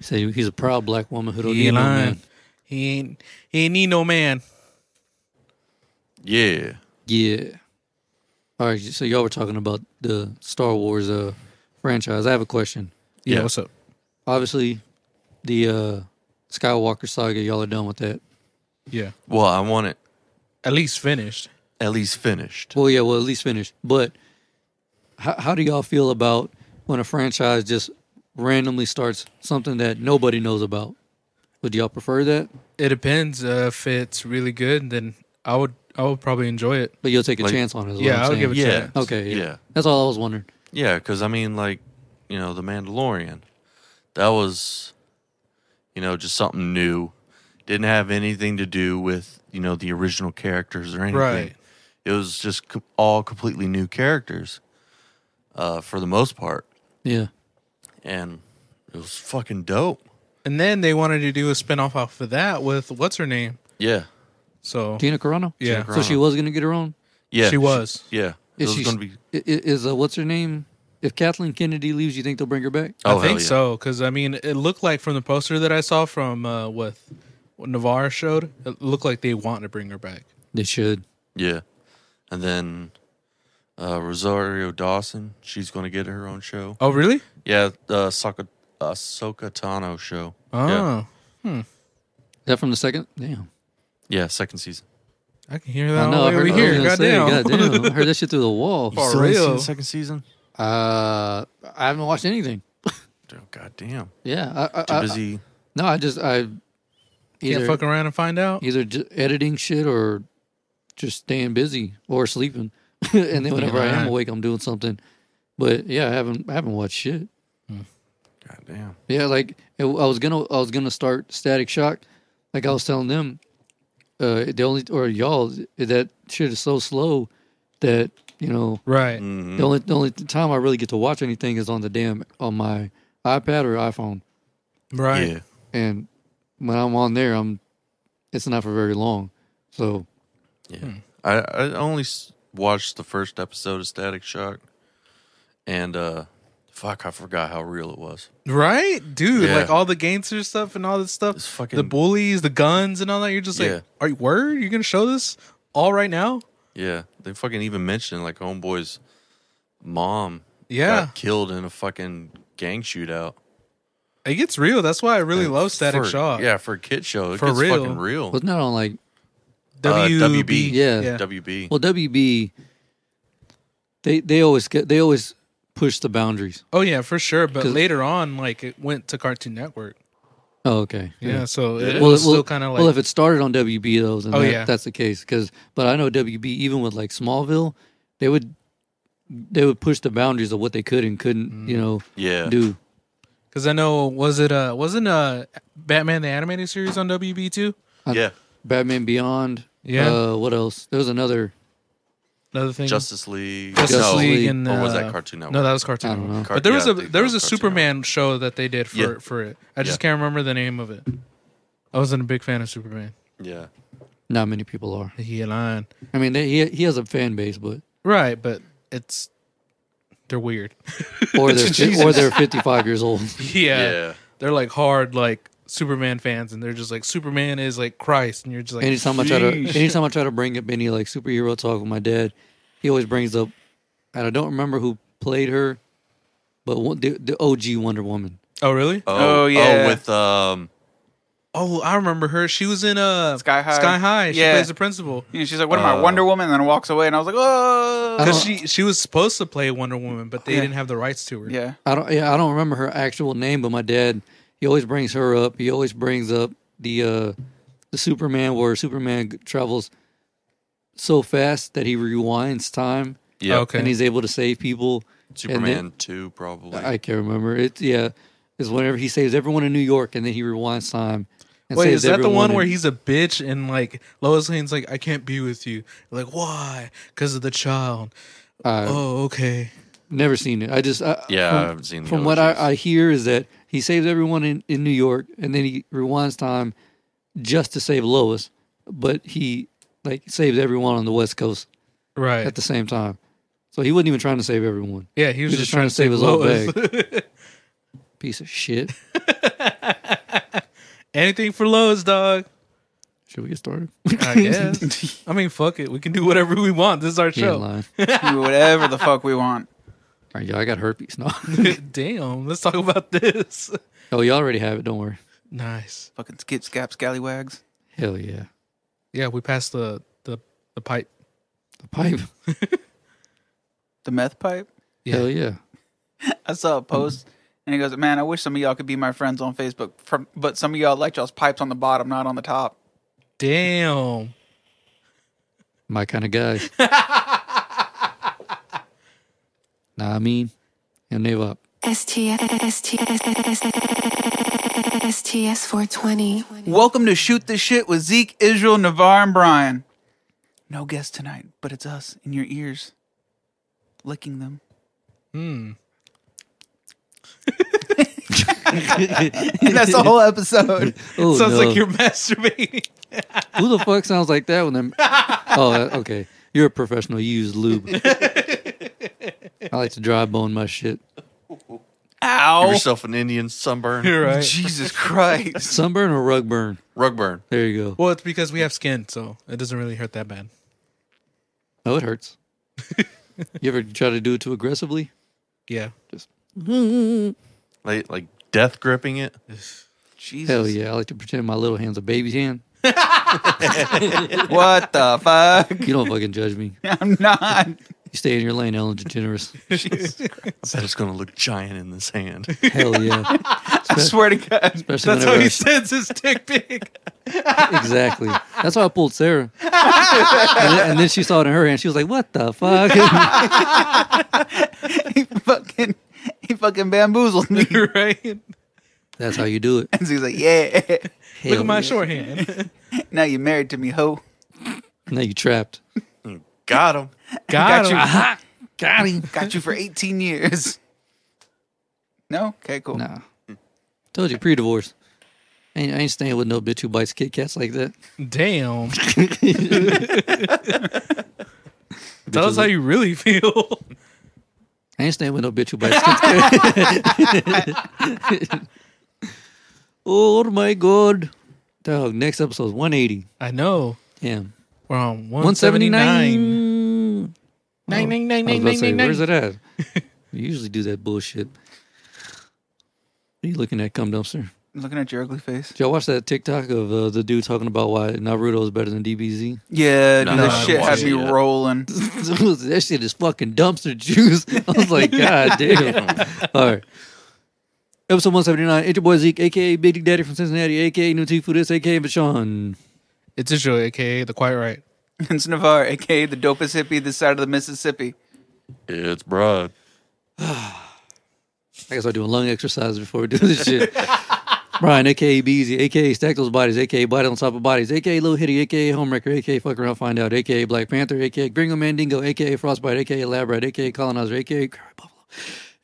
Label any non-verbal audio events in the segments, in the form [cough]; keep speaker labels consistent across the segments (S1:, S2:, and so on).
S1: Say he's a proud black woman who don't
S2: He
S1: need
S2: ain't
S1: no
S2: lying.
S1: man.
S2: He ain't he ain't need no man.
S3: Yeah.
S1: Yeah. All right. So y'all were talking about the Star Wars uh, franchise. I have a question.
S2: Yeah,
S3: Yeah.
S2: what's up?
S1: Obviously, the uh, Skywalker saga. Y'all are done with that.
S2: Yeah.
S3: Well, I want it
S2: At least finished.
S3: at least finished.
S1: Well, yeah. Well, at least finished. But how, how do y'all feel about when a franchise just randomly starts something that nobody knows about? Would y'all prefer that?
S2: It depends. Uh, if it's really good, then I would I would probably enjoy it.
S1: But you'll take a
S3: Like-
S1: chance on it. is what
S2: Yeah,
S1: I'm
S2: I would
S1: saying.
S2: give a
S3: Yeah.
S2: chance.
S1: Okay. Yeah.
S3: Yeah.
S1: That's all I was wondering.
S3: Yeah, because I mean, like, you know, The Mandalorian, that was, you know, just something new. Didn't have anything to do with, you know, the original characters or anything.
S2: Right.
S3: It was just co- all completely new characters uh, for the most part.
S1: Yeah.
S3: And it was fucking dope.
S2: And then they wanted to do a spinoff off of that with what's her name.
S3: Yeah.
S2: So
S1: Tina Carano.
S2: yeah,
S3: Tina
S1: So she
S3: Carano.
S1: was gonna get her own.
S3: Yeah.
S2: She was.
S3: yeah. It
S1: Is
S3: was
S1: she
S3: going to be.
S1: i- i- is uh, what's her name? If Kathleen Kennedy leaves, you think they'll bring her back?
S3: Oh,
S2: I think
S3: hell yeah.
S2: so. Because I mean, it looked like from the poster that I saw from uh, what what Navarre showed, it looked like they want to bring her back.
S1: They should.
S3: Yeah. And then uh, Rosario Dawson, she's going to get her own show.
S2: Oh, really?
S3: Yeah, the Soka, Ahsoka Tano show.
S2: Oh,
S3: Yeah.
S1: Is that from the second? Damn.
S3: yeah, second season.
S2: I can hear that. all
S1: I
S2: the
S1: heard, I
S2: way over
S1: was
S2: here.
S1: gonna say,
S2: Goddamn.
S1: goddamn, I heard that shit through the
S2: [laughs]
S1: wall.
S2: For
S3: Still ain't seen
S2: real.
S3: the second season?
S1: Uh, I haven't watched anything.
S3: Oh, God damn.
S1: Yeah. I, I,
S2: Uh,
S3: Too
S1: I-
S3: busy.
S1: no, I just I
S2: [laughs] Can't
S1: either
S2: fuck around and find out.
S1: either j- editing shit or just staying busy or sleeping. [laughs] and then whenever I am
S2: Right.
S1: awake, I'm doing something. But yeah, I haven't I haven't watched shit.
S3: God damn.
S1: Yeah, like it, I was gonna, I was gonna start Static Shock. Like I was telling them, uh, the only or y'all that shit is so slow that you know
S2: Right.
S3: Mm.
S1: the only the only time I really get to watch anything is on the damn on my iPad or iPhone.
S2: Right.
S3: Yeah.
S1: And when I'm on there, I'm it's not for very long. So
S3: Yeah.
S2: Hmm.
S3: I, I only s- watched the first episode of Static Shock. And, uh, fuck, I forgot how real it was.
S2: Right, dude.
S3: Yeah.
S2: Like all the gangster stuff and all this stuff,
S3: It's fucking-
S2: the bullies, the guns, and all that. You're just
S3: Yeah.
S2: like, are you word? You're gonna show this all right now?
S3: Yeah. They fucking even mentioned, like, Homeboy's mom
S2: Yeah,
S3: got killed in a fucking gang shootout.
S2: it gets real. That's why I really
S3: And
S2: love Static
S3: for-
S2: Shock.
S3: Yeah, uh, for a kid show. It
S2: For
S3: gets
S2: real.
S3: fucking real.
S1: wasn't that on like
S2: WB.
S3: WB.
S1: Yeah.
S3: WB.
S1: well WB? They they always get they always push the boundaries.
S2: Oh yeah, for sure. But
S1: 'Cause-
S2: later on, like it went to Cartoon Network.
S1: Oh, okay.
S2: Yeah, so
S3: Did
S2: it,
S3: it?
S2: was still kind of like
S1: well, if it started on WB though, then
S2: Oh,
S1: that-
S2: yeah.
S1: that's the case. Because, but I know WB even with like Smallville, they would they would push the boundaries of what they could and couldn't,
S2: Mm.
S1: you know,
S3: yeah.
S1: do.
S2: because I know was it uh wasn't uh Batman the animated series on WB too?
S3: Yeah.
S1: Batman Beyond.
S2: Yeah.
S1: Uh, what else? There was another.
S2: Another thing,
S3: Justice League.
S2: Justice
S1: No.
S2: League, and
S3: Or
S2: uh,
S3: was that Cartoon Network?
S2: No, that was
S1: I
S2: Cartoon.
S1: don't
S2: Network.
S1: know.
S3: Car-
S2: But there was
S3: yeah,
S2: a
S3: I think
S2: there
S3: that
S2: was a
S3: Cartoon
S2: Superman show that they did for
S3: Yeah.
S2: for it. I just
S3: Yeah.
S2: can't remember the name of it. I wasn't a big fan of Superman.
S3: Network.
S1: Not many people are.
S2: He and I.
S1: I mean, they, he he has a fan base, but
S2: Right, but it's they're weird. [laughs]
S1: or they're fi- or they're fifty five years old.
S3: Yeah.
S2: yeah.
S3: Yeah.
S2: They're like hard like Superman fans and they're just like Superman is like Christ and you're just like
S1: Anytime I try to
S2: "Sheesh."
S1: anytime I try to bring up any like superhero talk with my dad, he always brings up, and I don't remember who played her, but one, the, the OG Wonder Woman.
S2: Oh really?
S4: Oh, yeah.
S3: Oh, with um.
S2: Oh, I remember her. She was in uh
S4: Sky High.
S2: Sky High. She
S4: Yeah.
S2: plays the principal.
S4: And she's like, "What am I,
S3: Oh.
S4: Wonder Woman?" And then walks away, and I was like,
S1: I
S4: "Oh,
S2: Because
S1: don't-
S2: she she was supposed to play Wonder Woman, but they
S4: Yeah.
S2: didn't have the rights to her.
S4: yeah."
S1: I don't yeah, I don't remember her actual name, but my dad he always brings her up. He always brings up the uh the Superman where Superman g- travels so fast that he rewinds time
S3: Yeah.
S2: Oh, Okay.
S1: and he's able to save people.
S3: Superman
S1: And
S3: two probably.
S1: I can't remember. It's yeah, is whenever he saves everyone in New York and then he rewinds time. And
S2: Wait,
S1: saves
S2: is that the
S1: everyone
S2: one where
S1: in-
S2: he's a bitch and like Lois Lane's like, I can't be with you. Like, why? Because of the child.
S1: I've
S2: Oh, okay.
S1: never seen it. I just I,
S3: yeah,
S1: from-
S3: I haven't seen. The
S1: from
S3: other
S1: what I,
S3: shows.
S1: I hear is that he saves everyone in, in New York and then he rewinds time just to save Lois, but he like saves everyone on the West Coast
S2: Right.
S1: at the same time. So he wasn't even trying to save everyone.
S2: yeah, he was, just, trying, to save
S1: his
S2: his
S1: own
S2: Lois.
S1: [laughs] Piece of shit.
S2: [laughs] Anything for Lowe's, dog.
S1: Should we get
S2: [laughs]
S1: started?
S2: I guess. I mean, fuck it. We can do whatever we want. This is our
S1: He ain't
S2: show.
S1: lying.
S4: Do whatever the fuck we want.
S1: All right, y'all. I got herpes. No. [laughs]
S2: [laughs] Damn. Let's talk about this. [laughs]
S1: oh, you already have it. Don't worry.
S2: Nice.
S4: Fucking skip, scap, scallywags.
S1: Hell yeah.
S2: Yeah, we passed the the, the pipe.
S1: The pipe.
S4: The meth pipe.
S2: Yeah.
S1: Hell yeah.
S4: I saw a post and he goes, Man, I wish some of y'all could be my friends on Facebook, from, but some of y'all like y'all's pipes on the bottom, not on the top.
S2: Damn.
S1: My kind of
S2: [laughs]
S1: guys. nah, I mean, he'll never up.
S5: STS, STS, STS 420.
S4: Welcome to Shoot the Shit with Zeke, Israel, Navarre, and Brian. No guest tonight, but it's us in your ears, licking them. Hmm. [laughs] That's the whole episode.
S2: [laughs]
S1: Oh,
S2: Sounds
S1: no.
S2: like you're masturbating. [laughs]
S1: Who the fuck sounds like that when them? oh, uh, okay. You're a professional. You use
S2: [laughs]
S1: lube. I like to dry bone my shit.
S2: Oh.
S3: Give
S4: Ow.
S3: yourself an Indian
S2: [laughs]
S3: sunburn,
S2: You're right.
S4: [laughs] Jesus Christ.
S1: Sunburn or rug burn?
S3: rug burn.
S1: There you go.
S2: Well, it's because we have skin, so it doesn't really hurt that bad.
S1: Oh, it hurts. you ever try to do it too aggressively?
S2: [laughs] Yeah.
S3: Like like death gripping it.
S4: [laughs] Jesus.
S1: Hell yeah. I like to pretend my little hand's a baby's hand.
S4: What the fuck?
S1: You don't fucking judge me.
S4: [laughs] I'm not.
S1: You stay in your lane, Ellen DeGeneres.
S3: I bet it's gonna look giant in this
S2: [laughs]
S3: hand.
S1: Hell yeah.
S4: I swear to God.
S1: Especially
S2: That's how
S1: whenever
S2: he
S1: I-
S2: sends his dick pic.
S1: Exactly. That's how I pulled Sarah. And then, and then she saw it in her hand. She was like, what the fuck? [laughs]
S4: He [laughs] fucking, he fucking bamboozled [laughs] me.
S2: You're [laughs] right.
S1: That's how you do it.
S4: And he's like, yeah. [laughs]
S2: Look
S1: Hell
S2: at my
S1: yeah.
S2: [laughs] shorthand.
S4: Now you're married to me, ho.
S1: Now you trapped.
S3: Got him.
S2: Got,
S4: you.
S2: him.
S4: Got him. [laughs] Got you for 18 years. No? Okay, cool.
S1: Nah. Told you, pre-divorce. Ain't, I ain't staying with no bitch who bites Kit Kats like that.
S2: [laughs] Damn. Tell us how you really feel.
S1: I ain't staying with no bitch who bites Kit Kats. [laughs] oh my god. Dog, next episode's 180.
S2: I know.
S1: Damn.
S2: We're on 179.
S1: 179.
S2: Nine, nine, nine,
S1: I was about
S2: nine,
S1: to
S2: nine,
S1: say,
S2: nine,
S1: where's
S2: nine.
S1: it at? We usually do that bullshit. What are you looking at, cum dumpster?
S4: Looking at your ugly face.
S1: Did y'all watch that TikTok of uh, the dude talking about why Naruto is better than DBZ?
S4: Yeah, dude,
S3: Nah,
S4: this
S3: I haven't
S4: shit had
S3: watched
S4: me
S3: it yet.
S4: [laughs] rolling.
S1: that shit is fucking dumpster juice. [laughs] I was like, God damn. All right. Episode 179. It's your boy Zeke, aka Big Dick Daddy from Cincinnati, aka New Tifu, this, aka Bashan.
S2: It's Israel, aka The Quiet Right.
S4: It's Navarre, aka the dopest hippie this side of the Mississippi.
S3: It's broad.
S1: I guess I'll do a lung exercise before we do this shit. Brian, aka Beezy, aka Stack Those Bodies, aka Body on Top of Bodies, aka Little Hitty, aka Homewrecker, aka Fuck Around Find Out, aka Black Panther, aka Gringo Mandingo, aka Frostbite, aka Lab Rat, aka Colonizer, aka Curry Buffalo,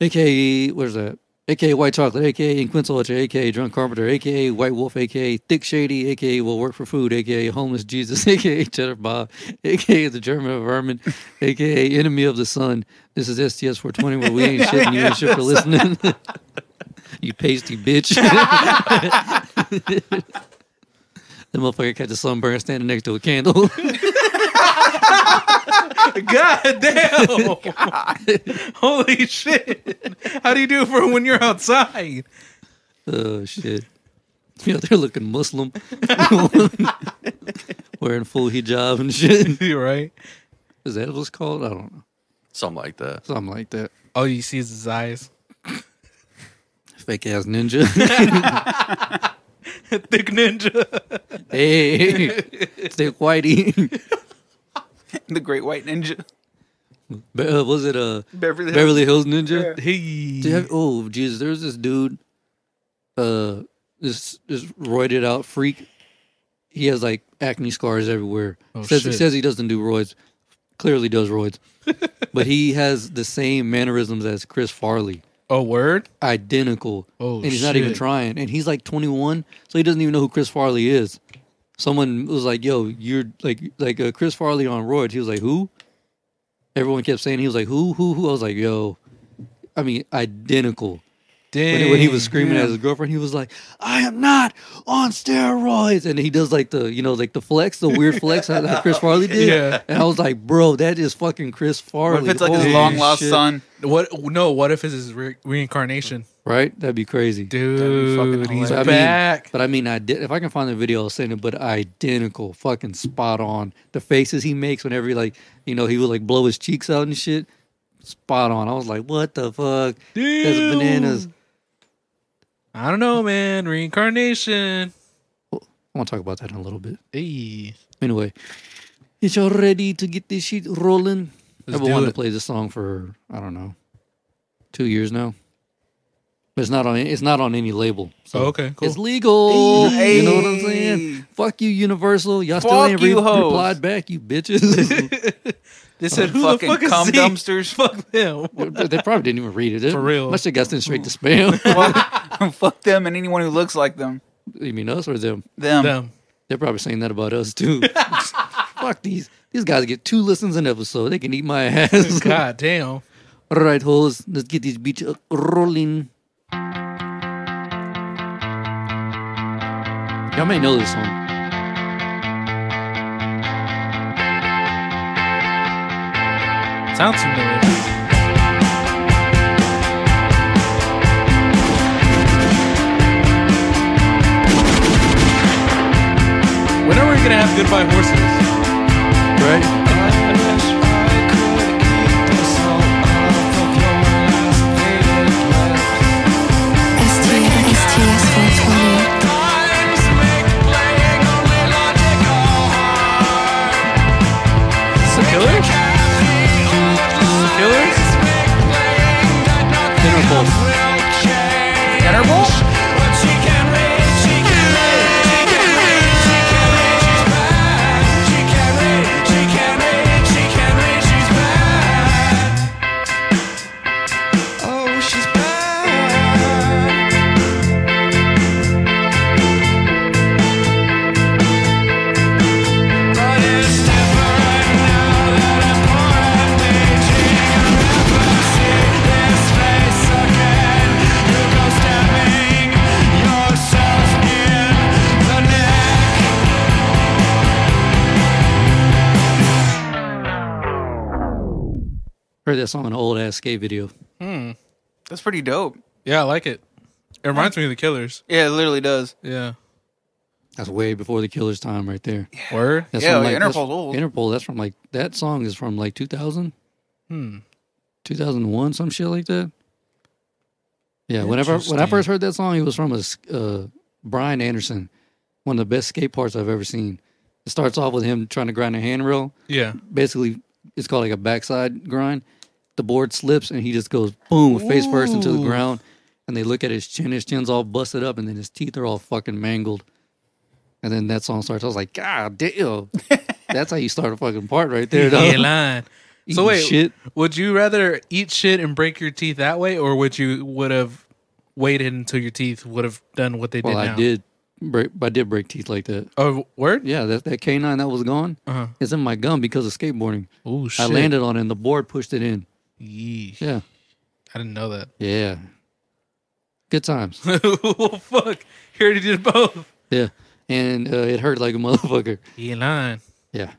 S1: aka, where's that? aka White Chocolate, aka Inquinsolcha, aka Drunk Carpenter, aka White Wolf, aka Thick Shady, aka Will Work for Food, aka Homeless Jesus, [laughs] aka Cheddar Bob, aka The German Vermin, aka Enemy of the Sun. This is STS 420 where we ain't shitting you and shit for listening. [laughs] you pasty bitch. [laughs] that motherfucker catch a sunburn standing next to a candle. [laughs]
S2: God
S1: [laughs]
S2: damn. Holy shit. How do you do it for when you're outside?
S1: Oh shit! [laughs] Yeah, they're looking Muslim, [laughs] wearing full hijab and shit.
S2: [laughs] You're right.
S1: Is that what it's called? I don't know,
S3: Something like that.
S1: something like that.
S2: All you see is his eyes.
S1: Fake ass ninja.
S2: [laughs]
S1: [laughs]
S2: Thick ninja.
S1: hey, [laughs] stay whitey. [laughs]
S4: The great white ninja.
S1: Be- uh, was it a
S4: Beverly Hills.
S1: Beverly Hills ninja?
S2: Hey.
S1: Do you have- oh Jesus, there's this dude, uh, this this roided out freak. He has like acne scars everywhere.
S2: Oh,
S1: says he
S2: shit.
S1: says he doesn't do roids, clearly does
S2: [laughs]
S1: roids, but he has the same mannerisms as Chris Farley.
S2: Oh, word?
S1: identical.
S2: Oh,
S1: and he's not even
S2: shit.
S1: trying. And he's like 21, so he doesn't even know who Chris Farley is. Someone was like, "Yo, you're like like uh, Chris Farley on roids." He was like, "Who?" Everyone kept saying he was like, "Who? Who? Who?" I was like, "Yo," I mean, identical. when, when he was
S2: Dang.
S1: screaming
S4: yeah.
S1: at his girlfriend, he was like, "I am not on steroids," and he does like the you know like the flex, the
S2: [laughs]
S1: weird flex that that Chris Farley did.
S2: Yeah.
S1: And I was like, "Bro, that is fucking Chris Farley."
S4: What if it's like his
S1: Holy
S4: long lost
S1: shit.
S4: son?
S2: What? No. What if it's his re- reincarnation,
S1: right? That'd be crazy.
S4: be fucking
S2: dude? He's
S4: hilarious. I
S1: mean-
S2: back.
S1: But I mean, I did. If I can find the video, I'll send it. But identical, fucking spot on. The faces he makes whenever he like, you know, he would like blow his cheeks out and shit. Spot on. I was like, what the fuck? That's
S2: Dude.
S1: bananas.
S2: I don't know, man. Reincarnation.
S1: I want to talk about that in a little bit.
S2: Hey.
S1: Anyway, it's all ready to get this shit rolling.
S2: Let's
S1: I've been
S2: do
S1: wanting
S2: it.
S1: to play this song for I don't know, two years now. But it's not on. It's not on any label. So
S2: Oh, okay, cool.
S1: It's legal. You know what I'm
S4: Hey.
S1: saying? Fuck you, Universal. Y'all still
S4: Fuck
S1: ain't re-
S4: you hoes.
S1: replied back, you
S4: [laughs]
S1: bitches.
S4: They said
S2: Who the
S4: fucking
S2: fuck is
S4: cum
S2: Zeke?
S4: [laughs] dumpsters.
S2: [laughs] Fuck them.
S1: they probably didn't even read it.
S2: For real.
S1: Must have got sent straight to
S4: [laughs]
S1: spam.
S4: fuck, fuck them and anyone who looks like them.
S1: you mean us or them?
S4: Them.
S2: Them.
S1: They're probably saying that about us too. [laughs] Fuck these. These guys get two listens an episode. They can eat my
S4: [laughs]
S1: ass. [laughs]
S2: God damn.
S1: All right, hoes. Let's get this beat uh, rolling. Y'all may know this song.
S2: Sounds familiar. When are we gonna have goodbye horses?
S1: Right?
S5: STS, STS 420.
S2: Is this a killer? Is this a killer?
S1: Interpol.
S4: Interval?
S1: Heard that song in an old ass skate video.
S4: That's pretty dope.
S2: Yeah, I like it. It reminds me of the killers.
S4: Yeah, it literally does.
S2: Yeah.
S1: That's way before the killer's time, right there.
S2: Word?
S1: That's
S4: Yeah,
S1: from,
S4: like,
S1: that's-
S4: Interpol's old.
S1: Interpol. That's from like that song is from like 2000,
S2: Hmm.
S1: 2001, some shit like that. Yeah, whenever when I
S2: Interesting.
S1: first heard that song, it was from a s- uh, Brian Anderson, one of the best skate parts I've ever seen. It starts off with him trying to grind a handrail.
S2: Yeah.
S1: Basically, it's called like a backside grind. The board slips and he just goes boom with face first into the
S2: Ooh.
S1: ground. And they look at his chin. His chin's all busted up, and then his teeth are all fucking mangled. And then that song starts. I was like, God
S2: [laughs]
S1: damn, that's how you start a fucking part right there. Though.
S2: Yeah, line.
S1: uh-huh.
S2: So
S1: Eating
S2: wait,
S1: shit.
S2: would you rather eat shit and break your teeth that way, or would you would have waited until your teeth would have done what they
S1: Well,
S2: did?
S1: I
S2: now?
S1: did break. I did break teeth like that.
S2: Oh, word?
S1: Yeah, that that canine that was gone
S2: Uh-huh.
S1: is in my gum because of skateboarding.
S2: Oh shit!
S1: I landed on it, and the board pushed it in.
S2: Yeesh.
S1: Yeah,
S2: I didn't know that. [laughs]
S1: yeah. Good times.
S2: well, fuck. He already did both.
S1: yeah, and uh, it hurt like a motherfucker.
S2: He ain't lying.
S1: Yeah.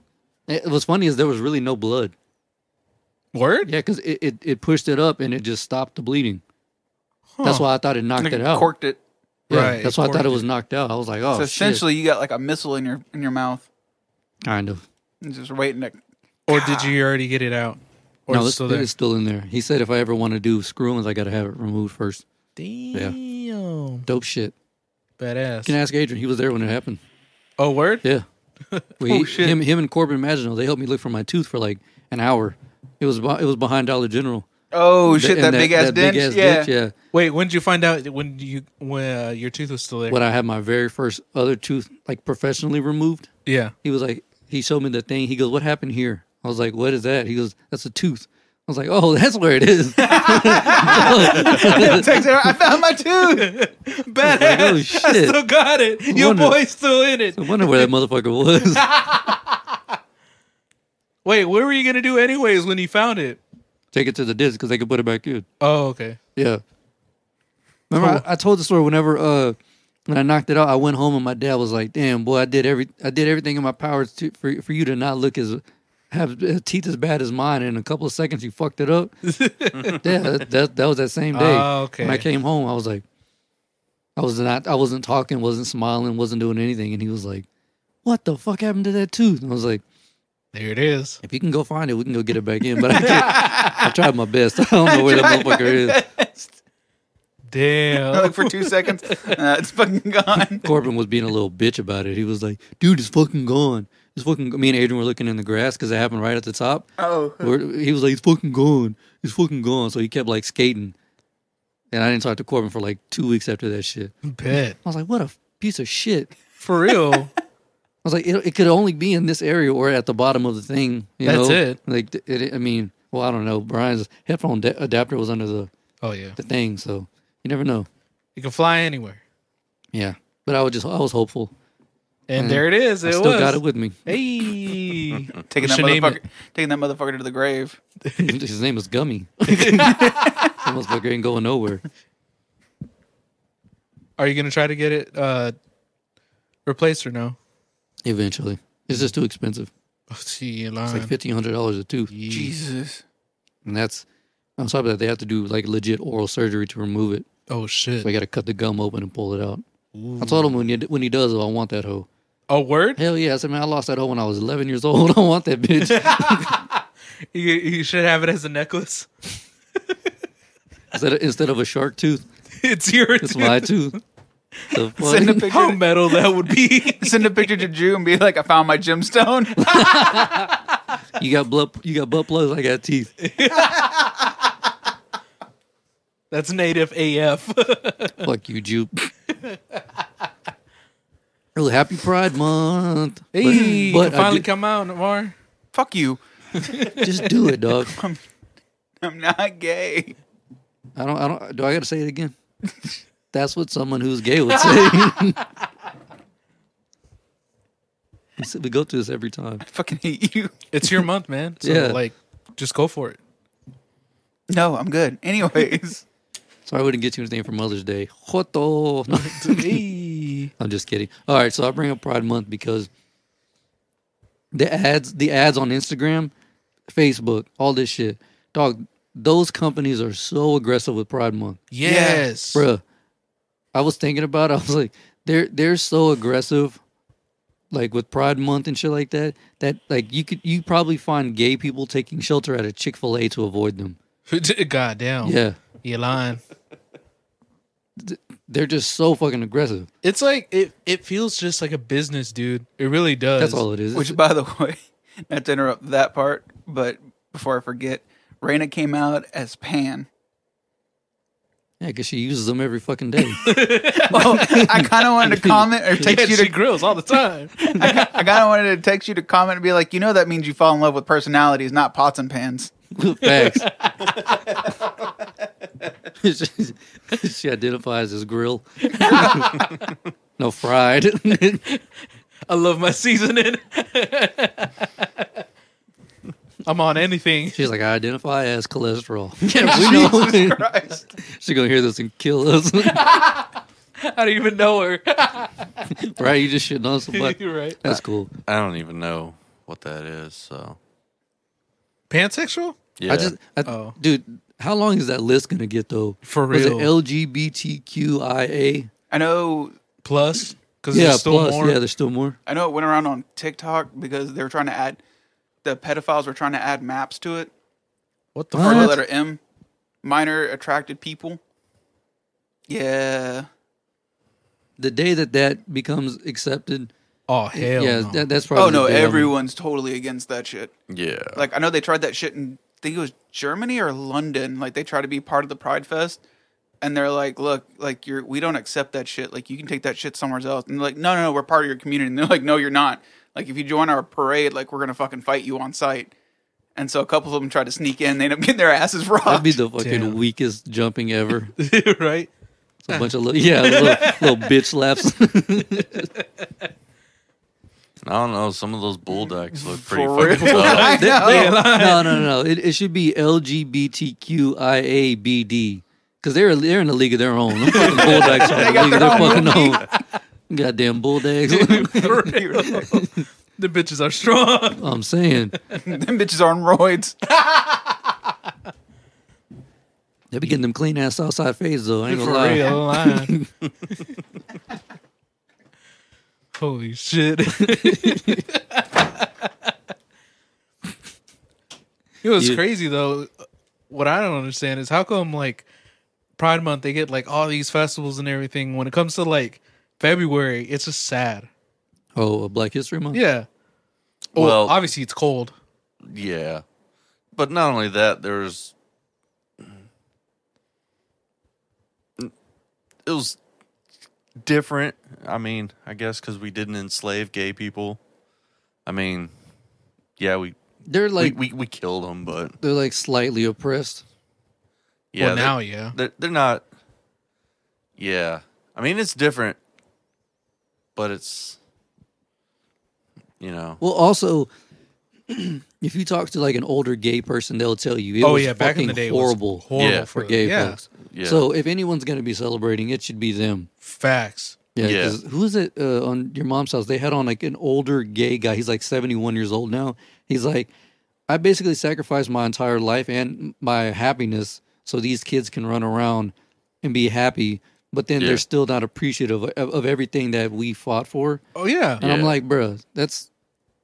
S1: It, what's funny is there was really no blood.
S2: Word?
S1: Yeah, because it, it, it pushed it up and it just stopped the bleeding. That's why I thought it knocked
S4: Like,
S1: it out.
S4: corked it.
S1: Yeah,
S2: Right,
S1: That's why I
S2: corked
S1: thought it
S2: it.
S1: was knocked out. I was like, oh,
S4: so
S1: essentially,
S4: essentially, you got like a missile in your in your mouth,
S1: kind of.
S4: and just waiting to.
S2: Or did you already get it out? Or
S1: no,
S2: it's
S1: it's still,
S2: still there?
S1: it's still in there. He said if I ever want to do screw-ins, I got to have it removed first.
S2: Damn.
S1: Dope shit.
S2: Badass.
S1: You can ask Adrian. He was there when it happened.
S2: oh, word?
S1: Yeah. We,
S4: Oh, shit.
S1: Him, him and Corbin Magino, they helped me look for my tooth for like an hour. It was beh- it was behind Dollar General.
S4: Oh shit!
S1: And
S4: That, big ass dent.
S1: big-ass
S4: yeah.
S1: ditch, yeah.
S2: Wait, when did you find out when you when uh, your tooth was still there?
S1: When I had my very first other tooth, like professionally removed, [laughs]
S2: Yeah.
S1: he was like, he showed me the thing. He goes, "What happened here?" I was like, "What is that?" He goes, "That's a tooth." I was like, "Oh, [laughs] that's where it is." I
S4: Text her, I found my tooth.
S2: [laughs]
S1: was like, oh shit!
S2: Still got it. Your
S1: wonder-
S2: boy's still in it.
S1: I wonder where that motherfucker was. [laughs]
S2: Wait, what were you gonna do anyways when you found it?
S1: Take it to the disc because they could put it back in.
S2: Oh, okay.
S1: Yeah, Remember, I, I told the story whenever uh when I knocked it out, I went home and my dad was like, "Damn, boy, I did every I did everything in my power to, for for you to not look as have uh, teeth as bad as mine." And in a couple of seconds, you fucked it [laughs] up. yeah, that, that that was that same day.
S2: Oh, okay.
S1: When I came home, I was like, I was not I wasn't talking, wasn't smiling, wasn't doing anything, and he was like, "What the fuck happened to that tooth?" And I was like.
S2: There it is.
S1: If you can go find it, we can go get it back in. But I, [laughs] can't, I tried my best. [laughs] I don't know where that motherfucker is.
S2: Damn.
S4: [laughs]
S1: [laughs]
S2: [laughs]
S4: Like for two seconds, uh, it's fucking gone.
S1: Corbin was being a little bitch about it. He was like, "Dude, it's fucking gone. It's fucking." Me and Adrian were looking in the grass because it happened right at the top.
S4: Oh,
S1: We're- he was like, "It's fucking gone. It's fucking gone." So he kept like skating, and I didn't talk to Corbin for like two weeks after that shit. I
S2: Bet.
S1: was like, "What a piece of shit." I [laughs]
S2: For real.
S1: was like, "It, it could only be in this area or at the bottom of the thing." You
S2: That's
S1: know?
S2: it.
S1: Like, th- it, I mean, well, I don't know. Brian's headphone da- adapter was under the
S2: Oh yeah.
S1: the thing, so you never know.
S2: You can fly anywhere.
S1: Yeah, but I was just I was hopeful.
S2: And
S1: Yeah.
S2: there it is. It
S1: I still
S2: was.
S1: got it with me. [laughs]
S2: Hey.
S4: taking
S2: We
S4: that
S2: should name
S4: motherfucker,
S2: it.
S4: taking that motherfucker to the grave.
S1: [laughs] His name is Gummy. that motherfucker ain't going nowhere.
S2: Are you gonna try to get it uh replaced or no?
S1: Eventually, it's just too expensive.
S2: Oh, see, you
S1: It's
S2: lying.
S1: like fifteen hundred dollars a tooth,
S4: Jesus,
S1: and that's on top of that they have to do like legit oral surgery to remove it.
S2: oh shit.
S1: So I got to cut the gum open and pull it out. I told him when he, when he does, oh, I want that hoe.
S2: Oh word?
S1: Hell yeah! I said, man, I lost that hoe when I was eleven years old. [laughs] I want that bitch.
S2: You, you should have it as a necklace. [laughs]
S1: instead, of, instead of a shark tooth,
S2: It's your
S1: it's
S2: tooth.
S1: my tooth. The fuck?
S4: send a picture.
S2: How
S4: To,
S2: metal that would be.
S4: [laughs]
S2: [laughs]
S4: send a picture to Drew and be like, "I found my gemstone." [laughs]
S1: You got blood. You got butt plugs. I got teeth.
S2: That's native [laughs] AF.
S1: Fuck you, Jew. really happy Pride Month. But-
S2: hey,
S1: but
S2: you can finally
S1: I
S2: come out, Navar.
S4: Fuck you.
S1: do- just do it,
S2: [laughs]
S1: dog.
S4: I'm not gay.
S1: I don't. I don't. Do I got to say it again? That's what someone who's gay would say.
S2: [laughs]
S1: We s- we go through this every time.
S4: I fucking hate you.
S2: It's your month, man. So
S1: Yeah.
S2: like just go for
S1: [laughs]
S2: it.
S4: No, I'm good. Anyways,
S1: So I wouldn't get you anything for Mother's Day. Joto.
S2: Hey.
S1: I'm just kidding. All right, so I bring up Pride Month because the ads, the ads on Instagram, Facebook, all this shit, dog. Those companies are so aggressive with Pride Month,
S2: Yes. [laughs]
S1: bruh. I was thinking about. It, [laughs] I was like, they're they're so aggressive, like with Pride Month and shit like that. That like you could you probably find gay people taking shelter at a Chick Fil A to avoid them.
S2: God damn.
S1: Yeah,
S2: You lying.
S1: they're just so fucking aggressive.
S2: It's like it it feels just like a business, dude. It really does.
S1: That's all it is.
S4: which by the [laughs] way, not to interrupt that part, but before I forget, Raina came out as Pan.
S1: yeah, because she uses them every fucking day.
S4: Well, I kind of wanted to comment or
S2: [laughs] Yeah,
S4: text you
S2: she
S4: to.
S2: grills all the time.
S4: [laughs] I kind of wanted to text you to comment and be like, you know, that means you fall in love with personalities, not pots and pans.
S1: Facts. [laughs] she identifies as grill. [laughs] no fried.
S2: [laughs] I love my seasoning. [laughs] I'm on anything.
S1: She's like, I identify as cholesterol. we know.
S4: Christ.
S1: She's gonna hear this and kill us.
S2: [laughs]
S1: [laughs]
S2: I don't even know her.
S1: right? You just shitting on somebody.
S2: [laughs] You're right.
S1: That's cool.
S3: I don't even know what that is. So
S2: Pansexual?
S3: yeah,
S1: I just I,
S2: Oh.
S1: dude, how long is that list gonna get though?
S2: For
S1: Was it
S2: real.
S1: LGBTQIA?
S4: I know.
S2: Plus? Because
S1: Yeah,
S2: there's still
S1: plus
S2: more.
S1: yeah, there's still more.
S4: I know it went around on TikTok because they were trying to add the pedophiles were trying to add maps to it
S2: what the
S4: for the
S2: fuck?
S4: letter M, minor attracted people. Yeah,
S1: The day that that becomes accepted,
S2: Oh, hell.
S1: yeah,
S2: no.
S1: that,
S2: [laughs]
S1: that's probably.
S4: Oh no,
S1: the day I'm-
S4: everyone's totally against that shit.
S3: yeah.
S4: Like I know they tried that shit in I think it was Germany or London. Like they tried to be part of the Pride Fest and they're like, Look, like you're we don't accept that shit. Like you can take that shit somewhere else. And they're like, No, no, no, we're part of your community. And they're like, No, you're not. Like if you join our parade, like we're gonna fucking fight you on site. And so a couple of them tried to sneak in, they end up getting their asses
S1: That'd
S4: robbed.
S1: be the fucking
S2: Damn.
S1: weakest jumping ever.
S2: [laughs]
S1: [laughs]
S2: right?
S1: It's a bunch of little, yeah, little, little bitch laughs.
S2: [laughs]
S1: [laughs]
S3: I don't know. Some of those bulldogs look pretty
S4: For real.
S3: fucking tough.
S2: [laughs]
S4: I know.
S1: no, no, no. It, it should be LGBTQIABD. because they're they're in the league of their own. Them
S2: [laughs]
S1: fucking bulldogs are in the league of their fucking own. Goddamn
S2: [laughs]
S1: bulldogs!
S2: For real. [laughs] the bitches are strong.
S1: I'm saying
S4: [laughs] Them bitches are on
S1: [laughs]
S4: roids.
S1: they be getting them clean ass Southside fades though. I ain't gonna
S2: For
S1: lie.
S2: real. lying. [laughs] Holy shit. [laughs] it was
S1: You-
S2: crazy though. What I don't understand is how come like Pride Month they get like all these festivals and everything. When it comes to like February, it's just sad.
S1: Oh, a Black History Month.
S2: Yeah. Well,
S3: Well-
S2: obviously it's cold.
S3: Yeah. But not only that, there's it was different. I mean, I guess because we didn't enslave gay people. I mean, yeah, we
S1: they're like
S3: we, we we killed them, but
S1: they're like slightly oppressed.
S3: yeah,
S2: well, now
S3: they're,
S2: yeah.
S3: they're they're not. Yeah, I mean it's different, but it's you know
S1: Well, also, [clears throat] if you talk to like an older gay person, they'll tell you. It
S2: Oh
S1: was
S2: yeah, back in the
S1: fucking
S2: day, it was
S1: horrible
S2: horrible
S3: Yeah.
S1: for gay
S2: yeah.
S1: folks.
S3: yeah.
S1: So if anyone's gonna be celebrating, it should be them.
S2: Facts.
S1: Yeah,
S3: Yeah.
S1: 'cause who is it uh, on your mom's house? They had on like an older gay guy. He's like 71 years old now. He's like, I basically sacrificed my entire life and my happiness so these kids can run around and be happy, but then
S3: Yeah.
S1: they're still not appreciative of, of everything that we fought for.
S2: Oh yeah.
S1: And I'm
S3: Yeah.
S1: like, bruh, that's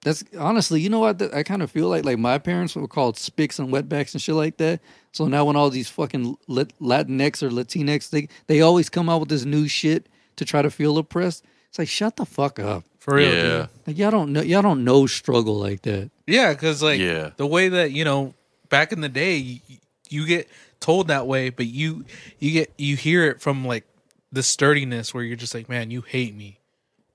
S1: that's honestly, you know what? That- I kind of feel like like my parents were called spics and wetbacks and shit like that. So now when all these fucking Lat- Latinx or Latinx, they they always come out with this new shit to try to feel oppressed. It's like shut the fuck up.
S2: For real.
S3: Yeah.
S2: dude.
S1: Like y'all don't know y'all don't know struggle like that.
S2: Yeah, because like
S3: Yeah.
S2: the way that you know back in the day, you, you get told that way, but you you get you hear it from like the sturdiness where you're just like, man, you hate me.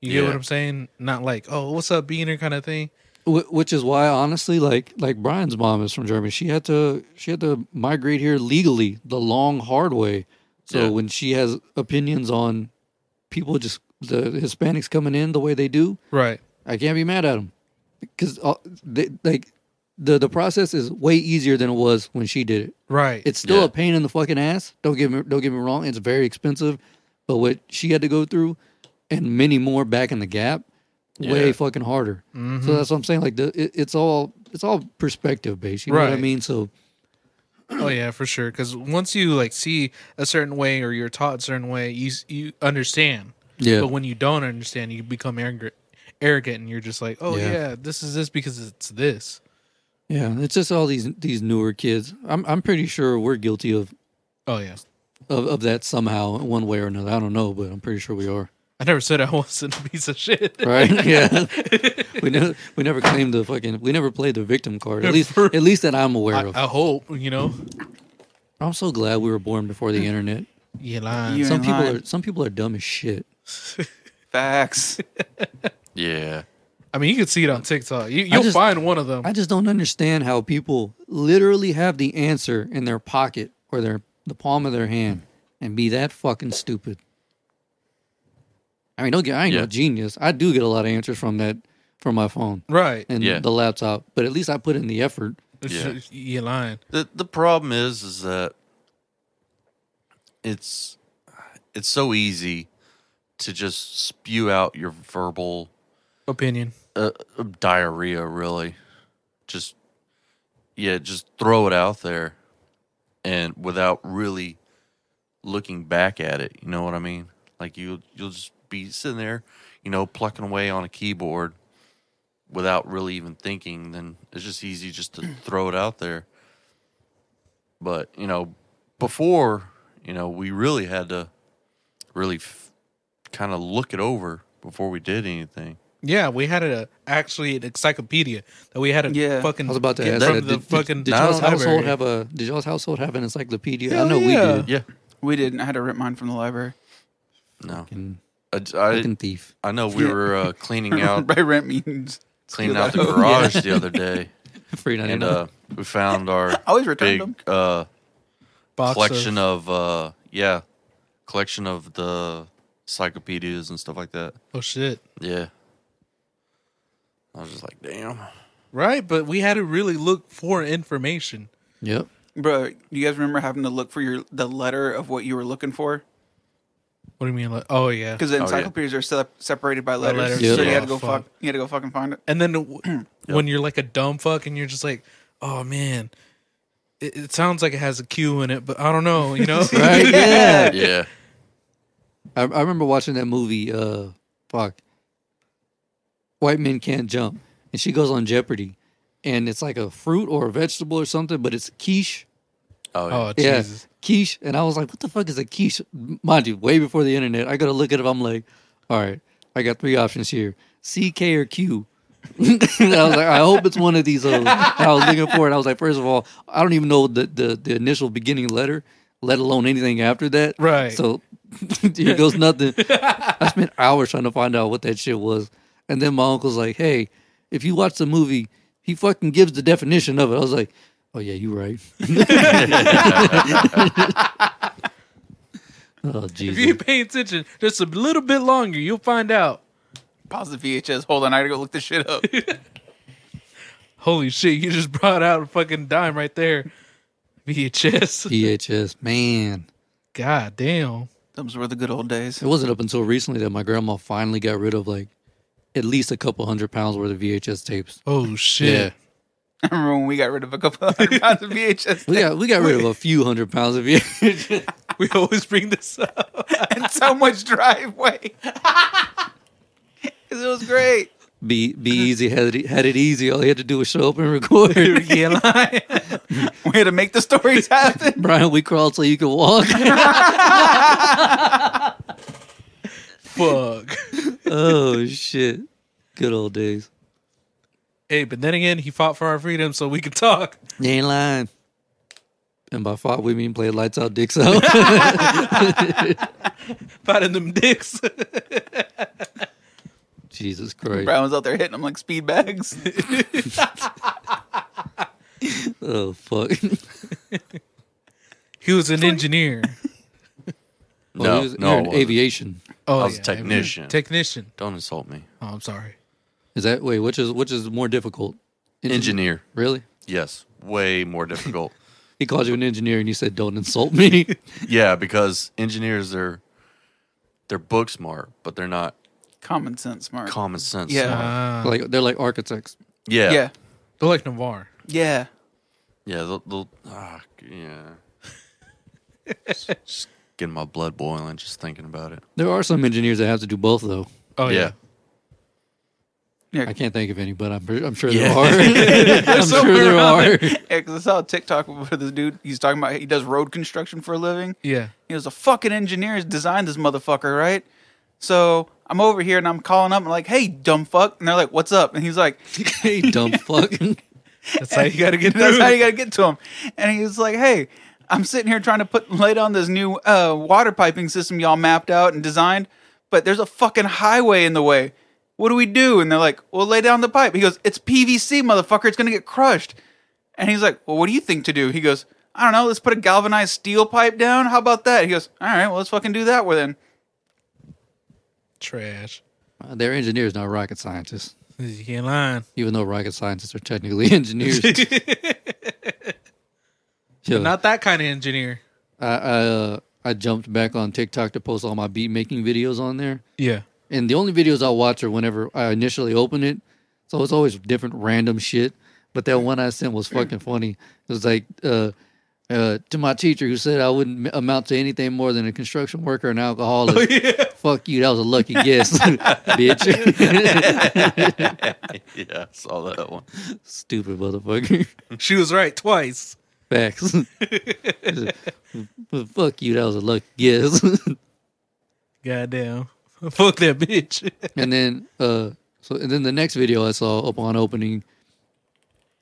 S2: You get
S3: Yeah.
S2: what I'm saying? Not like, oh, what's up, beaner kind of thing.
S1: Wh- Which is why, honestly, like like Brian's mom is from Germany. She had to she had to migrate here legally, the long hard way. So
S3: Yeah.
S1: when she has opinions on people, just the Hispanics coming in the way they do,
S2: Right.
S1: I can't be mad at them because uh, they, like the the process is way easier than it was when she did it.
S2: Right.
S1: It's still
S3: Yeah.
S1: a pain in the fucking ass. Don't get me don't get me wrong. It's very expensive, but what she had to go through, and many more back in the gap, way
S3: Yeah.
S1: fucking harder. So that's what I'm saying. Like the, it, it's all it's all perspective based. You know what I
S2: Right.
S1: mean? So
S2: oh yeah, for sure. Because once you like see a certain way or you're taught a certain way, you s- you understand.
S1: yeah,
S2: But when you don't understand, you become arrogant, arrogant, and you're just like, oh
S1: Yeah.
S2: yeah. this is this because it's this.
S1: yeah. It's just all these these newer kids. I'm I'm pretty sure we're guilty of
S2: Oh yeah.
S1: of, of that somehow, one way or another. I don't know, but I'm pretty sure we are.
S2: I never said I [laughs] wasn't a piece of shit.
S1: right? [laughs] Yeah, we never we never claimed the fucking we never played the victim card. At least at least that I'm aware of.
S2: I, I hope you know.
S1: I'm so glad we were born before the internet.
S2: You lying?
S4: You-
S1: Some
S4: ain't
S1: people
S4: lying.
S1: are some people are dumb as shit.
S4: Facts.
S3: yeah
S2: I mean, you can see it on TikTok. You, you'll
S1: just-
S2: find one of them.
S1: I just don't understand how people literally have the answer in their pocket or their the palm of their hand
S2: Hmm.
S1: and be that fucking stupid. I mean, don't get I ain't
S3: Yeah.
S1: no genius. I do get a lot of answers from that from my phone
S2: right?
S1: and
S3: Yeah.
S1: the laptop, but at least I put in the effort.
S3: Yeah.
S2: You lying?
S3: The the problem is is that it's it's so easy to just spew out your verbal
S2: Opinion.
S3: uh, uh, diarrhea really. Just yeah, just throw it out there and without really looking back at it, you know what I mean? Like you you'll just be sitting there, you know, plucking away on a keyboard without really even thinking, then it's just easy just to throw it out there. But, you know, before, you know, we really had to really f- kind of look it over before we did anything.
S2: Yeah, we had a actually an encyclopedia that we had a
S4: Yeah.
S2: fucking.
S1: I was about to
S2: get
S1: ask
S2: from
S1: that.
S2: the
S1: Did-
S2: fucking.
S1: Did y'all's
S2: library.
S1: household have a? Did y'all's household have an encyclopedia?
S2: Hell
S1: I know
S2: yeah.
S1: we did.
S3: Yeah.
S4: We didn't. I had to rip mine from the library.
S3: No.
S1: Fucking,
S3: I, I,
S1: fucking thief. [laughs]
S3: I know we were uh, cleaning out
S4: [laughs] By rent means.
S3: cleaning
S4: steal
S3: out
S1: [laughs]
S3: the
S4: out.
S3: garage the other day,
S1: Free ninety
S3: and
S1: nine.
S3: uh, we found our
S4: [laughs] I always returned
S3: big
S4: them.
S3: uh,
S2: box
S3: collection
S2: of,
S3: of uh, yeah, collection of the encyclopedias and stuff like that.
S2: Oh shit!
S3: Yeah, I was just like, damn.
S1: [laughs]
S2: Right, but we had to really look for information. [laughs]
S1: yep.
S4: Bro, do you guys remember having to look for your the letter of what you were looking for?
S2: What do you mean? Like, oh yeah.
S4: Because the encyclopedias are sep- separated by letters,
S2: letters,
S4: so
S1: yeah.
S4: you had to go
S2: Oh,
S4: fuck.
S2: fuck.
S4: You had to go fucking find it.
S1: [clears throat]
S2: And then w- when you're like a dumb fuck and you're just like, oh man, it, it sounds like it has a Q in it, but I don't know. You know?
S1: [laughs] Right? Yeah.
S3: Yeah.
S1: I, I remember watching that movie, uh, fuck, White Men Can't Jump. And she goes on Jeopardy. And it's like a fruit or a vegetable or something, but it's quiche.
S3: Oh,
S2: [laughs]
S3: yeah.
S2: Oh
S1: Yeah,
S2: Jesus.
S1: quiche. And I was like, what the fuck is a quiche? Mind you, way before the internet. I got to look at it. I'm like, all right, I got three options here C, K, or Q. [laughs] And I was like, I hope it's one of these. Uh, I was looking for it. I was like, first of all, I don't even know the, the, the initial beginning letter, let alone anything after that.
S2: Right.
S1: So [laughs] here goes nothing. I spent hours trying to find out what that shit was. And then my uncle's like, hey, if you watch the movie, he fucking gives the definition of it. I was like, oh, yeah, you right. [laughs] oh,
S2: If you
S1: Jesus.
S2: pay attention just a little bit longer, you'll find out.
S4: Pause the VHS. Hold on, I gotta go look this shit [laughs] up.
S2: Holy shit, you just [laughs] brought out a fucking dime right there. VHS.
S1: VHS, man.
S2: [laughs] God damn.
S4: Those were the good old days. [laughs]
S1: It wasn't up until recently that my grandma finally got rid of like at least a couple hundred pounds worth of VHS tapes.
S2: Oh shit.
S4: I remember when we got rid of a couple of hundred pounds of VHS.
S1: We got we got rid of a few hundred pounds of VHS.
S2: [laughs] We always bring this up.
S4: and so much driveway. [laughs] 'Cause it was great.
S1: [laughs] Be be easy had it had it easy. All he had to do was show up and record.
S2: yeah, lie.
S4: We had to make the
S1: [laughs]
S4: stories happen.
S1: Brian, we crawled so you could walk.
S2: Fuck.
S1: oh shit. Good old days.
S2: Hey, but then again, he fought for our freedom so we could talk.
S1: You ain't lying. And by fought we mean played lights out, dicks out.
S2: Fighting them dicks.
S1: [laughs]
S2: [laughs]
S1: Jesus Christ.
S4: Brown was out there hitting them like speed bags.
S1: Oh [laughs] fuck.
S2: he was an engineer.
S1: Well,
S3: No,
S1: he was-
S3: no, uh,
S1: you're
S3: I
S1: in
S3: wasn't.
S1: aviation.
S2: Oh,
S3: [laughs] I was a technician.
S2: Technician.
S3: Don't insult me.
S2: Oh, I'm sorry.
S1: Is that wait, which is which is more difficult? Engi-
S3: Engineer.
S1: Really?
S3: Yes. Way more difficult. [laughs]
S1: He called you an engineer and you said, Don't insult me. [laughs]
S3: yeah, because engineers are they're book smart, but they're not
S4: Common sense, smart.
S3: common sense.
S4: Yeah.
S3: smart.
S2: Uh,
S1: like they're like architects.
S3: Yeah.
S4: yeah,
S3: Yeah.
S2: they're like Navarre.
S4: yeah.
S3: Yeah. They'll, they'll, ah,
S2: [laughs]
S3: yeah. Just- just getting my blood boiling just thinking about it.
S1: There are some engineers that have to do both though.
S2: Oh yeah.
S3: yeah. [laughs]
S1: I can't think of any, but I'm I'm sure [laughs]
S3: Yeah.
S1: there are. I'm sure there are.
S4: Yeah, 'cause I saw a TikTok where this dude he's talking about he does road construction for a living.
S2: Yeah.
S4: He was a fucking engineer who designed this motherfucker, right? So I'm over here and I'm calling up and like, hey, dumb fuck, and they're like, what's up? And he's like,
S1: hey, [laughs] dumb fuck.
S2: That's how you got to get
S4: [laughs] that's
S2: through.
S4: how you got to get to him. And he was like, hey, I'm sitting here trying to put lay down this new uh, water piping system y'all mapped out and designed, but there's a fucking highway in the way. What do we do? And they're like, well, lay down the pipe. He goes, it's PVC, motherfucker. It's gonna get crushed. And he's like, well, what do you think to do? He goes, I don't know. Let's put a galvanized steel pipe down. How about that? He goes, all right. Well, let's fucking do that. Well then.
S2: Trash.
S1: they're engineers, not rocket scientists.
S2: You can't lie.
S1: Even though rocket scientists are technically [laughs] engineers. Yo,
S2: Not that kind of engineer.
S1: I I, uh, I jumped back on TikTok to post all my beat making videos on there.
S2: Yeah.
S1: And the only videos I watch are whenever I initially open it. So it's always different random shit. But that one I sent was fucking funny. It was like uh, uh, to my teacher who said I wouldn't m- amount to anything more than a construction worker and alcoholic. Fuck you. That was a lucky guess, [laughs] bitch.
S3: Yeah. I saw that one.
S1: Stupid motherfucker.
S2: She was right twice.
S1: Facts. [laughs] But fuck you. That was a lucky guess. [laughs]
S2: Goddamn. [laughs] Fuck that bitch.
S1: and then uh so and then the next video I saw upon opening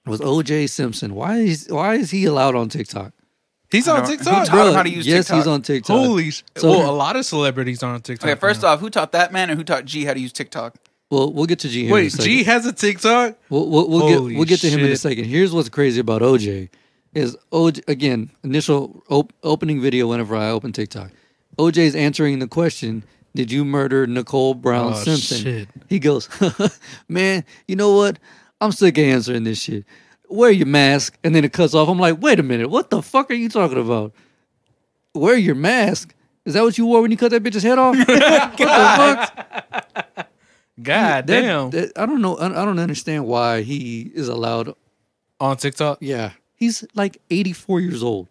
S1: was OJ Simpson. Why is why is he allowed on TikTok?
S2: [laughs] He's on
S4: don't-
S2: TikTok.
S4: who taught- him how to use
S1: yes,
S4: TikTok.
S1: he's on TikTok.
S2: Holy sh-
S1: So-
S2: well, a lot of celebrities are on TikTok.
S4: Okay, first
S2: now.
S4: off, who taught that man and who taught G how to use TikTok?
S1: Well, we'll get to G. Here in a
S2: wait,
S1: second.
S2: G has a TikTok.
S1: We'll we'll, we'll get
S2: Holy
S1: we'll get to him in a
S2: shit.
S1: second. Here's what's crazy about OJ is OJ again initial op- opening video whenever I open TikTok. OJ's answering the question, "Did you murder Nicole Brown
S2: Oh,
S1: Simpson?"
S2: shit.
S1: [laughs] He goes, "Man, you know what? I'm sick of answering this shit. wear your mask, and then it cuts off. I'm like, wait a minute, what the fuck are you talking about? Wear your mask? Is that what you wore when you cut that bitch's head off? [laughs]
S2: [laughs]
S1: what the fuck? That-
S2: God damn.
S1: that- I don't know. I I don't understand why he is allowed.
S2: on TikTok,
S1: Yeah, he's like 84 years old.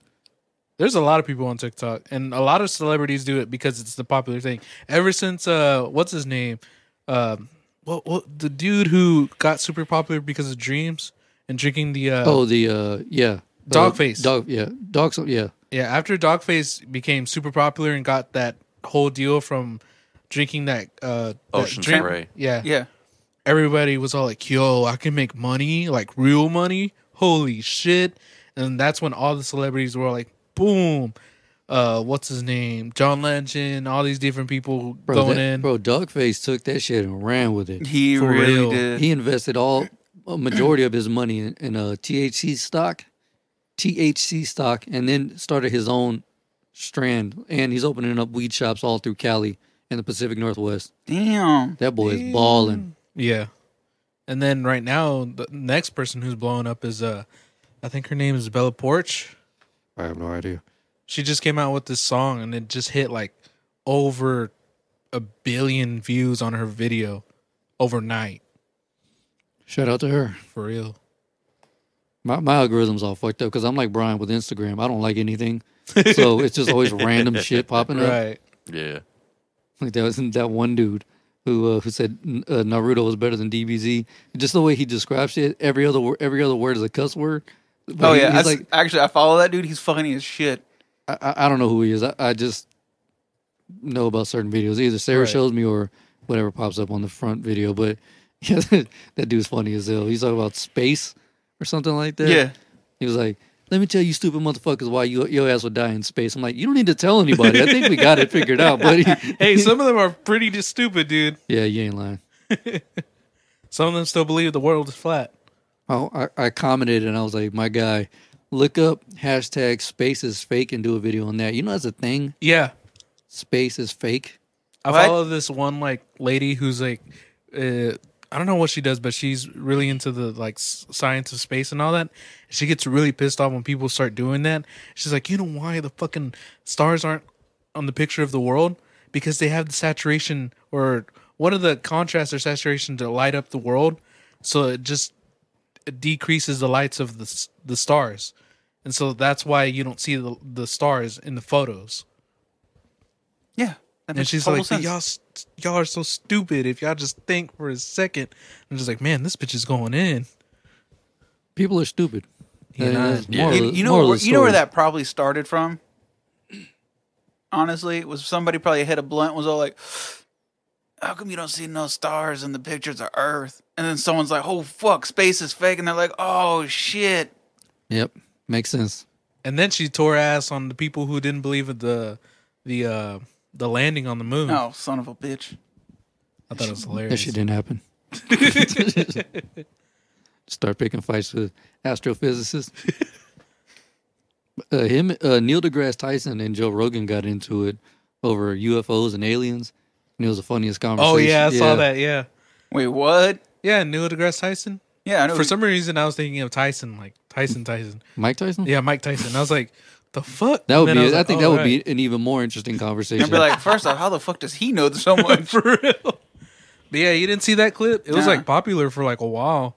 S2: there's a lot of people on TikTok, and a lot of celebrities do it because it's the popular thing. Ever since uh, what's his name? Um, what, what the dude who got super popular because of dreams and drinking the uh,
S1: Oh, the uh, yeah,
S2: Dog
S1: Uh,
S2: face.
S1: Dog, yeah, dog. so- Yeah,
S2: Yeah, after Dogface became super popular and got that whole deal from drinking that uh that
S3: Ocean
S2: drink-
S3: Spray.
S2: Yeah.
S4: Yeah.
S2: Everybody was all like, "Yo, I can make money, like real money. Holy shit." And that's when all the celebrities were like, "Boom. Uh what's his name? John Legend, all these different people
S1: bro,
S2: going
S1: that-
S2: in."
S1: Bro, Dogface took that shit and ran with it.
S4: He
S2: For
S4: really
S2: real.
S4: did.
S1: He invested all a majority of his money in, in uh, THC stock, THC stock, and then started his own strand. And he's opening up weed shops all through Cali and the Pacific Northwest.
S4: Damn.
S1: That boy is balling.
S2: Yeah. And then right now the next person who's blowing up is uh I think her name is Bella Porch.
S1: I have no idea.
S2: she just came out with this song and it just hit like over a billion views on her video overnight
S1: Shout out to her.
S2: for real
S1: My, my algorithm's all fucked up because I'm like Brian with Instagram. I don't like [laughs] anything, so it's just always random shit popping up.
S2: right
S3: Yeah.
S1: Like that was that one dude who uh, who said uh, Naruto was better than DBZ. Just the way he describes it, every other wor- every other word is a cuss word. But
S4: Oh
S1: he-
S4: yeah.
S1: he's
S4: I s-
S1: like
S4: actually, I follow that dude. He's funny as shit.
S1: I, I- I don't know who he is. I, I just know about certain videos. Either Sarah
S2: Right.
S1: shows me or whatever pops up on the front video. But [laughs] yeah, that dude's funny as hell. He's talking about space or something like that.
S4: Yeah.
S1: He was like, "Let me tell you, stupid motherfuckers, why you, your ass would die in space." I'm like, "You don't need to tell anybody. I think we got it figured out,
S4: [laughs]
S1: buddy."
S2: hey [laughs] some of them are pretty just stupid dude
S1: yeah, you ain't lying.
S2: some of them still believe the world is flat
S1: I, I, I commented and I was like, "My guy, look up hashtag space is fake and do a video on that. You know that's a thing.
S2: yeah
S1: Space is fake.
S2: i
S4: What?
S2: follow this one like lady who's like uh, i don't know what she does but she's really into the like s- science of space and all that she gets really pissed off when people start doing that she's like you know why the fucking stars aren't on the picture of the world because they have the saturation or one of the contrast or saturation to light up the world so it just it decreases the lights of the s- the stars and so that's why you don't see the, the stars in the photos
S4: Yeah. That
S2: and
S4: makes
S2: she's
S4: total
S2: like,
S4: sense.
S2: "Y'all, s- y'all are so stupid. If y'all just think for a second, I'm just like, man, this bitch is going in.
S1: People are stupid."
S2: Yeah, nah,
S1: that's
S3: yeah.
S1: moral
S4: You,
S1: of-
S4: you know,
S1: moral of
S4: where,
S1: the
S4: you know where
S1: story.
S4: that probably started from. Honestly, it was somebody probably hit a blunt. Was all like, "How come you don't see no stars in the pictures of Earth?" And then someone's like, "Oh fuck, space is fake," and they're like, "Oh shit."
S1: Yep, makes sense.
S2: And then she tore ass on the people who didn't believe in the the uh, the landing on the moon.
S4: Oh, son of a bitch.
S2: I thought it was
S1: That
S2: hilarious.
S1: shit didn't
S4: [laughs]
S1: happen. [laughs] Start picking fights with astrophysicists. uh, him, uh, Neil deGrasse Tyson, and Joe Rogan got into it over UFOs and aliens, and it was the funniest conversation.
S2: oh yeah, I saw that. Yeah,
S4: Wait, what?
S2: yeah. Neil deGrasse Tyson.
S4: Yeah, I know.
S2: For some reason, I was thinking of Tyson, like Tyson, Tyson.
S1: Mike Tyson.
S2: Yeah, Mike Tyson. I was like, the fuck.
S1: that would be.
S2: And then
S1: I,
S2: was like,
S1: think
S2: oh,
S1: that would
S2: right. [laughs]
S1: be an even more interesting conversation.
S4: I'd be like, first off, how the fuck does he know
S1: [laughs]
S4: so much?
S2: for real. But yeah, you didn't see that clip. It was
S4: Nah.
S2: like popular for like a while.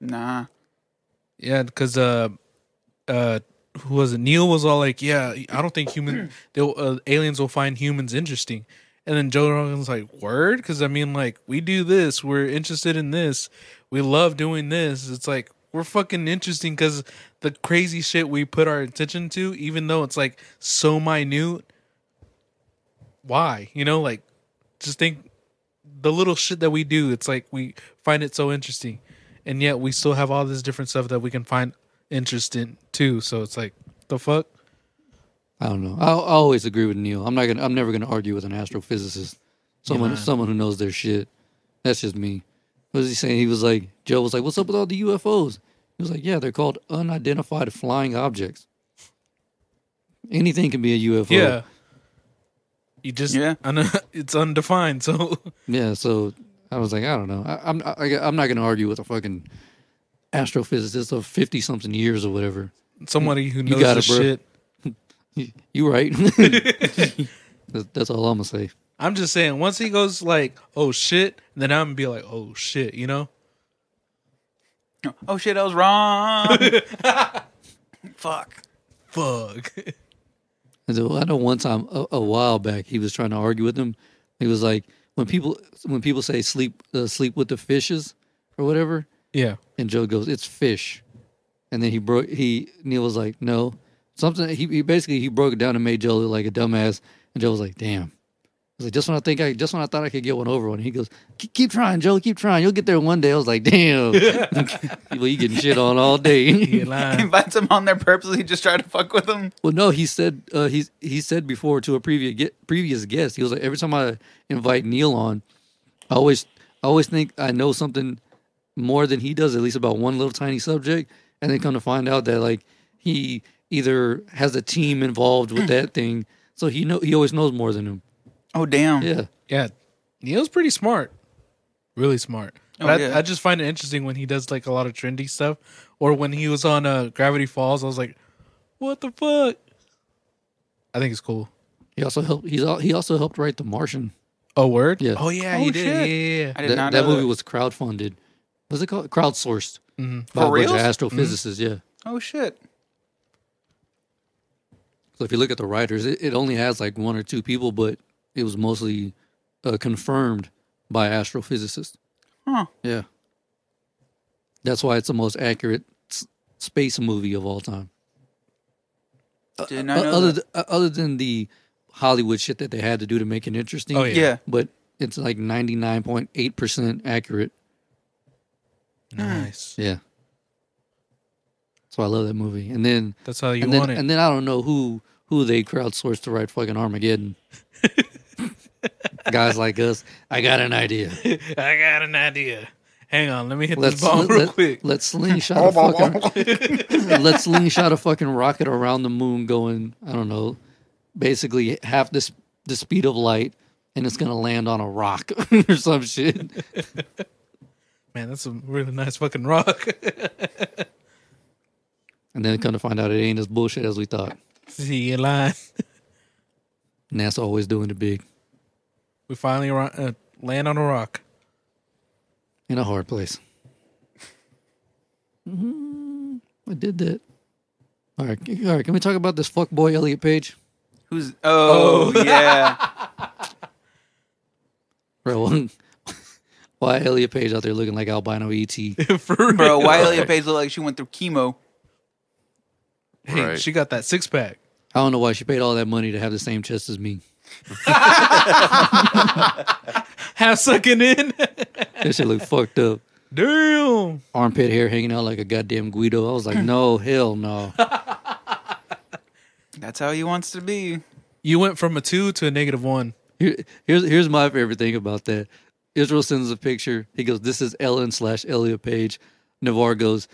S4: nah.
S2: Yeah, because uh, uh, who was it? Neil was all like, "Yeah, I don't think human they'll, uh, aliens will find humans interesting." And then Joe Rogan's like, "Word," because I mean, like, we do this, we're interested in this, we love doing this. It's like we're fucking interesting because the crazy shit we put our attention to, even though it's like so minute. Why, you know, like, just think the little shit that we do, it's like we find it so interesting. And yet we still have all this different stuff that we can find interest in too. So it's like the fuck?
S1: I don't know. I, I always agree with Neil. I'm not gonna. I'm never gonna argue with an astrophysicist. Someone, someone who knows their shit. That's just me. What was he saying? He was like, Joe was like, "What's up with all the UFOs?" He was like, "Yeah, they're called unidentified flying objects. Anything can be a UFO.
S2: Yeah. You just
S4: Yeah.
S2: [laughs] un- it's undefined. So [laughs]
S1: yeah." So I was like, I don't know. I, I'm, I, I'm not gonna argue with a fucking astrophysicist of fifty something years or whatever.
S2: Somebody who knows
S1: got
S2: this
S1: it, bro.
S2: shit.
S1: You, you right. [laughs] that's, that's all I'm gonna say.
S2: I'm just saying, once he goes like, oh shit, then I'm gonna be like, oh shit, you know?
S4: Oh shit, I was
S1: [laughs]
S4: wrong. Fuck.
S2: Fuck. [laughs]
S1: And so I know one time a, a while back he was trying to argue with him. He was like, when people when people say sleep uh, sleep with the fishes or whatever,
S2: yeah.
S1: and Joe goes, it's fish, and then he broke he Neil was like, no, something. He, he basically he broke it down and made Joe look like a dumbass, and Joe was like, damn. I was like, just when I think I just when I thought I could get one over on, he goes, keep, keep trying, Joe, keep trying, you'll get there one day. I was like, damn, [laughs] well, you getting shit on all day. [laughs]
S2: You're lying.
S4: Invites him on there purposely, just try to fuck with him.
S1: Well, no, he said uh, he he said before to a previous ge- previous guest, he was like, every time I invite Neil on, I always I always think I know something more than he does, at least about one little tiny subject, and then come to find out that like he either has a team involved with that thing, so he know he always knows more than him.
S4: Oh damn.
S1: Yeah,
S2: yeah. Neil's pretty smart. Really smart.
S4: Oh,
S2: But I,
S4: yeah.
S2: I just find it interesting when he does like a lot of trendy stuff. Or when he was on uh, Gravity Falls, I was like, what the fuck? I think it's cool.
S1: he also helped. He's al- he also helped write The Martian.
S2: Oh, word?
S1: Yeah.
S2: Oh, yeah,
S4: Oh,
S2: he did.
S4: shit.
S2: Yeah, yeah, yeah.
S4: I did
S1: That,
S4: not
S1: that
S4: know
S1: movie was crowdfunded. Was it called crowdsourced by
S4: Mm-hmm. For
S1: a bunch of
S4: reals?
S1: astrophysicists? Yeah.
S4: Oh shit.
S1: So if you look at the writers, it, it only has like one or two people, but it was mostly uh, confirmed by astrophysicists.
S4: Huh.
S1: Yeah. That's why it's the most accurate s- space movie of all time.
S4: Did
S1: O-
S4: not know
S1: other
S4: that.
S1: th- uh, other than the Hollywood shit that they had to do to make it interesting.
S2: Oh, yeah.
S4: Yeah.
S1: But it's like 99.8% accurate.
S2: Nice.
S1: Yeah. So I love that movie. And then
S2: That's how you
S1: and then,
S2: want it.
S1: and then I don't know who who they crowdsourced to write fucking
S2: [laughs]
S1: Armageddon. Guys like us, I got an idea.
S2: [laughs] I got an idea. Hang on, let me hit
S1: Let's
S2: this bomb real quick.
S1: us slingshot a fucking let's slingshot a fucking rocket around the moon, going I don't know, basically half this the speed of light, and it's gonna land on a rock [laughs] or some shit.
S2: Man, that's a really nice fucking rock. [laughs]
S1: And then come to find out it ain't as bullshit as we thought.
S2: See you lying.
S1: NASA always doing the big
S2: We finally ro- uh, land on a rock. [laughs]
S1: in a hard place. hmm I did that. All right, c- all right. Can we talk about this fuckboy Elliot Page?
S4: Who's oh,
S1: [laughs]
S4: yeah.
S1: Bro, [laughs] why Elliot Page out there looking like albino E ET?
S2: For real.
S4: Bro,
S1: [laughs]
S4: why Elliot Page looked like she went through chemo.
S2: Hey,
S3: Right.
S2: she got that six pack.
S1: I don't know why she paid all that money to have the same chest as me.
S2: Half sucking in. [laughs]
S1: That shit look [laughs] fucked up.
S2: Damn.
S1: Armpit hair hanging out like a goddamn Guido. I was like, [laughs] no, hell no.
S4: That's how he wants to be.
S2: You went from a two to a negative one. [laughs]
S1: Here, here's here's my favorite thing about that. Israel sends a picture. He goes, "This is Ellen slash Elliot Page." Navarre goes,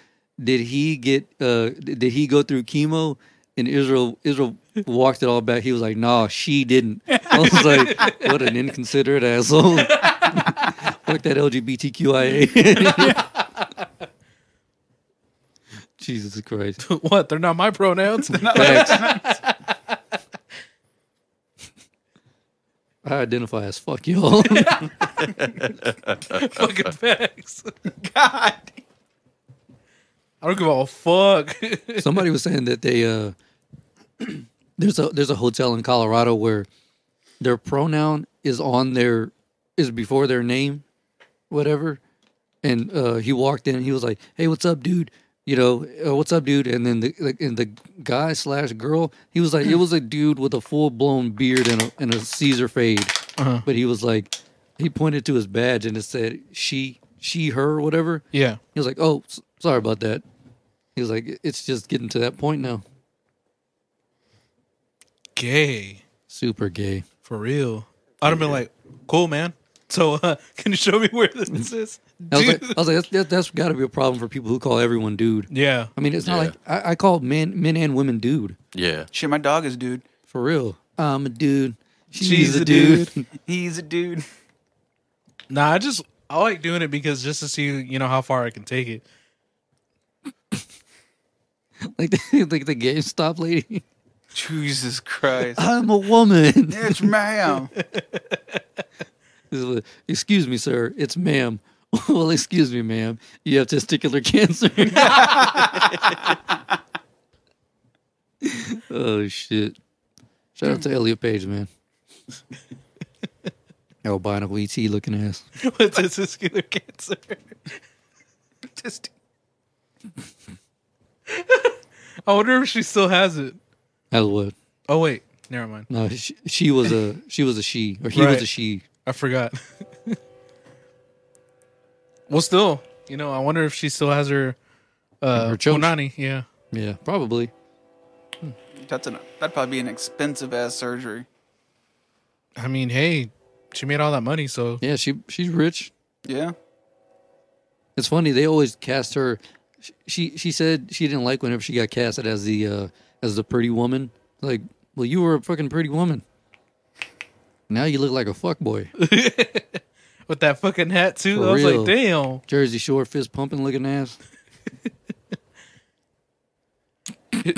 S1: "Did he get? Uh, d- did he go through chemo?" And Israel Israel walked it all back. He was like, "Nah, she didn't." I was like, "What an inconsiderate asshole." [laughs] Fuck that LGBTQIA. [laughs] Jesus Christ.
S2: what? They're not
S1: [laughs]
S2: my pronouns.
S1: Facts. [laughs] I identify as fuck y'all. [laughs]
S2: fucking
S1: [laughs]
S2: facts.
S4: God.
S2: I don't give a fuck.
S1: [laughs]
S2: [laughs]
S1: Somebody was saying that they uh [clears throat] there's a there's a hotel in Colorado where their pronoun is on their is before their name, whatever. And uh he walked in and he was like, "Hey, what's up, dude?" You know, uh, what's up, dude? And then the, the and the guy slash girl, he was like, it was a dude with a full blown beard and a and a Caesar fade, but he was like, he pointed to his badge and it said she she her or whatever.
S2: yeah.
S1: He was like, "Oh, s- sorry about that." He was like, "It's just getting to that point now."
S2: Gay.
S1: Super gay.
S2: For real. I'd have been like, cool, man. So, uh, [laughs] can you show me where this is?
S1: I Mm. was like,
S2: Dude.
S1: I was like, "That's that, that's got to be a problem for people who call everyone dude."
S2: yeah.
S1: I mean, it's not
S3: Yeah.
S1: like I, I call men men and women dude
S3: Yeah.
S4: Shit, my dog is dude.
S1: for real. I'm a dude. She's,
S2: She's
S1: a
S2: a
S1: dude.
S4: He's a dude.
S2: Nah, I just I like doing it [laughs] because just to see you know how far I can take it.
S1: [laughs] like [laughs] the, like the GameStop lady. [laughs]
S4: Jesus Christ.
S1: I'm a [laughs] woman.
S4: It's ma'am.
S1: This is what- excuse me, sir. It's ma'am. [laughs] well, excuse me, ma'am. You have testicular [laughs] cancer. oh shit! Shout out to Elliot Page, man. [laughs] Albino ET E looking ass.
S2: What's his testicular [laughs] cancer?
S4: Just-
S2: [laughs] I wonder if she still has it.
S1: That's what.
S2: Oh wait, never mind.
S1: No, she, she was a she was a she or he was a
S2: Right.
S1: she.
S2: I forgot. [laughs] well, still, you know, I wonder if she still has her uh,
S1: Her chunks?
S2: Onani. Yeah,
S1: Yeah, probably.
S4: That's an, that'd probably be an expensive ass surgery.
S2: I mean, hey, she made all that money, so
S1: Yeah, she she's rich.
S4: Yeah.
S1: It's funny they always cast her. sh- She she said she didn't like whenever she got casted as the uh, as the pretty woman. Like, well, you were a fucking pretty woman. Now you look like a fuck boy.
S2: with that fucking hat too,
S1: For
S2: I was
S1: real.
S2: like, damn.
S1: Jersey Shore fist pumping looking ass.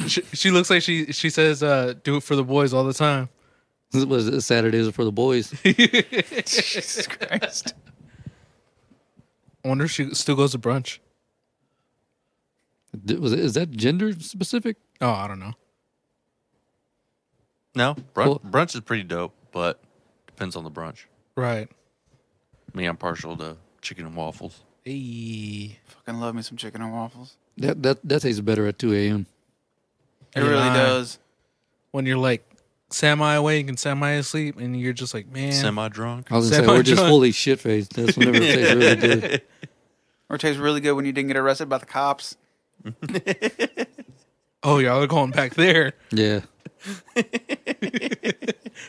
S2: she, she looks like she she says, uh, "Do it for the boys all the time."
S1: This was it, Saturdays are for the boys.
S4: Jesus Christ.
S2: I wonder if she still goes to brunch.
S1: D- was it, is that gender specific?
S2: Oh, I don't know.
S3: No, brunch,
S1: Well-
S3: brunch is pretty dope, but depends on the brunch.
S2: Right.
S3: Me, I'm partial to chicken and waffles.
S2: Hey.
S4: Fucking love me some chicken and waffles.
S1: That that that tastes better at two a.m.
S4: It
S2: You're
S4: really
S2: lying.
S4: does.
S2: When you're like semi awake and semi asleep, and you're just like, man,
S3: Semi drunk.
S1: I was gonna say
S2: Semi
S1: we're just
S2: drunk.
S1: fully shit faced. That's whenever it tastes really good.
S4: Or it tastes really good when you didn't get arrested by the cops.
S2: oh y'all are going back there. [laughs]
S1: Yeah.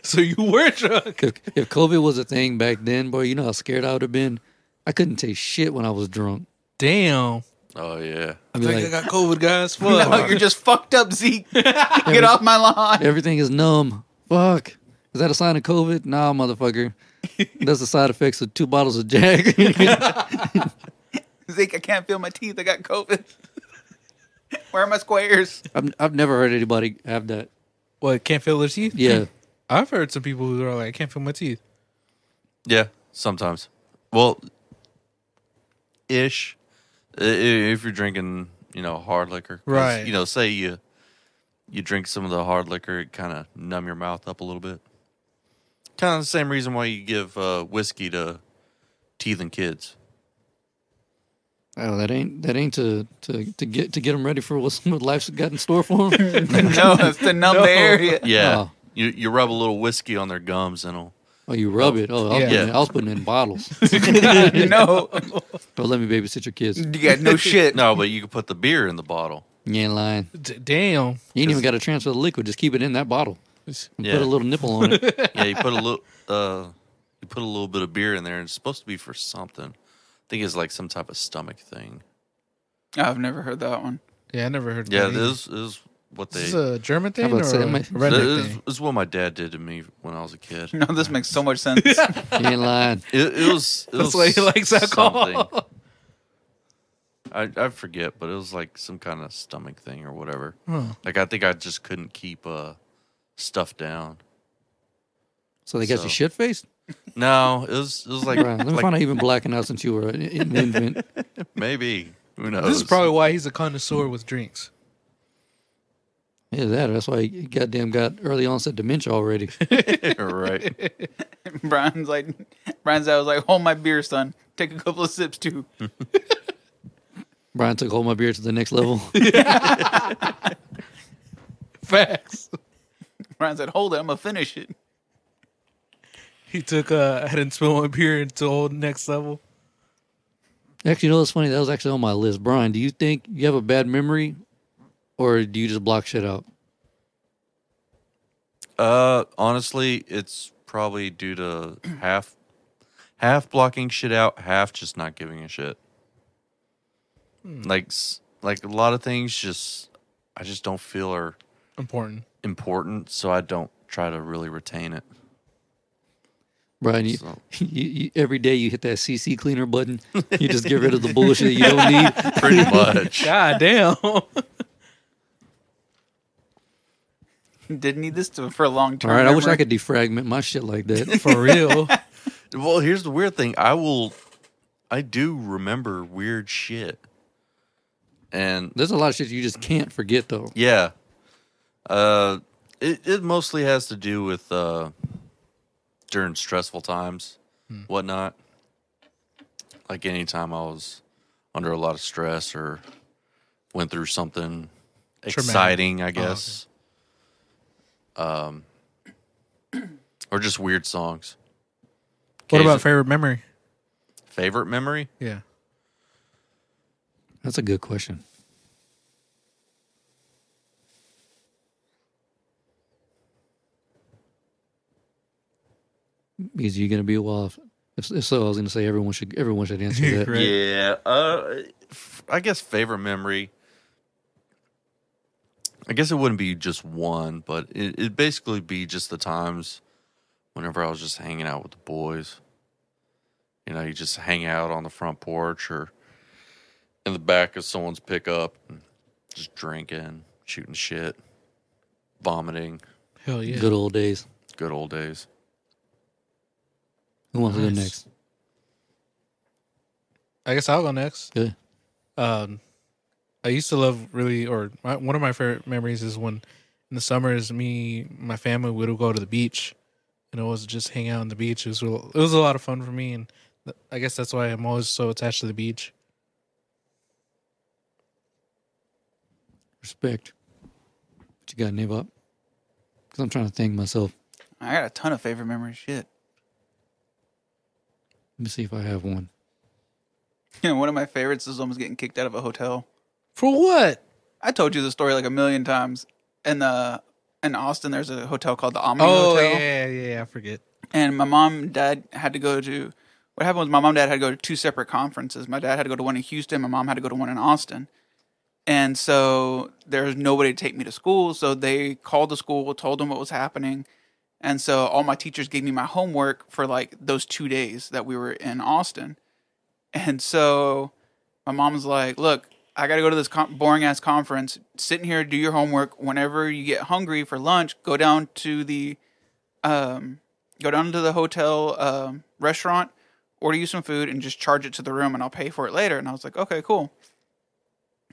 S2: So you were drunk.
S1: If, if COVID was a thing back then, boy, you know how scared I would have been. I couldn't taste shit when I was drunk.
S2: Damn.
S3: Oh yeah.
S1: I'd
S2: I
S1: be
S2: think
S1: like,
S2: I got COVID, guys. Fuck.
S4: No, Oh, you're just fucked up, Zeke. [laughs] Get off my lawn. [laughs]
S1: Everything is numb. Fuck. Is that a sign of COVID? Nah,
S3: [laughs]
S1: motherfucker. That's the side effects of two bottles of Jack. [laughs]
S4: Zeke, I can't feel my teeth. I got COVID. [laughs] Where are my squares?
S1: I've, I've never heard anybody have that.
S2: what? Can't feel their teeth?
S1: Yeah.
S2: I've heard some people who are like, I can't feel my teeth.
S3: Yeah, sometimes. Well, ish. I- i- If you're drinking, you know, hard liquor, 'Cause,
S2: Right.
S3: You know, say you you drink some of the hard liquor, it kind of numb your mouth up a little bit. Kind of the same reason why you give uh, whiskey to teething kids.
S1: Oh, that ain't that ain't to to, to get to get them ready for what's, what [laughs] life's got in store for
S3: [laughs]
S1: them.
S4: [laughs] No, it's the numb
S2: No.
S4: area.
S3: Yeah,
S1: Oh.
S3: you you rub a little whiskey on their gums and it'll
S1: oh, you rub it. Oh, I was,
S2: Yeah.
S1: putting it, I was putting it in bottles.
S4: [laughs] No, [laughs]
S1: But let me babysit your kids.
S4: you got no shit.
S3: no, but you can put the beer in the bottle.
S1: You ain't lying.
S2: D- damn.
S1: You ain't even got to transfer the liquid. Just keep it in that bottle. And
S3: Yeah.
S1: Put a little nipple on it.
S3: Yeah, you put a little uh, you put a little bit of beer in there, and it's supposed to be for something. I think it's like some type of stomach thing.
S4: Oh, I've never heard that one.
S2: Yeah, I never heard. of
S3: Yeah,
S2: that either.
S3: this is what they.
S2: Is this a German thing or
S1: about
S2: a
S1: to say, my-
S2: redneck
S3: this,
S2: thing?
S3: this is what my dad did to me when I was
S2: [laughs]
S3: a kid.
S4: No, this makes so much sense.
S1: You ain't lying.
S3: It, it was. It
S2: That's
S3: was
S2: why he likes alcohol.
S3: something. I I forget, but it was like some kind of stomach thing or whatever.
S2: Huh.
S3: Like I think I just couldn't keep uh stuff down.
S1: So they got
S3: So-
S1: you shit faced.
S3: No, it was it was like,
S1: Right. Let me
S3: like,
S1: find out you've been blacking out since you were an, an infant.
S3: maybe who knows. [laughs]
S2: This is probably why he's a connoisseur with drinks.
S1: Yeah, that. That's why he goddamn got early onset dementia
S2: [laughs]
S1: already.
S3: right.
S4: [laughs] Brian's like, Brian's. I was like, hold my beer, son. Take a couple of sips too.
S1: Brian took hold of my beer to the next level. [laughs]
S2: Facts.
S4: Brian said, hold it. I'm gonna finish it.
S2: [laughs]
S4: [laughs]
S2: He took uh I didn't spill my beer until next level.
S1: actually, you know what's funny? That was actually on my list. Brian, do you think you have a bad memory, or do you just block shit out?
S3: Uh, honestly, it's probably due to half half blocking shit out, half just not giving a shit. Like s- like a lot of things just I just don't feel are
S2: Important.
S3: important, so I don't try to really retain it.
S1: Brian, you,
S3: So-
S1: [laughs] you, you every day you hit that CC cleaner button.
S2: [laughs]
S1: You just get rid of the bullshit you don't need.
S3: Pretty much.
S2: God damn.
S4: Didn't need this to, for a long term.
S1: All right, I wish I
S4: memory.
S1: could defragment my shit like that.
S2: For real.
S3: Well, here's the weird thing. I will, I do remember weird shit, and
S1: [laughs] There's a lot of shit you just can't forget though.
S3: yeah, uh, it it mostly has to do with uh, during stressful times,
S2: Hmm.
S3: whatnot. Like anytime I was under a lot of stress or went through something exciting, I
S2: Oh, okay.
S3: guess. Um, [clears throat] or just weird songs.
S2: What about
S3: Occasion-
S2: favorite memory?
S3: favorite memory?
S2: Yeah.
S1: That's a good question. Because you're gonna be a while. If, if so, I was gonna say everyone should everyone should answer that.
S2: Right.
S3: Yeah. Uh, f- I guess favorite memory. I guess it wouldn't be just one, but it, it'd basically be just the times whenever I was just hanging out with the boys. You know, you just hang out on the front porch or in the back of someone's pickup, and just drinking, shooting shit, vomiting.
S2: Hell yeah.
S1: Good old days.
S3: Good old days.
S1: Who wants to go
S2: Nice.
S1: next?
S2: I guess I'll go next.
S1: Good.
S2: Um, I used to love really, or my, one of my favorite memories is when in the summers, me, my family would go to the beach, and it was just hang out on the beach. It was real- it was a lot of fun for me, and th- I guess that's why I'm always so attached to the beach.
S1: Respect. What you got, name up? Because I'm trying to think myself.
S4: I got a ton of favorite memory shit.
S1: Let me see if I have one.
S4: You know, [laughs] one of my favorites is almost getting kicked out of a hotel.
S2: For what?
S4: I told you the story like a million times. In the in Austin, there's a hotel called the Omni
S2: Oh
S4: Hotel.
S2: yeah, yeah, yeah, I forget.
S4: and my mom and dad had to go to what happened was my mom and dad had to go to two separate conferences my dad had to go to one in houston my mom had to go to one in austin and so there was nobody to take me to school so they called the school told them what was happening and so all my teachers gave me my homework for like those two days that we were in austin and so my mom's like look i gotta go to this con- boring ass conference sit in here do your homework whenever you get hungry for lunch go down to the um, go down to the hotel um, restaurant, order you some food, and just charge it to the room, and I'll pay for it later. And I was like, okay, cool.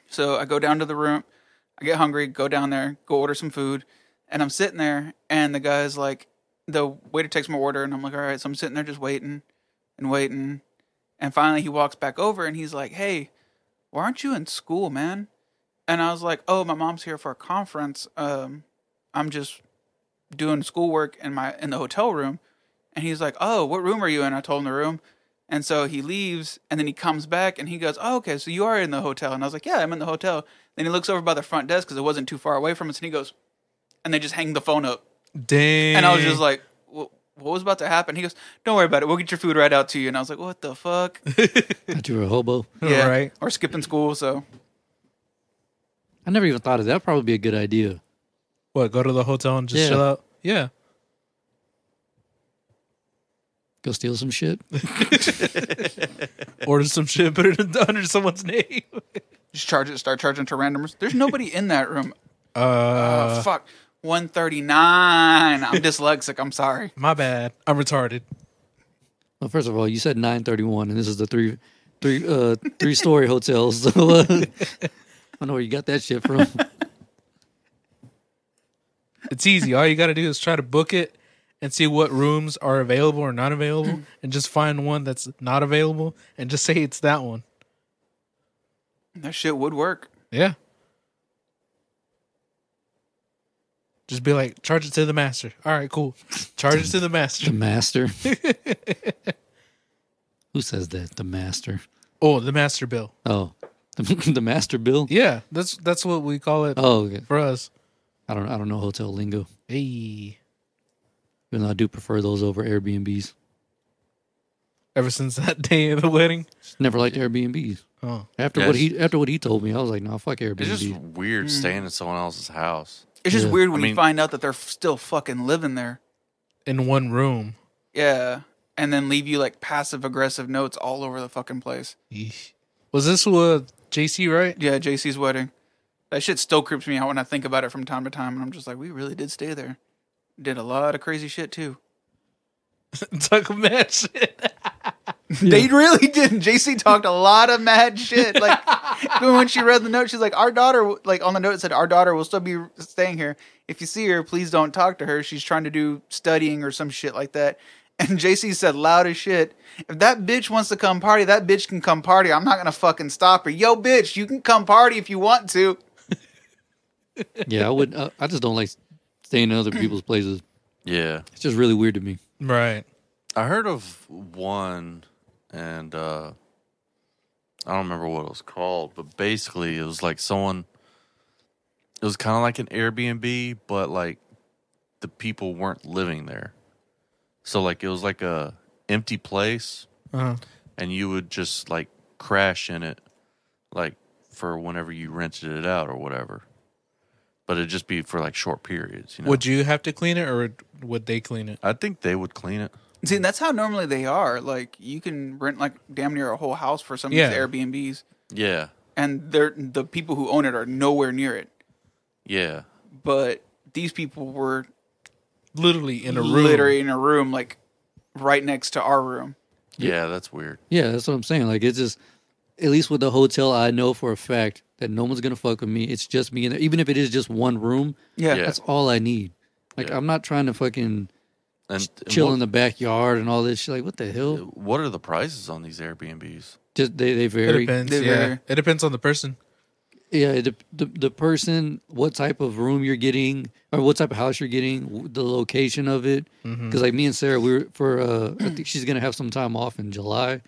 S4: So I go down to the room, I get hungry, go down there, go order some food, and I'm sitting there, and the guy's like, the waiter takes my order, and I'm like, all right. So I'm sitting there just waiting and waiting, and finally he walks back over, and he's like, hey, why aren't you in school, man? And I was like, oh, my mom's here for a conference. Um, I'm just doing schoolwork in my in the hotel room and he's like oh what room are you in i told him the room and so he leaves and then he comes back and he goes oh okay so you are in the hotel and i was like yeah i'm in the hotel then he looks over by the front desk because it wasn't too far away from us and he goes and they just hang the phone up
S2: Dang.
S4: and i was
S2: Eh. [laughs]
S4: just like "Wha- what was about to happen he goes don't worry about it we'll get your food right out to you and i was like what
S2: [laughs]
S4: the fuck
S1: Thought you were a hobo.
S4: yeah
S2: Right.
S4: or skipping school so
S1: I never even thought of that. That'd probably be a good idea.
S2: what? Go to the hotel and just
S1: Yeah.
S2: chill out. [laughs] Yeah.
S1: Go steal some shit.
S2: Order some shit, put it [laughs] in- under someone's name.
S4: just charge it start charging to randomers there's nobody in that room
S2: Uh,
S4: oh fuck 139 i'm [laughs] dyslexic i'm sorry
S2: my bad. I'm retarded.
S1: Well, first of all, you said 931, and this is the three, three, uh, three story hotel. So uh, [laughs] I don't know where you got that shit
S3: [laughs]
S1: from.
S2: It's easy. All you got to do is try to book it and see what rooms are available or not available, and just find one that's not available and just say it's that one.
S4: that shit would work
S2: Yeah. Just be like, charge it to the master. All right, cool. Charge it to
S1: The [clears throat]
S2: the master.
S1: master. Who says that? The master.
S2: Oh, the master bill.
S1: Oh, [laughs] the, the master bill.
S2: Yeah, that's that's what we call it
S1: Oh, okay.
S2: for us.
S1: I don't. I don't know hotel lingo.
S2: Hey.
S1: Even though I do prefer those over Airbnbs.
S2: Ever since [laughs] that day of the wedding.
S1: Just never liked Airbnbs.
S2: Oh.
S1: After
S3: Yeah,
S1: what
S3: it's-
S1: he after what he told me, I was like, nah, fuck Airbnb.
S3: It's just weird staying in someone else's house.
S4: It's just
S1: Yeah.
S4: weird when
S3: I
S4: you
S3: mean-
S4: find out that they're f- still fucking living there.
S2: In one room.
S4: Yeah. And then leave you like passive aggressive notes all over the fucking place.
S2: Eesh. Was this with JC, right? [laughs]
S4: Yeah, JC's wedding. That shit still creeps me out when I think about it from time to time, and I'm just like, we really did stay there. Did a lot of crazy shit too.
S2: Talk of mad shit.
S4: They really did. JC talked a lot of mad shit. Like even when she read the note, she's like, "Our daughter, w- like on the note it said, our daughter will still be staying here. If you see her, please don't talk to her. She's trying to do studying or some shit like that." And [laughs] JC said, "Loud as shit. If that bitch wants to come party, that bitch can come party. I'm not gonna fucking stop her. Yo, bitch, you can come party if you want to.
S1: Yeah, I would. I, I just don't like staying
S3: [clears throat]
S1: in other people's places.
S3: Yeah.
S1: It's just really weird to me.
S2: Right.
S3: I heard of one, and uh, I don't remember what it was called, but basically it was like someone. It was kind of like an Airbnb, but like the people weren't living there, so like it was like a empty place,
S2: Uh-huh.
S3: and you would just like crash in it, like for whenever you rented it out or whatever. But it'd just be for like short periods, you know.
S2: Would you have to clean it, or would- would they clean it?
S3: I think they would clean it.
S4: See, and that's how normally they are. Like you can rent like damn near a whole house for some
S2: Yeah.
S4: of these Airbnbs,
S3: Yeah,
S4: and they're the people who own it are nowhere near it."
S3: yeah.
S4: but these people were
S2: Literally in a room.
S4: literally in a room like right next to our room.
S3: Yeah, that's weird.
S1: Yeah, that's what I'm saying. Like it's just at least with the hotel, I know for a fact that no one's gonna fuck with me. It's just me in there. Even if it is just one room,
S4: Yeah.
S3: Yeah.
S1: that's all I need. Like
S3: Yeah.
S1: I'm not trying to fucking
S3: And, and
S1: chill
S3: what-
S1: in the backyard and all this shit. Like what the hell?
S3: What are the prices on these Airbnbs?
S1: Just they they
S2: It
S1: vary.
S2: depends.
S4: They
S2: yeah.
S4: vary.
S2: It depends on the person.
S1: Yeah, it dep- the, the person, what type of room you're getting, or what type of house you're getting, w- the location of it. Because like me and Sarah, we were for uh, I think she's gonna have some time off in July,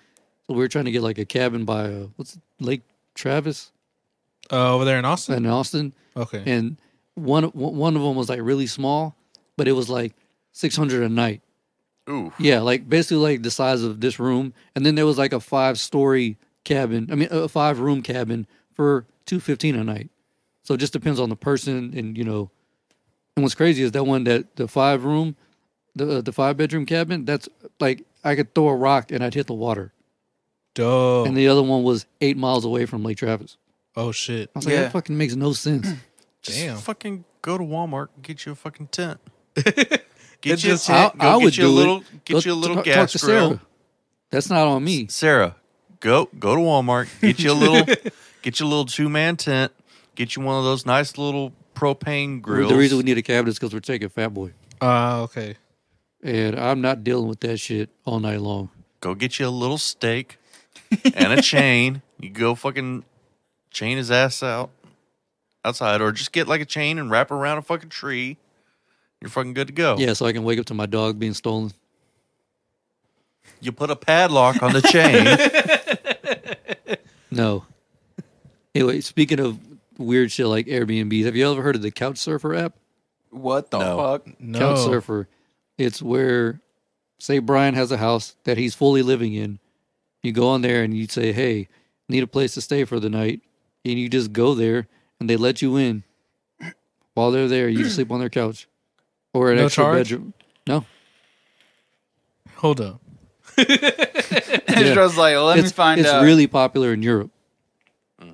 S1: so we were trying to get like a cabin by uh, what's it, Lake Travis
S2: Uh, over there in Austin.
S1: in Austin,
S2: Okay.
S1: and one one one of them was like really small, but it was like six hundred a night.
S3: Ooh,
S1: Yeah, like basically like the size of this room, and then there was like a five story cabin. I mean, a five room cabin for two fifteen a night. So it just depends on the person, and you know, and what's crazy is that one that the five room, the the five bedroom cabin. That's like I could throw a rock and I'd hit the water.
S3: Oh.
S2: Dope.
S1: And the other one was eight miles away from Lake Travis.
S2: oh shit.
S1: I was like,
S4: Yeah.
S1: that fucking makes no sense.
S3: just
S2: Damn.
S3: fucking go to Walmart and get you a fucking
S1: [laughs]
S3: tent.
S2: It
S3: Get you
S2: just-
S3: a tent.
S1: I- I
S3: go
S1: would
S3: get you a
S1: do it.
S3: little. Get
S1: Go
S3: you a little
S1: talk- talk
S3: gas
S1: to
S3: grill.
S1: Sarah. That's not on me.
S3: Sarah, go go to Walmart.
S1: [laughs]
S3: Get you a little. get you a little two man tent. Get you one of those nice little propane grills.
S1: The reason we need a cabin is because we're taking Fat Boy,
S2: Uh, okay.
S1: and I'm not dealing with that shit all night long.
S3: go get you a little steak
S1: [laughs]
S3: and a chain. You go fucking chain his ass out outside, or just get like a chain and wrap it around a fucking tree. You're fucking good to go.
S2: Oh.
S1: Yeah, so I can wake up to my dog being stolen.
S3: You put a padlock on the
S1: [laughs]
S3: chain.
S1: No. [laughs] Anyway, speaking of weird shit like Airbnbs, have you ever heard of the Couch Surfer app?
S4: What the
S3: No.
S4: fuck? [laughs]
S2: No.
S1: Couch Surfer. It's where, say, Brian has a house that he's fully living in. You go on there and you say, hey, need a place to stay for the night. And you just go there and they let you in. While they're there,
S2: [clears throat]
S1: you just sleep on their couch or an
S2: No
S1: extra
S2: charge?
S1: bedroom. No.
S2: Hold up.
S4: And
S1: Yeah.
S4: I was like, let
S1: it's
S4: me find
S1: it's
S4: out.
S1: really popular in Europe.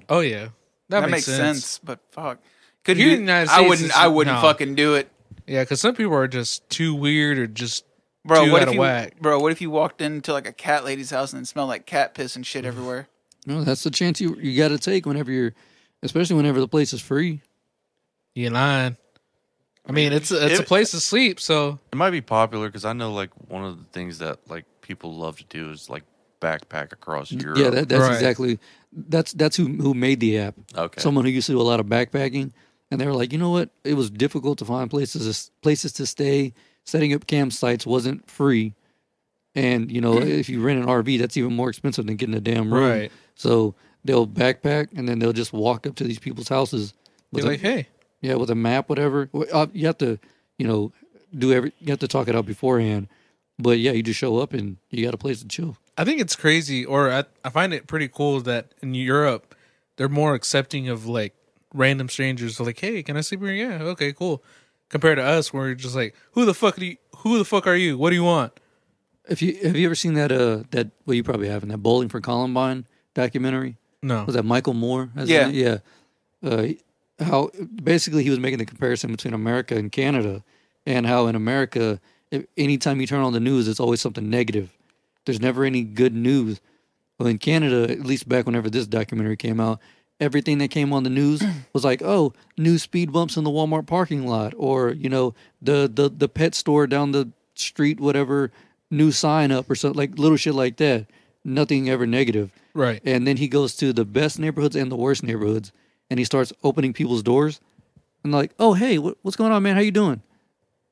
S2: Oh yeah. That,
S4: that, makes sense. but fuck. Could
S2: Here
S4: you?
S2: in the United
S4: I
S2: States,
S4: wouldn't.
S2: it's-
S4: I wouldn't
S2: no.
S4: fucking do it,
S2: Yeah, because some people are just too weird or just
S4: bro.
S2: too out
S4: what if
S2: of
S4: you,
S2: whack.
S4: bro? What if you walked into like a cat lady's house and it smelled like cat piss and shit everywhere?
S1: No, that's the chance you, you got to take whenever you're, especially whenever the place is free.
S2: You lying. I mean, it's a, it's a
S3: If-
S2: place to sleep. So
S3: it might be popular because I know like one of the things that like people love to do is like backpack across Europe.
S1: Yeah, that, that's
S2: Right.
S1: exactly. That's that's who who made the app.
S3: okay.
S1: Someone who used to do a lot of backpacking, and they were like, you know what? It was difficult to find places places to stay. Setting up campsites wasn't free, and you know if you rent an RV, that's even more expensive than getting a damn room.
S2: Right.
S1: So they'll backpack and then they'll just walk up to these people's houses.
S2: you're
S1: a-
S2: like, hey,
S1: yeah, with a map, whatever. Well, uh, You have to, you know, do every. You have to talk it out beforehand. But yeah, you just show up and you got a place to chill.
S2: I think it's crazy, or I, I find it pretty cool that in Europe they're more accepting of like random strangers. Like, hey, can I sleep here? Yeah, okay, cool. Compared to us, where you're just like, who the fuck do you? Who the fuck are you? What do you want?
S1: If you have you ever seen that uh that well you probably haven't that Bowling for Columbine documentary
S2: No,
S1: was that Michael Moore? That's his
S4: Yeah.
S1: name? yeah. Uh, how basically he was making the comparison between America and Canada, and how in America, if, anytime you turn on the news, it's always something negative. There's never any good news. Well, in Canada, at least back whenever this documentary came out, everything that came on the news was like, "Oh, new speed bumps in the Walmart parking lot," or you know, the the the pet store down the street, whatever, new sign up or something like little shit like that. Nothing ever negative.
S2: Right.
S1: And then he goes to the best neighborhoods and the worst neighborhoods, and he starts opening people's doors, and like, "Oh, hey, what, what's going on, man? How you doing?"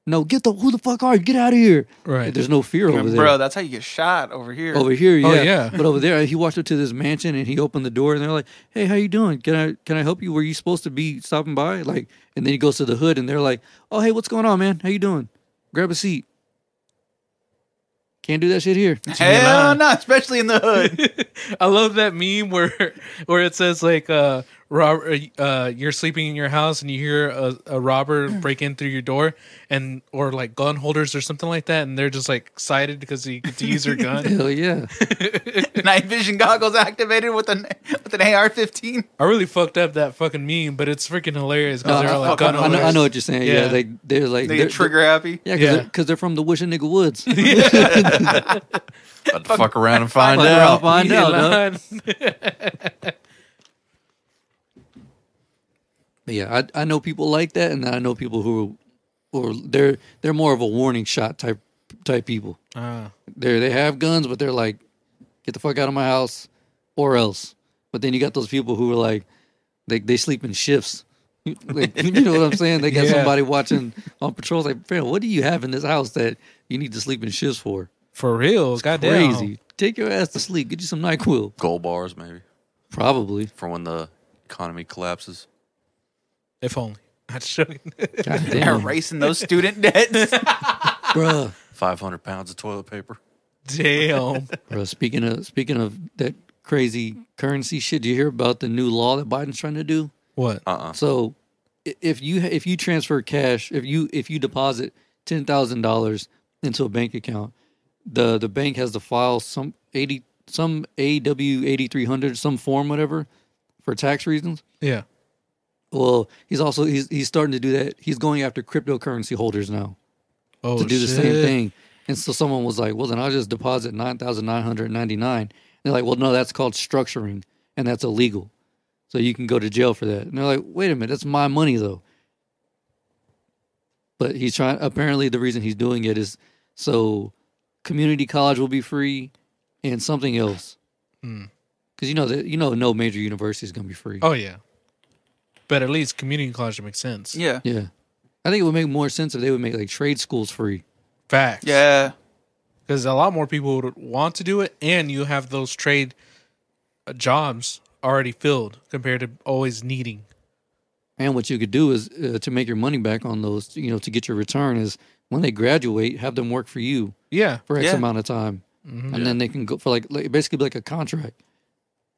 S1: No, get the who the fuck are you? Get out of here!
S2: Right.
S1: There's no fear over there.
S4: Bro, that's how you get shot over here.
S1: Over here, yeah.
S2: Oh, yeah.
S1: But over there, he walked up to this mansion and he opened the door and they're like, "Hey, how you doing? Can I can I help you? Were you supposed to be stopping by?" Like, and then he goes to the hood and they're like, "Oh, hey, what's going on, man? How you doing? Grab a seat." Can't do that shit here. [laughs]
S4: Hell no, especially in the hood.
S2: [laughs]
S4: [laughs]
S2: I love that meme where where it says like uh Robert, uh, you're sleeping in your house and you hear a, a robber break in through your door and or like gun holders or something like that, and they're just like excited because he gets to use their gun.
S1: Hell yeah.
S4: Night vision goggles activated with an with an AR-15.
S2: I really fucked up that fucking meme, but it's freaking hilarious because
S1: No,
S2: they're all like
S4: fuck, I
S2: gun
S1: Uh, I know, I
S2: [laughs] holders.
S1: know what you're saying. Yeah,
S2: Yeah.
S1: they they're like
S4: They
S1: they're-
S4: get trigger happy.
S1: Yeah,
S2: Yeah.
S1: because they're, from the Wishing Nigga
S2: [laughs]
S1: Woods. Fuck
S3: I'd fuck
S1: [laughs]
S3: around and find
S1: around,
S3: out.
S1: find out. dog. But yeah, I I know people like that, and I know people who, or they're they're more of a warning shot type type people.
S2: [laughs] Ah.
S1: They they have guns, but they're like, get the fuck out of my house, or else. But then you got those people who are like, they they sleep in shifts. [laughs] Like, you know what I'm saying? They got
S2: [laughs] Yeah.
S1: somebody watching on patrol. It's Like, man, what do you have in this house that you need to sleep in shifts for?
S2: for real, goddamn.
S1: Crazy. Take your ass to sleep. Get you some Nyquil.
S3: Gold bars, maybe,
S1: Probably.
S3: for when the economy collapses.
S2: If only. [laughs] I'd show you.
S1: God
S4: They're [laughs]
S1: damn,
S4: erasing those student debts.
S1: bruh.
S3: 500 pounds of toilet paper.
S1: [laughs]
S2: Damn.
S1: Bro, speaking of speaking of that crazy currency shit, do you hear about the new law that Biden's trying to do?
S2: What?
S1: Uh,
S3: Uh-uh.
S1: So, i- if you if you transfer cash, if you if you deposit ten thousand dollars into a bank account, the the bank has to file some eighty some AW eighty three hundred some form whatever for tax reasons.
S2: Yeah.
S1: Well, he's also he's he's starting to do that. He's going after cryptocurrency holders now
S2: Oh,
S1: to do the
S2: shit.
S1: same thing. And so someone was like, "Well, then I'll just deposit nine thousand nine hundred ninety nine. They're like, "Well, no, that's called structuring, and that's illegal. So you can go to jail for that." And they're like, "Wait a minute, that's my money though." But he's trying. Apparently, the reason he's doing it is so community college will be free, and something else. Because you know that you know no major university is going to be free.
S2: Hmm. Oh, yeah. But at least community college makes sense.
S4: yeah.
S1: Yeah, I think it would make more sense if they would make like trade schools free.
S2: Facts.
S4: Yeah.
S2: because a lot more people would want to do it, and you have those trade uh, jobs already filled compared to always needing.
S1: And what you could do is uh, to make your money back on those, you know, to get your return is when they graduate, have them work for you
S2: Yeah, Mm-hmm.
S1: for X
S4: Yeah.
S1: amount of time, and then they can go for like, like basically like a contract.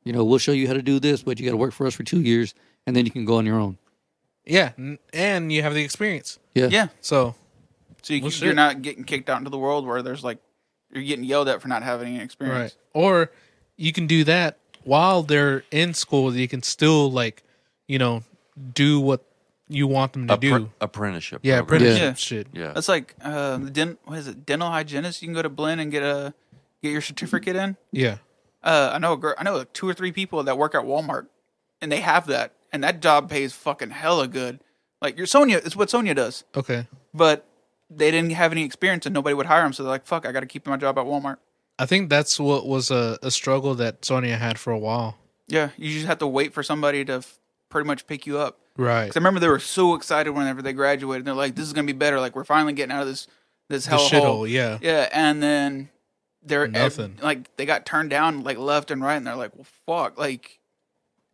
S1: You know, we'll show you how to do this, but you got to work for us for two years, and then you can go on your own.
S2: yeah, n- and you have the experience.
S1: Yeah,
S4: Yeah.
S2: So
S4: So you,
S2: Well,
S4: you're
S2: shit.
S4: not getting kicked out into the world where there's like you're getting yelled at for not having any experience.
S2: right, or you can do that while they're in school. You can still like, you know, do what you want them to
S3: Appre-
S2: do.
S3: apprenticeship.
S2: yeah,
S3: program.
S2: apprenticeship
S4: Yeah.
S2: shit.
S3: Yeah.
S4: That's like uh, the den- what is it? Dental hygienist. You can go to Blinn and get a get your certificate in.
S2: Yeah,
S4: Uh, I know a girl. I know like two or three people that work at Walmart, and they have that, and that job pays fucking hella good. Like your Sonia, it's what Sonia does,
S2: okay.
S4: but they didn't have any experience, and nobody would hire them. So they're like, "Fuck, I got to keep my job at Walmart."
S2: I think that's what was a, a struggle that Sonia had for a while.
S4: Yeah, you just have to wait for somebody to f- pretty much pick you up.
S2: Right.
S4: 'Cause I remember they were so excited whenever they graduated. And they're like, "This is gonna be better. Like we're finally getting out of this this
S2: The
S4: hellhole."
S2: shithole. Yeah.
S4: Yeah, and then they're ev-
S2: Nothing.
S4: like they got turned down like left and right, and they're like, "Well, fuck! Like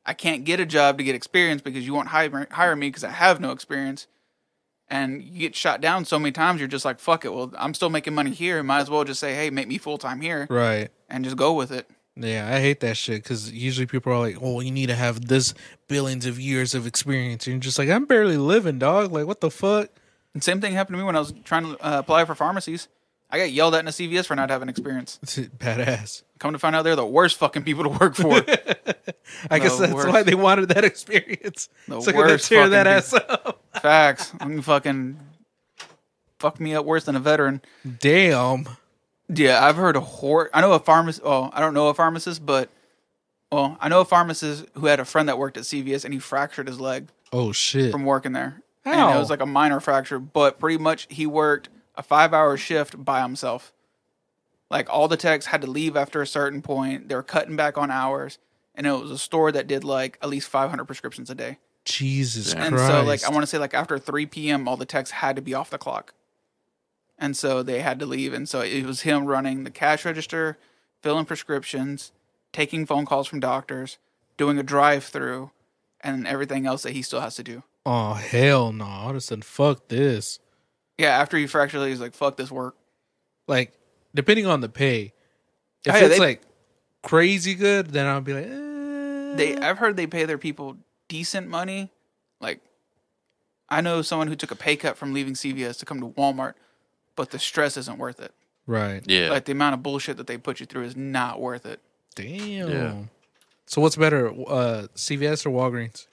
S4: I can't get a job to get experience because you won't hire hire me because I have no experience." And you get shot down so many times, you're just like, "Fuck it! Well, I'm still making money here. Might as well just say, hey, make me full time here
S2: Right.
S4: and just go with it."
S2: Yeah, I hate that shit because usually people are like, "Oh, you need to have this billions of years of experience," and you're just like, "I'm barely living, dog. Like, what the fuck?" [laughs]
S4: And same thing happened to me when I was trying to uh, apply for pharmacies. I got yelled at in a CVS for not having experience.
S2: Badass.
S4: Come to find out, they're the worst fucking people to work for.
S2: I guess
S4: The
S2: that's
S4: worst.
S2: why they wanted
S4: [laughs]
S2: that experience.
S4: The
S2: so let's
S4: worst
S2: tear that
S4: fucking
S2: ass up.
S4: Facts. I'm gonna fucking fuck me up worse than a veteran.
S2: Damn.
S4: Yeah, I've heard a horror. I know a pharmacist. Oh, I don't know a pharmacist, but well, I know a pharmacist who had a friend that worked at CVS and he fractured his leg
S2: Oh shit.
S4: from working there. And
S2: How?
S4: it was like a minor fracture, but pretty much he worked a five hour shift by himself. Like all the techs had to leave after a certain point. They were cutting back on hours. And it was a store that did like at least 500 prescriptions a day.
S2: Jesus
S3: And
S2: Christ.
S4: And so, like, I want to say, like, after 3 p.m., all the techs had to be off the clock. And so they had to leave. And so it was him running the cash register, filling prescriptions, taking phone calls from doctors, doing a drive through, and everything else that he still has to do.
S2: Oh hell no! I would have said fuck this.
S4: Yeah, after he fractured, he's like, "Fuck this work."
S2: Like depending on the pay, if
S4: Oh, yeah,
S2: it's
S4: they-
S2: like crazy good, then I'll be like, eh.
S4: They, I've heard they pay their people decent money. Like, I know someone who took a pay cut from leaving CVS to come to Walmart, but the stress isn't worth it.
S2: right.
S3: Yeah.
S4: Like the amount of bullshit that they put you through is not worth it.
S2: Damn.
S3: Yeah.
S2: So what's better, uh, CVS or Walgreens?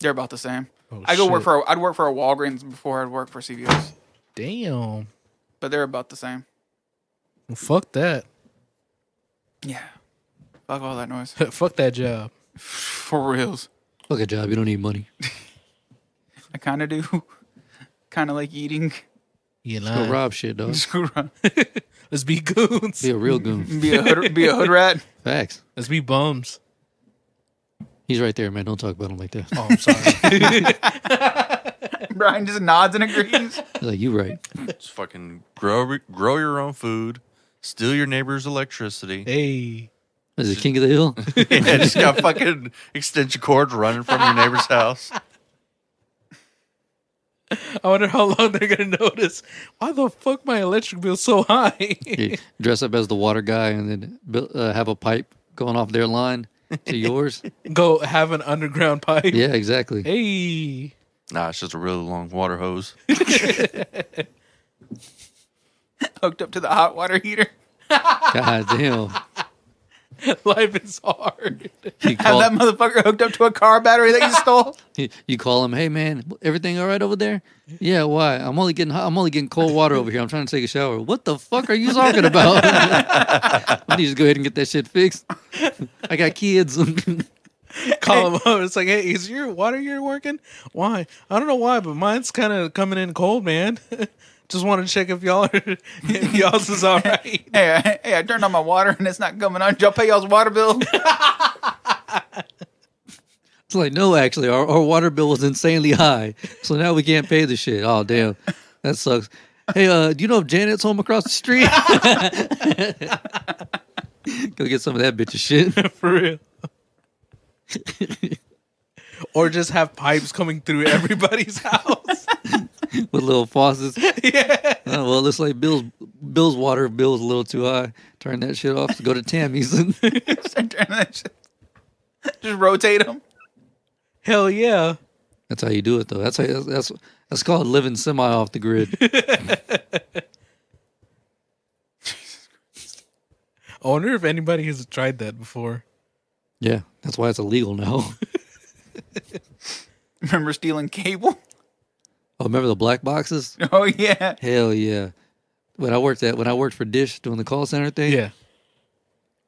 S4: They're about the same.
S2: Oh,
S4: I go work
S2: shit.
S4: for, a, I'd work for a Walgreens before I'd work for CVS,
S2: Damn.
S4: but they're about the same.
S2: Well, fuck that. [laughs]
S4: Yeah, fuck all that noise
S2: fuck that job.
S4: [laughs] for reals.
S1: Fuck a job. You don't need money.
S4: I kind of do, [laughs] kind of like eating.
S2: You
S1: Go
S2: lying.
S1: rob shit, dog.
S4: [laughs] Screw around.
S2: [laughs] Let's be goons.
S1: Be a real
S2: [laughs]
S1: goon.
S4: Be a hood, be a hood rat. [laughs]
S1: Facts.
S2: Let's be bums.
S1: He's right there, man. Don't talk about him like that.
S2: Oh, I'm sorry.
S4: Brian just nods and agrees. [laughs]
S1: He's like, you right.
S3: Just fucking grow grow your own food, steal your neighbor's
S2: [laughs]
S3: electricity.
S2: hey.
S1: Is it King of the
S2: [laughs]
S1: Hill?
S3: yeah, just got fucking extension cords running from your neighbor's house.
S2: I wonder how long they're gonna notice. Why the fuck my electric bill so high? [laughs]
S1: Yeah, dress up as the water guy and then bu- uh, have a pipe going off their line to
S2: [laughs]
S1: yours.
S2: Go have an underground pipe.
S1: Yeah, exactly.
S2: Hey. [laughs]
S3: Nah, it's just a really long water hose.
S4: hooked up to the hot water heater.
S1: God damn.
S2: Life is hard.
S1: You
S4: Have
S1: call,
S4: that motherfucker hooked up to a car battery that you stole.
S1: [laughs]
S4: [laughs]
S1: you call him, hey man, everything all right over there? Yeah, why? I'm only getting hot, I'm only getting cold water over here. I'm trying to take a shower. What the fuck are you talking about? [laughs] I need to just go ahead and get that shit fixed. I got kids. [laughs]
S2: Call them up. It's like, hey, is your water heater working? Why? I don't know why, but mine's kind of coming in cold, man. [laughs] Just want to check if y'all are, [laughs] if y'all's is all right. [laughs]
S4: Hey, I, hey, I turned on my water and it's not coming on. Did Y'all pay y'all's water bill. [laughs]
S1: It's like, no, actually, our, our water bill was insanely high. So now we can't pay the shit. Oh, damn. That sucks. Hey, uh, do you know if Janet's home across the street? [laughs] Go get some of that bitch's shit.
S2: For [laughs] real. or just have pipes coming through everybody's [laughs] house.
S1: with little faucets. yeah. well, it looks like Bill's Bill's water bill's a little too high. Turn that shit off. Go to Tammy's. [laughs]
S4: Start turning that shit. Just rotate them.
S2: Hell yeah.
S1: that's how you do it, though. That's how that's that's, that's called living semi off the grid.
S2: I wonder if anybody has tried that before.
S1: yeah, that's why it's illegal now.
S4: Remember stealing cable? [laughs]
S1: oh, remember the black boxes?
S4: Oh yeah.
S1: Hell yeah. When I worked at when I worked for Dish doing the call center thing,
S2: Yeah.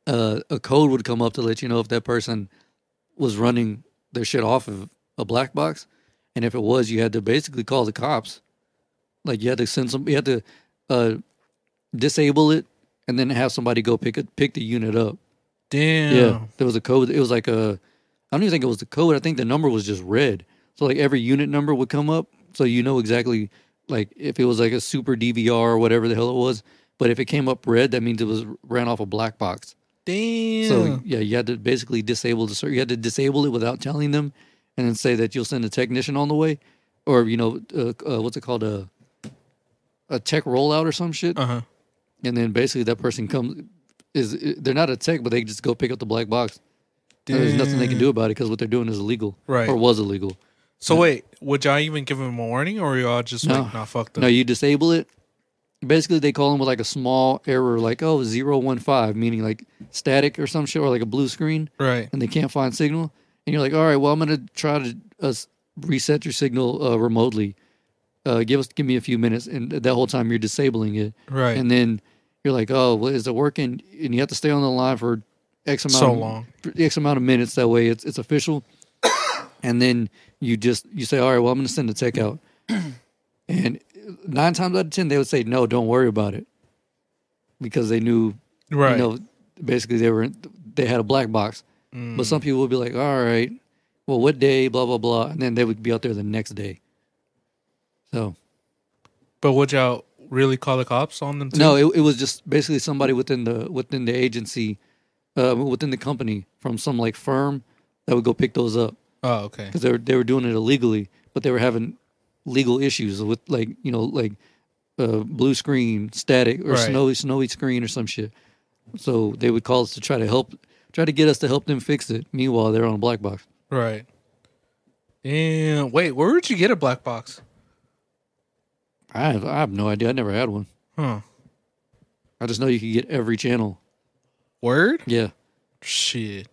S1: uh, a code would come up to let you know if that person was running their shit off of a black box, and if it was, you had to basically call the cops. Like you had to send some, you had to uh, disable it, and then have somebody go pick it, pick the unit up.
S2: Damn.
S1: there was a code. It was like a, I don't even think it was the code. I think the number was just red. So like every unit number would come up, so you know exactly like if it was like a super DVR or whatever the hell it was. But if it came up red, that means it was ran off a black box.
S2: Damn.
S1: So yeah, you had to basically disable the ser- you had to disable it without telling them, and then say that you'll send a technician on the way, or you know uh, uh, what's it called a a tech rollout or some shit,
S2: uh huh.
S1: and then basically that person comes is they're not a tech, but they just go pick up the black box. And there's nothing they can do about it because what they're doing is illegal,
S2: Right.
S1: Or was illegal.
S2: So wait, would y'all even give him a warning, or y'all just
S1: No.
S2: like, nah, fuck them?
S1: No, you disable it, basically they call them with like a small error, like oh zero one five, meaning like static or some shit, or like a blue screen,
S2: Right.
S1: and they can't find signal. And you're like, all right, well I'm gonna try to uh, s- reset your signal uh, remotely. Uh, give us give me a few minutes, and that whole time you're disabling it.
S2: Right.
S1: And then you're like, oh, well, is it working? And you have to stay on the line for X amount
S2: So
S1: of,
S2: long.
S1: for X amount of minutes. That way, it's it's official. [coughs] and then you just you say, all right, well, I'm going to send the tech out. and nine times out of ten, they would say, no, don't worry about it, because they knew,
S2: right.
S1: you know, basically they were they had a black box. But some people would be like, all right, well, what day? Blah blah blah, and then they would be out there the next day. So.
S2: but would y'all really call the cops on them too?
S1: No, it, it was just basically somebody within the within the agency, uh, within the company from some like firm that would go pick those up
S2: Oh, okay.
S1: because they were they were doing it illegally, but they were having legal issues with like you know like uh, blue screen static or
S2: Right.
S1: snowy snowy screen or some shit. So they would call us to try to help, try to get us to help them fix it. Meanwhile, they're on a black box.
S2: Right. Damn. Wait, where would you get a black box?
S1: I have, I have no idea. I never had one.
S2: Huh.
S1: I just know you could get every channel.
S2: Word?
S1: Yeah.
S2: Shit.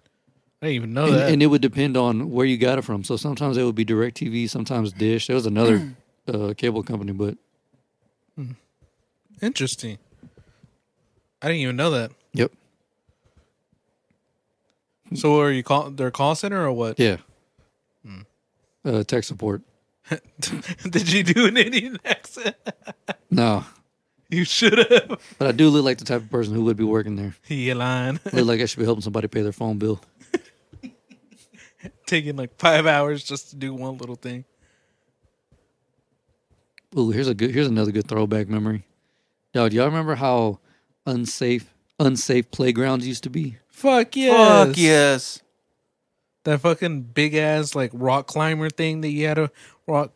S2: I didn't even know
S1: and,
S2: Oh, that.
S1: and it would depend on where you got it from. So sometimes it would be Direct TV, sometimes Dish. There was
S2: [clears throat]
S1: another uh, cable company, but
S2: Interesting. I didn't even know that.
S1: yep,
S2: So are you call their call center or what?
S1: yeah.
S2: Hmm.
S1: Uh, tech support.
S2: [laughs] Did you do an Indian accent?
S1: No,
S2: You should have.
S1: but I do look like the type of person who would be working there.
S2: You lying.
S1: Look like I should be helping somebody pay their phone bill.
S2: [laughs] Taking like five hours just to do one little thing.
S1: Ooh, here's a good. Here's another good throwback memory. Dog, y'all remember how unsafe unsafe playgrounds used to be?
S2: Fuck yes.
S4: Fuck yes.
S2: That fucking big ass like rock climber thing that you had to rock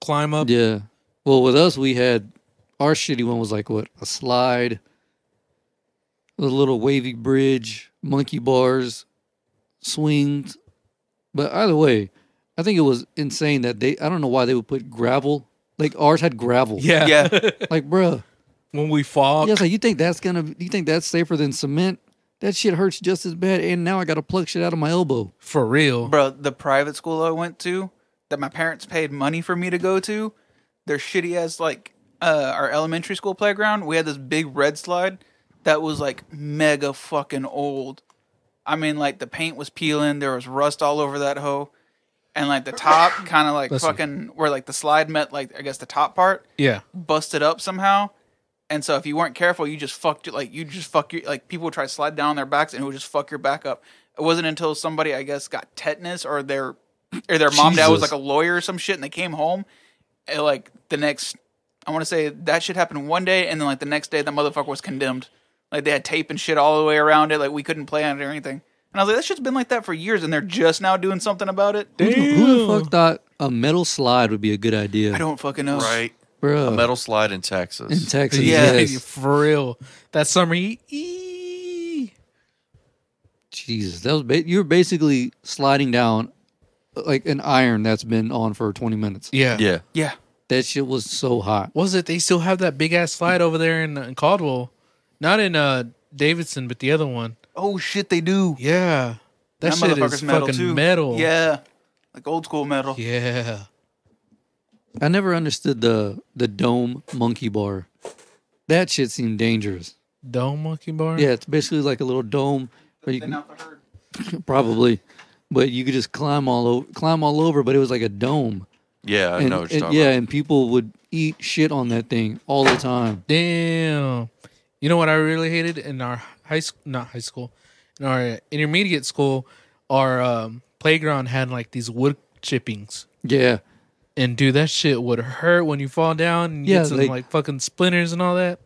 S2: climb up.
S1: Yeah. Well, with us, we had our shitty one was like what a slide, a little wavy bridge, monkey bars, swings. But either way, I think it was insane that they. I don't know why they would put gravel. Like ours had gravel.
S2: Yeah.
S4: Yeah.
S1: Like, bruh.
S2: [laughs] when we fall.
S4: Oh,
S1: Yeah. It's like you think that's gonna. You think that's safer than cement? That shit hurts just as bad. And now I got to pluck shit out of my elbow.
S2: For real.
S4: Bro, the private school I went to that my parents paid money for me to go to, their shitty ass like uh our elementary school playground, we had this big red slide that was like mega fucking old. I mean like the paint was peeling, there was rust all over that hoe. And like the top kind of like
S2: Listen.
S4: fucking where like the slide met like I guess the top part
S2: Yeah.
S4: busted up somehow. And so if you weren't careful, you just fucked it. Like you just fuck your like people would try to slide down on their backs and it would just fuck your back up. It wasn't until somebody I guess got tetanus or their or their mom dad was
S1: Jesus.
S4: like a lawyer or some shit and they came home and like the next I want to say that shit happened one day and then like the next day that motherfucker was condemned. Like they had tape and shit all the way around it. Like we couldn't play on it or anything. And I was like, that shit's been like that for years and they're just now doing something about it.
S1: Who, who the fuck thought a metal slide would be a good idea?
S4: I don't fucking know.
S3: Right.
S1: Bruh.
S3: A metal slide in
S1: in
S3: Texas.
S1: Texas.
S2: [laughs]
S4: Yeah.
S1: yes.
S2: For real. That summer. he- Eee.
S1: Jesus, that was ba- you were basically sliding down uh, like an iron that's been on for 20 minutes.
S2: Yeah.
S3: yeah.
S4: Yeah.
S1: That shit was so hot.
S2: Was it they still have that big ass slide over there in, in Caldwell? Not in uh Davidson, but the other one.
S4: Oh shit, they do.
S2: Yeah. That, shit is fucking metal.
S4: Yeah, like old school metal.
S2: Yeah.
S1: I never understood the the dome monkey bar. That shit seemed dangerous.
S2: Dome monkey bar?
S1: Yeah, it's basically like a little dome where you
S4: Then
S1: can
S4: out the herd.
S1: probably but you could just climb all over climb all over, but it was like a dome.
S3: Yeah, I
S1: And-
S3: know what you're
S1: and-
S3: talking
S1: yeah,
S3: about.
S1: and people would eat shit on that thing all the time.
S2: Damn. You know what I really hated in our high school, not high school, in our intermediate school, our um, playground had like these wood chippings.
S1: Yeah.
S2: And dude, that shit would hurt when you fall down and you
S1: Yeah,
S2: get some
S1: like-
S2: like fucking splinters and all that.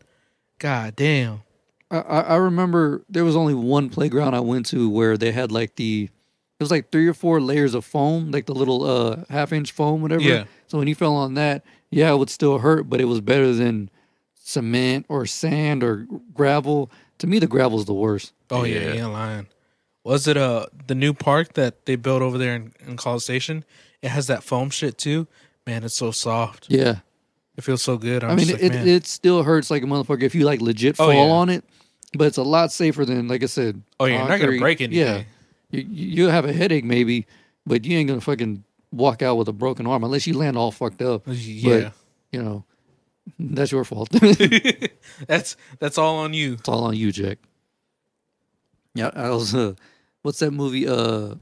S2: God damn.
S1: I, I I remember there was only one playground I went to where they had like the it was like three or four layers of foam, like the little uh half inch foam, whatever.
S2: Yeah.
S1: So when you fell on that, yeah, it would still hurt, but it was better than cement or sand or gravel. To me, the gravel's the worst.
S2: Oh yeah, yeah,
S3: Yeah.
S2: lion. Was it uh the new park that they built over there in, in College Station? It has that foam shit too. Man, it's so soft.
S1: Yeah.
S2: It feels so good. I'm
S1: I mean,
S2: just like,
S1: it,
S2: man.
S1: it still hurts like a motherfucker if you like legit
S2: Oh,
S1: fall
S2: yeah.
S1: on it, but it's a lot safer than like I said.
S2: Oh, yeah, you're not gonna
S1: concrete.
S2: break
S1: Yeah,
S2: anything.
S1: you you- you'll have a headache maybe, but you ain't gonna fucking walk out with a broken arm unless you land all fucked up.
S2: yeah,
S1: You know, [laughs] that's your fault. [laughs] it's
S2: [laughs] that's that's all on you.
S1: all on you, Jack. Yeah, I was. Uh, what's that movie? Uh,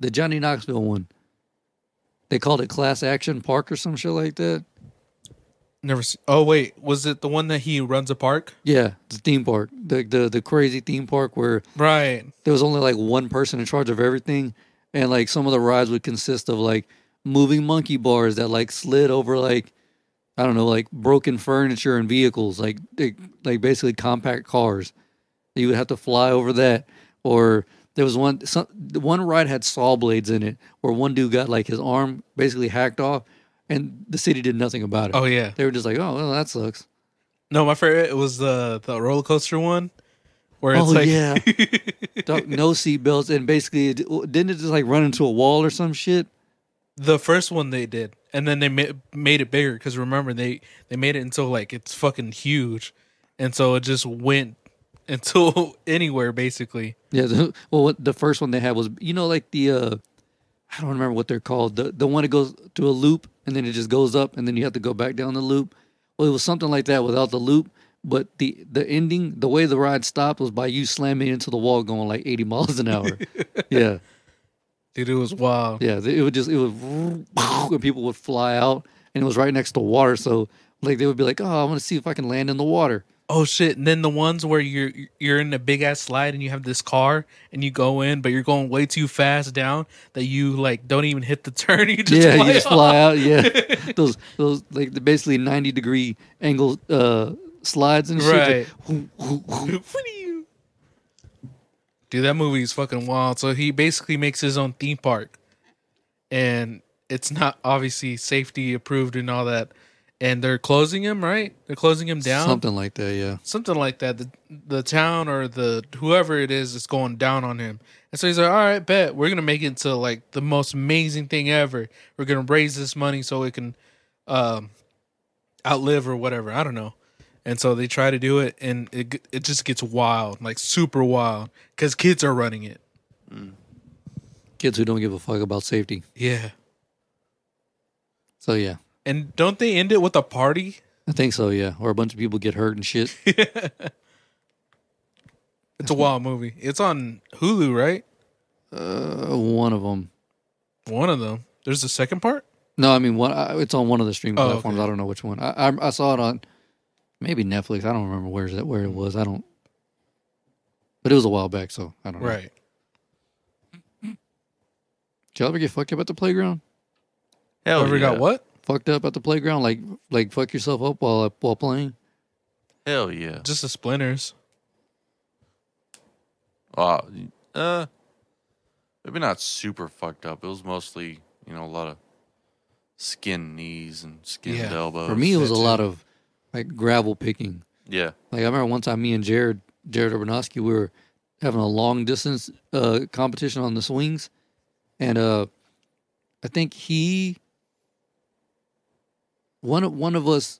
S1: the Johnny Knoxville one. They called it Class Action Park or some shit like that.
S2: Never. See- oh wait, was it the one that he runs a park?
S1: Yeah, the theme park, the the the crazy theme park where
S2: Right.
S1: there was only like one person in charge of everything and like some of the rides would consist of like moving monkey bars that like slid over like i don't know like broken furniture and vehicles like they, like basically compact cars you would have to fly over that or there was one some, the one ride had saw blades in it where one dude got like his arm basically hacked off and the city did nothing about it
S2: Oh yeah.
S1: they were just like oh well, that sucks
S2: No, my favorite it was the the roller coaster one, where it's
S1: Oh,
S2: like
S1: yeah. Dog, no seatbelts and basically it, didn't it just like run into a wall or some shit
S2: [laughs] the first one they did, and then they ma- made it bigger because remember they they made it until like it's fucking huge, and so it just went [laughs] until anywhere basically.
S1: Yeah, the, [laughs] well, what, the first one they had was you know like the uh I don't remember what they're called. The the one that goes to a loop and then it just goes up and then you have to go back down the loop. Well, it was something like that without the loop, but the the ending, the way the ride stopped was by you slamming into the wall going like 80 [laughs] miles an hour. yeah.
S2: Dude, it was wild.
S1: Yeah, it would just it would [laughs] and people would fly out and it was right next to water, so like they would be like, "Oh, I want to see if I can land in the water."
S2: Oh shit! And then the ones where you're you're in a big ass slide and you have this car and you go in, but you're going way too fast down that you like don't even hit the turn. [laughs] You just
S1: yeah,
S2: fly
S1: you just
S2: off.
S1: fly out.
S2: [laughs]
S1: Yeah, those those like the basically ninety degree angle uh, slides and shit.
S2: Right.
S1: Whoom, whoom, whoom.
S2: [laughs] What do you? Dude, that movie is fucking wild. So he basically makes his own theme park, and it's not obviously safety approved and all that. And they're closing him, right? They're closing him down, something,
S1: Something like that. Yeah.
S2: like that. The the town or the whoever it is is going down on him, and so he's like, "All right, bet we're gonna make it to like the most amazing thing ever. We're gonna raise this money so it can um, outlive or whatever. I don't know. And so they try to do it, and it g- it just gets wild, like super wild, because kids are running it.
S1: Kids who don't give a fuck about safety.
S2: Yeah.
S1: So yeah,
S2: And don't they end it with a party?
S1: I think so. Yeah, or a bunch of people get hurt and
S2: [laughs]
S1: shit.
S2: It's a wild movie. It's on Hulu, right?
S1: uh, one of them.
S2: One of them. There's the second part.
S1: No, I mean one. I, it's on one of the streaming
S2: Oh,
S1: platforms.
S2: okay.
S1: I don't know which one. I, I I saw it on maybe Netflix. I don't remember where that where it was. I don't. But it was a while back, so I don't know.
S2: Right.
S1: Did y'all ever get fucked up at the playground?
S3: Hell
S2: Whoever
S3: yeah.
S2: got what?
S1: Fucked up at the playground, like like fuck yourself up while while playing.
S3: Hell yeah.
S2: Just the splinters.
S3: Uh, uh, maybe not super fucked up. It was mostly, you know, a lot of skinned knees and skinned
S2: Yeah.
S3: elbows.
S1: For me, it was a
S2: that's
S1: lot of like gravel picking.
S3: yeah.
S1: Like I remember one time, me and Jared, Jared Urbanowski, we were having a long distance uh, competition on the swings, and uh, I think he one of one of us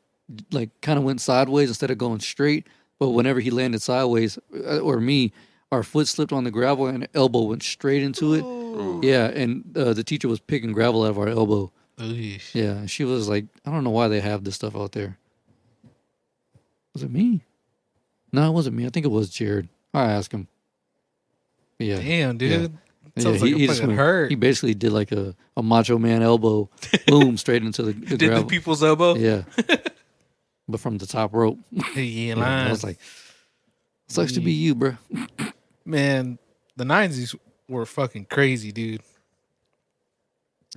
S1: like kind of went sideways instead of going straight. But whenever he landed sideways, uh, or me, our foot slipped on the gravel and elbow went straight into it. Yeah, and uh, the teacher was picking gravel out of our elbow.
S2: Ooh.
S1: Yeah, and she was like, I don't know why they have this stuff out there. Was it me? No, it wasn't me. I think it was Jared. I asked him. But yeah,
S2: Damn, dude.
S1: yeah,
S2: Sounds like a fucking
S1: went-
S2: hurt.
S1: He basically did like a, a macho man
S2: [laughs]
S1: elbow, boom, straight into the, the
S2: Did
S1: gravel.
S2: the people's elbow? Yeah. [laughs]
S1: yeah, but from the top rope.
S2: Hey,
S1: Yeah,
S2: yeah,
S1: I
S2: lines. Mm.
S1: was like, sucks to be you, bro.
S2: man, the nineties were fucking crazy, dude.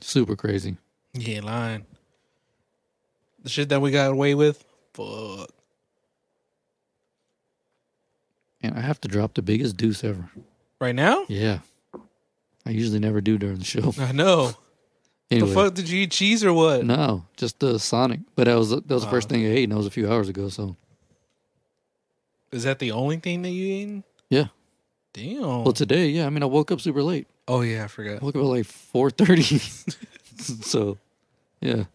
S1: Super crazy.
S2: Yeah, lying. The shit that we got away with, fuck.
S1: And I have to drop the biggest deuce ever.
S2: Right now?
S1: Yeah, I usually never do during the show.
S2: I know.
S1: Anyway.
S2: The fuck did you eat cheese or what?
S1: No, just the Sonic. But that was that was the first thing I ate, and that was a few hours ago. So
S2: Is that the only thing that you eating?
S1: yeah.
S2: Damn.
S1: Well, today, yeah. I mean, I woke up super late.
S2: oh yeah, I
S1: I [laughs]
S2: forgot.
S1: woke up at like four thirty. so, yeah.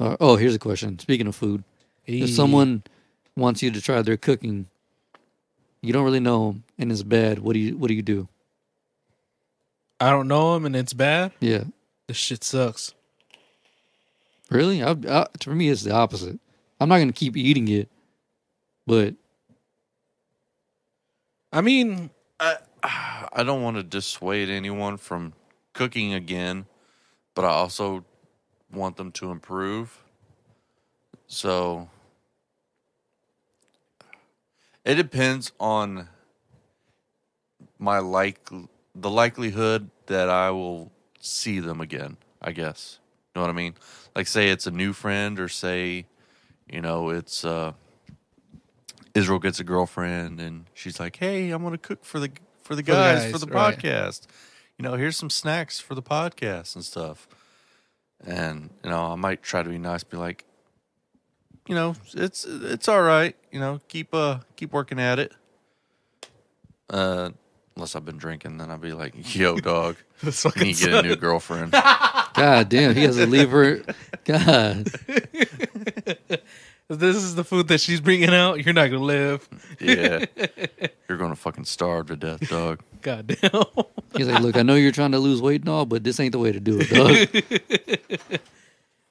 S1: Uh, oh, here's a question. Speaking of food, if someone wants you to try their cooking, you don't really know 'em and it's bad. What do you What do you do?
S2: I don't know him and it's bad,
S1: Yeah,
S2: this shit sucks.
S1: really. I, I, for me, it's the opposite. I'm not gonna keep eating it, but
S2: I mean, [laughs]
S3: I don't want to dissuade anyone from cooking again, but I also want them to improve. So it depends on my like the likelihood that I will see them again, I guess. You know what I mean? Like say it's a new friend or say, you know, it's uh Israel gets a girlfriend and she's like, "Hey, I'm going to cook for the for the
S2: the
S3: guys for
S2: guys,
S3: the
S2: right.
S3: podcast. You know, here's some snacks for the podcast and stuff." And you know, I might try to be nice, be like, "You know, it's it's all right. You know, keep uh keep working at it." Uh, unless I've been drinking, then I'll be like, [laughs] "Yo, dog,
S2: This
S3: you
S2: fucking
S3: need to get a [laughs] new girlfriend."
S1: God damn, he has to leave her. [laughs] God,
S2: if this is the food that she's bringing out, you're not gonna live.
S3: yeah, you're gonna fucking starve to death, dog.
S2: Goddamn. [laughs]
S1: he's like, look, I know you're trying to lose weight and all, but this ain't the way to do it, dog.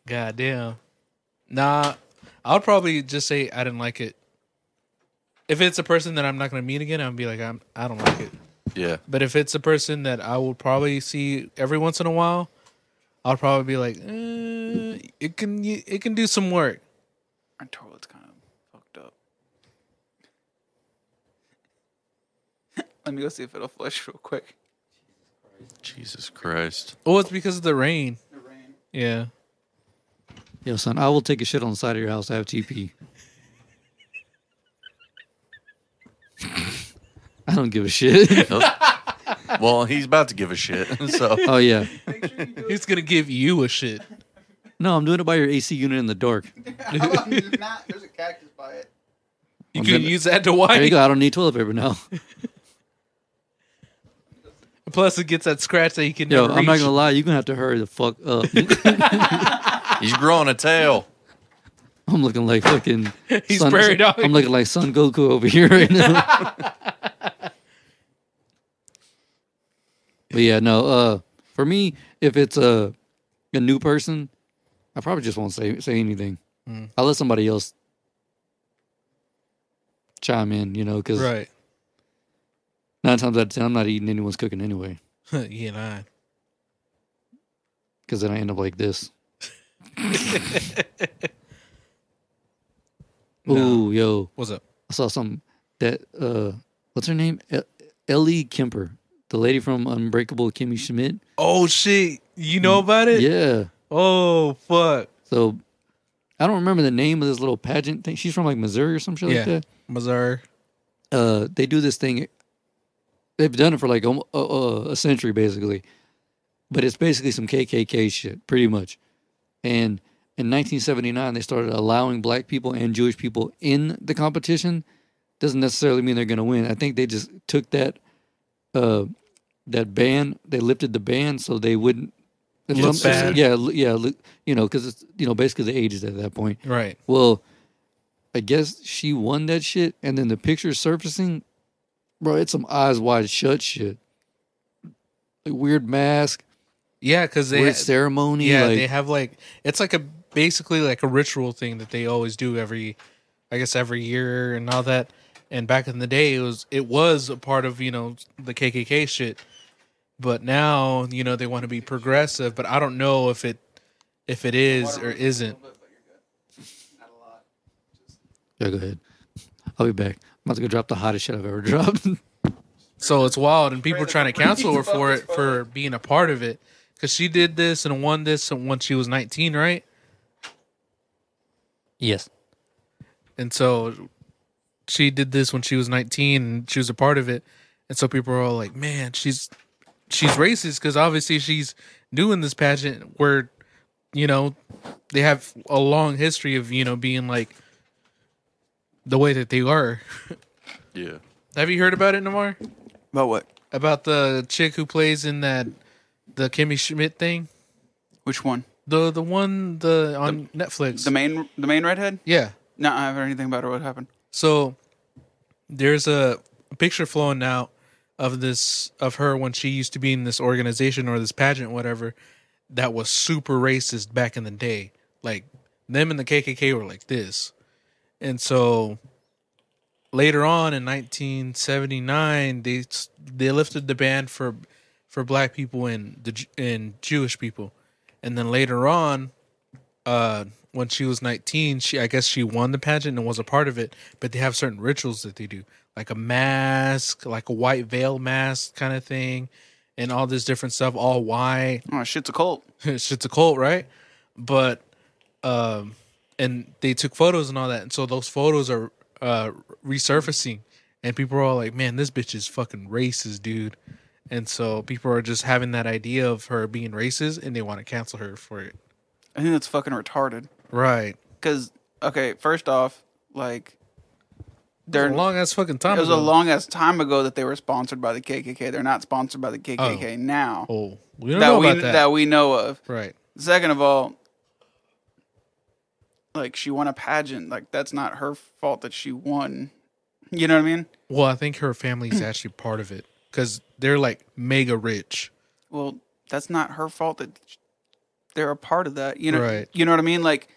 S2: Goddamn. Nah, I would probably just say I didn't like it. If it's a person that I'm not gonna meet again, I'd be like, I'm I don't like it.
S3: Yeah,
S2: But if it's a person that I will probably see every once in a while, I'll probably be like, eh, it can it can do some work.
S4: Our toilet's kind of fucked up. [laughs] Let me go see if it'll flush real quick.
S3: Jesus Christ.
S2: Oh, it's because of the rain.
S4: The rain.
S2: Yeah. [laughs]
S1: Yo, son, I will take a shit on the side of your house. I have TP. [laughs] I don't give a shit. [laughs]
S3: Well, he's about to give a shit, [laughs] so.
S1: oh yeah,
S2: He's gonna give you a shit.
S1: no, I'm doing it by your AC unit in the dark.
S4: not, there's a cactus by it.
S2: You
S1: I'm
S2: can
S1: gonna-
S2: use that to
S1: There you
S2: wipe.
S1: go. I don't need toilet paper now. [laughs]
S2: Plus, it gets that scratch that you can.
S1: Yo,
S2: never
S1: I'm not
S2: reach.
S1: gonna lie. You're gonna have to hurry the fuck up.
S3: He's growing a tail.
S1: [laughs] I'm looking like fucking.
S2: [laughs] He's buried out.
S1: I'm looking like Son Goku over here right now.
S2: [laughs]
S1: but yeah, no. Uh, for me, if it's a a new person, I probably just won't say say anything.
S2: Mm.
S1: I'll let somebody else chime in, you know, because
S2: Right.
S1: nine times out of ten, I'm not eating anyone's cooking anyway.
S2: [laughs] yeah, nah.
S1: Because then I end up like
S2: [laughs]
S1: this. Ooh, yo.
S2: What's up?
S1: I saw some that uh what's her name? E- Ellie Kemper, the lady from Unbreakable Kimmy Schmidt.
S2: Oh shit! You know about it?
S1: Yeah.
S2: Oh fuck!
S1: So I don't remember the name of this little pageant thing. She's from like Missouri or some shit like
S2: yeah,
S1: that.
S2: Missouri.
S1: Uh they do this thing they've done it for like a, a, a century basically. But it's basically some KKK shit, pretty much. And in 1979 they started allowing black people and Jewish people in the competition. Doesn't necessarily mean they're going to win. I think they just took that uh that ban, they lifted the ban so they wouldn't
S2: Look bad.
S1: Yeah, l- yeah, l- you know, cuz it's you know basically the ages at that point.
S2: Right.
S1: Well, I guess she won that shit, and then the picture surfacing, bro, it's some eyes wide shut shit. Like weird mask,
S2: Yeah, because they.
S1: weird ceremony.
S2: yeah,
S1: like,
S2: they have like it's like a basically like a ritual thing that they always do every, I guess every year and all that. And back in the day, it was it was a part of you know the KKK shit, but now you know they want to be progressive. But I don't know if it if it is or isn't.
S1: yeah, go ahead. I'll be back. I'm about to go drop the hottest shit I've ever [laughs] dropped.
S2: So it's wild, and people are trying to counsel her for it for being a part of it because she did this and won this and when she was 19, right?
S1: yes.
S2: And so she did this when she was 19 and she was a part of it. And so people are all like, "Man, she's she's racist because obviously she's doing this pageant where you know they have a long history of you know being like the way that they are."
S3: Yeah.
S2: have you heard about it, Namar?
S4: About what?
S2: About the chick who plays in that the Kimmy Schmidt thing?
S4: Which one?
S2: the the one the on Netflix.
S4: The main, the main redhead.
S2: yeah.
S4: No, I haven't heard anything about her. What happened?
S2: So there's a picture flowing out of this of her when she used to be in this organization or this pageant, whatever, that was super racist back in the day. Like them and the KKK were like this, and so later on in 1979, they they lifted the ban for for black people and the Ju- and Jewish people, and then later on uh when she was 19 she i guess she won the pageant and was a part of it but they have certain rituals that they do like a mask like a white veil mask kind of thing and all this different stuff all white [laughs]
S4: Oh, shit's a cult.
S2: shit's a cult right but um and they took photos and all that and so those photos are uh resurfacing and people are all like man this bitch is fucking racist dude and so people are just having that idea of her being racist and they want to cancel her for it
S4: I think that's fucking retarded.
S2: right
S4: Because okay, first off, like
S2: It
S4: they're
S2: was a long ass fucking time.
S4: it was a
S2: ago.
S4: long ass time ago that they were sponsored by the KKK. They're not sponsored by the KKK now
S2: Oh, we don't
S4: that
S2: know
S4: we
S2: about
S4: that.
S2: that.
S4: we know of.
S2: Right.
S4: Second of all, like she won a pageant. Like that's not her fault that she won. You know what I mean?
S2: Well, I think her
S4: [clears throat]
S2: family's actually part of it because they're like mega rich.
S4: Well, that's not her fault that sh- they're a part of that. You know,
S2: Right.
S4: you know what I mean? Like,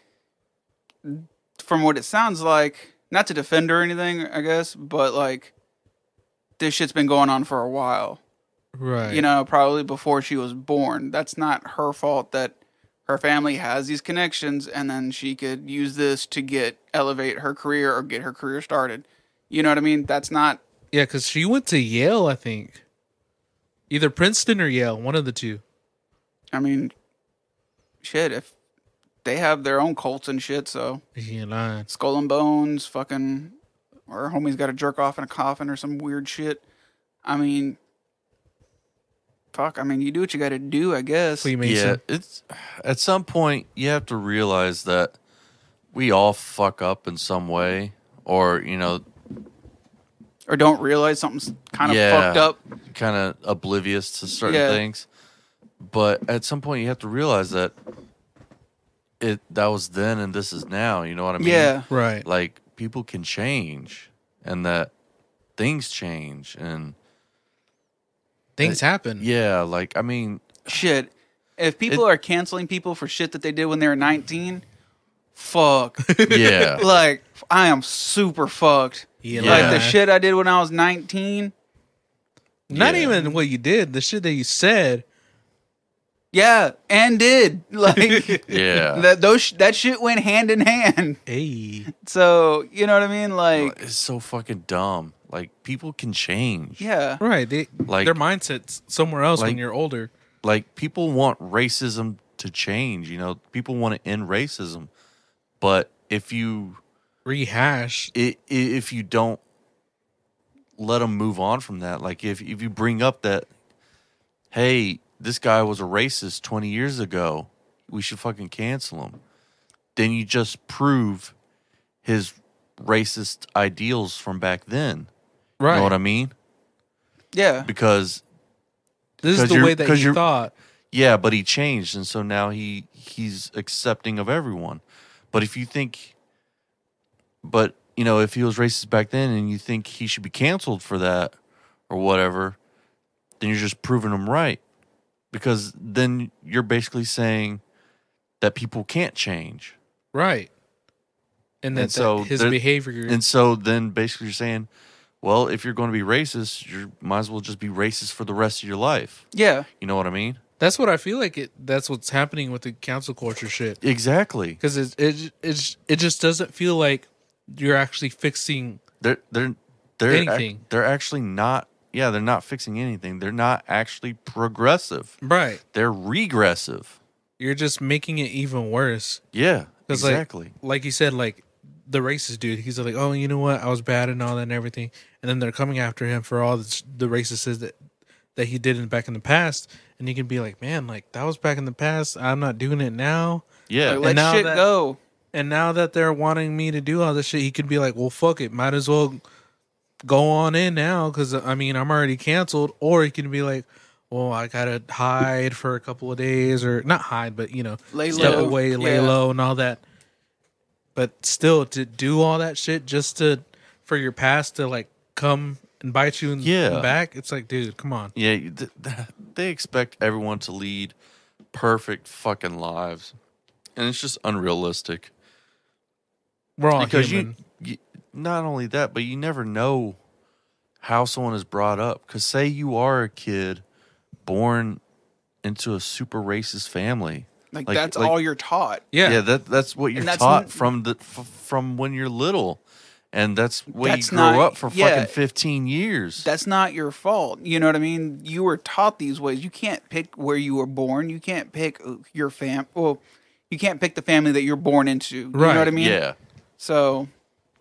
S4: from what it sounds like, not to defend her or anything, I guess, but like, this shit's been going on for a while.
S2: Right.
S4: You know, probably before she was born. That's not her fault that her family has these connections, and then she could use this to get elevate her career or get her career started. You know what I mean? That's not
S2: Yeah, because she went to Yale, I think. Either Princeton or Yale, one of the two.
S4: I mean, shit, if they have their own cults and shit, so
S2: He and I.
S4: Skull and Bones, fucking, or homie's got to jerk off in a coffin or some weird shit. I mean, fuck, I mean, you do what you got to do, I guess.
S2: Freemason.
S3: Yeah, it's at some point you have to realize that we all fuck up in some way, or you know,
S4: Or don't realize something's kind of
S3: Yeah.
S4: fucked up.
S3: kind of oblivious to certain
S4: Yeah.
S3: things. But at some point, you have to realize that it that was then and this is now. You know what I mean?
S4: Yeah.
S2: Right.
S3: Like people can change, and that things change, and
S2: Things happen.
S3: yeah, like I
S4: [laughs]
S3: mean,
S4: Shit. If people
S3: It-
S4: are canceling people for shit that they did when they were 19, fuck.
S3: [laughs] yeah,
S4: like, I am super fucked.
S2: He
S3: Yeah.
S4: Like, the shit I did when I was 19.
S2: Not
S3: Yeah.
S2: even what you did, the shit that you said.
S4: Yeah, and did [laughs] like
S3: [laughs] Yeah.
S4: that those sh- that shit went hand in hand.
S2: Hey.
S4: So you know what I mean? Like
S3: it's so fucking dumb. Like people can change.
S4: yeah,
S2: Right. They
S3: Like-
S2: like their mindset's somewhere else
S3: Like-
S2: when you're older.
S3: like people want racism to change you know people want to end racism but if you
S2: Rehash.
S3: i- i- if you don't let them move on from that like if, if you bring up that hey this guy was a racist 20 years ago we should fucking cancel him then you just prove his racist ideals from back then
S2: Right.
S3: you know what i mean
S4: yeah.
S3: because
S2: this is
S3: 'Cause
S2: the
S3: you're-
S2: way that
S3: 'cause
S2: you
S3: you're-
S2: thought.
S3: Yeah, but he changed, and so now he he's accepting of everyone. But if you think, but you know, if he was racist back then, and you think he should be canceled for that or whatever, then you're just proving him right, because then you're basically saying that people can't change,
S2: Right. And
S3: And
S2: that,
S3: so
S2: that his
S3: there-
S2: behavior
S3: and so then basically you're saying, well, if you're going to be racist, you might as well just be racist for the rest of your life.
S4: Yeah,
S3: You know what I mean?
S2: That's what I feel like. It that's what's happening with the council culture shit
S3: Exactly.
S2: because it it it it just doesn't feel like you're actually fixing.
S3: they're they're they're ac-
S2: Anything.
S3: they're actually not yeah they're not fixing anything they're not actually progressive
S2: Right,
S3: they're regressive
S2: you're just making it even worse.
S3: yeah
S2: 'Cause, like-
S3: exactly
S2: Like you said, like the racist dude. He's like, oh, you know what? I was bad and all that and everything. And then they're coming after him for all the the racist that that he did in back in the past. And you can be like, man, like that was back in the past. I'm not doing it now.
S3: yeah
S4: like, let
S2: now
S4: shit
S2: that-
S4: go.
S2: And now that they're wanting me to do all this shit, he could be like, "Well, fuck it, might as well go on in now." Because I mean, I'm already canceled. Or he could be like, well, I gotta hide for a couple of days, or not hide, but you know,
S4: Lay
S2: step
S4: low.
S2: away, lay
S4: Yeah.
S2: low, and all that. But still, to do all that shit just to for your past to like come and bite you in
S3: Yeah.
S2: the back, it's like, dude, come on.
S3: Yeah, you- th- [laughs] th- they expect everyone to lead perfect fucking lives, and it's just unrealistic.
S2: We're all
S3: because
S2: human.
S3: you, you, not only that, but you never know how someone is brought up. Because say you are a kid born into a super racist family,
S4: Like,
S3: Like-
S4: that's
S3: like-
S4: all you're taught.
S2: yeah,
S3: that that's what you're
S4: And that's
S3: taught
S4: n-
S3: from the f- from when you're little, and that's what
S4: That's
S3: you grew
S4: not-
S3: up for
S4: yeah.
S3: fucking fifteen years.
S4: That's not your fault. You know what I mean? You were taught these ways. You can't pick where you were born. You can't pick uh, your fam. Well, you can't pick the family that you're born into. You
S2: Right,
S4: know what I mean?
S3: yeah,
S4: So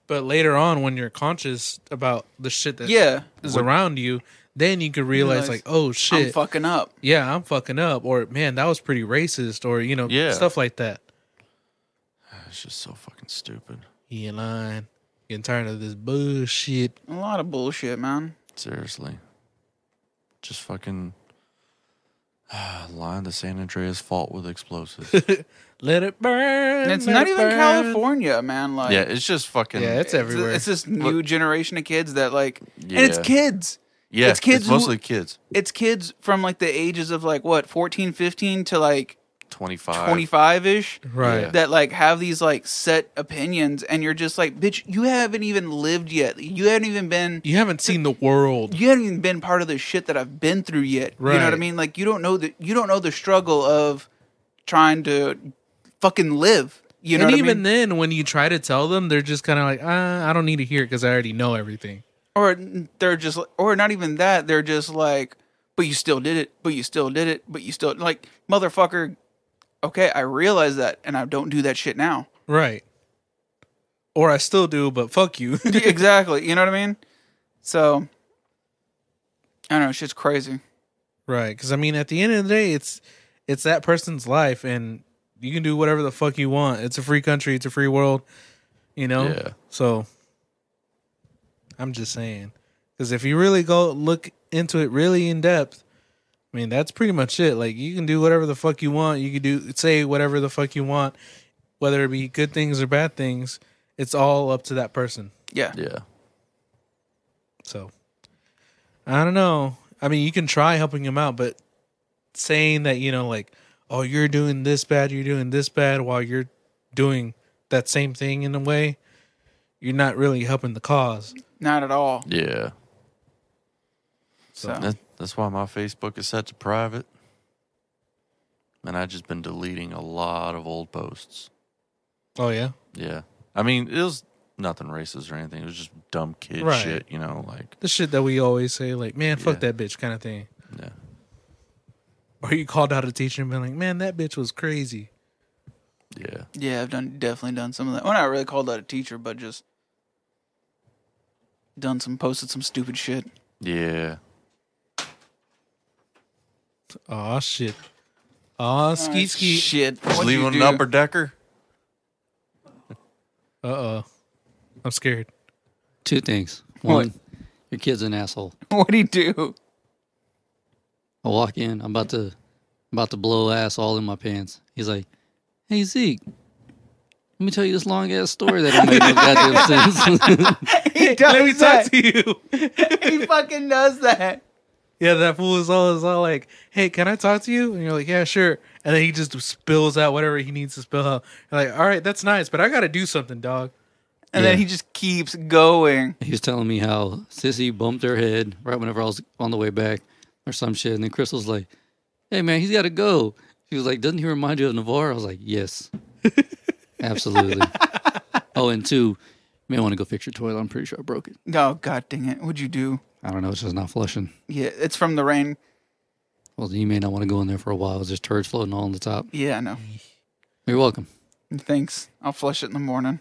S2: but later on, when you're conscious about the shit that
S4: yeah,
S2: is around you, then you can realize,
S4: Realize,
S2: like, oh
S4: I'm
S2: shit,
S4: fucking up.
S2: yeah, I'm fucking up, or man, that was pretty racist, or you know,
S3: Yeah.
S2: stuff like that.
S3: it's just so fucking stupid.
S2: He in line, getting tired of this bullshit.
S4: A lot of bullshit, man.
S3: Seriously. Just fucking [sighs] line the San Andreas fault with
S4: [laughs]
S3: explosives.
S2: Let it burn.
S4: And it's
S2: let
S4: not
S2: it
S4: even
S2: burn.
S4: California, man. Like
S3: yeah, it's just fucking
S2: Yeah, it's everywhere.
S4: It's this new generation of kids that like,
S3: Yeah.
S4: and it's kids.
S3: yeah,
S4: it's kids who-
S3: mostly kids.
S4: It's kids from like the ages of like what 14, 15 to like
S3: 25.
S4: 25 ish.
S2: right.
S3: Yeah.
S4: That like have these like set opinions, and you're just like, bitch, you haven't even lived yet. You haven't even been.
S2: You haven't seen the world.
S4: You haven't even been part of the shit that I've been through yet. You know what I
S2: Right.
S4: mean? Like you don't know the you don't know the struggle of trying to fucking live. You know
S2: and
S4: what
S2: even
S4: I mean?
S2: then, when you try to tell them, they're just kind of like, ah, I don't need to hear it because I already know everything.
S4: or they're just or not even that they're just like but you still did it but you still did it but you still like motherfucker okay i realize that and i don't do that shit now
S2: Right. Or I still do, but fuck you. [laughs]
S4: [laughs] exactly you know what i mean so i don't know shit's crazy
S2: right. Because I mean, at the end of the day, it's it's that person's life, and you can do whatever the fuck you want. It's a free country. It's a free world. You know.
S3: Yeah.
S2: So I'm just saying, because if you really go look into it really in depth, I mean, that's pretty much it. Like you can do whatever the fuck you want. You can do say whatever the fuck you want, whether it be good things or bad things. It's all up to that person.
S4: yeah
S3: Yeah.
S2: So I don't know. I mean, you can try helping him out, but saying that, you know, like, oh, you're doing this bad, you're doing this bad while you're doing that same thing in a way, you're not really helping the cause.
S4: not at all
S3: Yeah.
S4: so
S3: That, that's why my Facebook is set to private. And I've just been deleting a lot of old posts.
S2: Oh, yeah.
S3: Yeah. I mean, it was nothing racist or anything. It was just dumb kid
S2: Right.
S3: shit, you know, like,
S2: The shit that we always say, like, man, fuck
S3: Yeah.
S2: that bitch kind of thing.
S3: yeah.
S2: Or you called out a teacher and been like, man, that bitch was crazy.
S3: Yeah.
S4: yeah i've done definitely done some of that well not really called out a teacher but just done some posted some stupid shit
S3: Yeah.
S2: Oh, shit. Oh, ski ski.
S4: shit
S3: Just
S4: What'd
S3: leave
S4: you
S3: on
S4: do?
S3: an upper decker.
S2: Uh oh. I'm scared.
S1: Two things.
S4: What?
S1: One, your kid's an asshole.
S4: [laughs] what'd he [laughs] do
S1: I walk in, I'm about to about to blow ass all in my pants. He's like, Hey Zeke, let me tell you this long ass story that don't make
S2: [laughs]
S1: no goddamn sense. [laughs]
S4: he does
S2: Let me talk to you.
S4: he fucking does that
S2: Yeah, that fool is all is all like, "Hey, can I talk to you?" And you're like, "Yeah, sure." And then he just spills out whatever he needs to spill out. You're like, "All right, that's nice, but I got to do something, dog."
S4: And then
S1: Yeah.
S4: he just keeps going.
S1: he was telling me how Sissy bumped her head right whenever I was on the way back or some shit. And then Crystal's like, Hey man, he's gotta go. She was like, Doesn't he remind you of Navarre? I was like, Yes. Absolutely. oh, and two, you may want to go fix your toilet. I'm pretty sure I broke it.
S4: Oh god dang it. What'd you do?
S1: I don't know, it's just not flushing.
S4: Yeah, it's from the rain.
S1: Well, you may not want to go in there for a while. There's turds floating all on the top.
S4: Yeah, I know.
S1: You're welcome.
S4: Thanks. I'll flush it in the morning.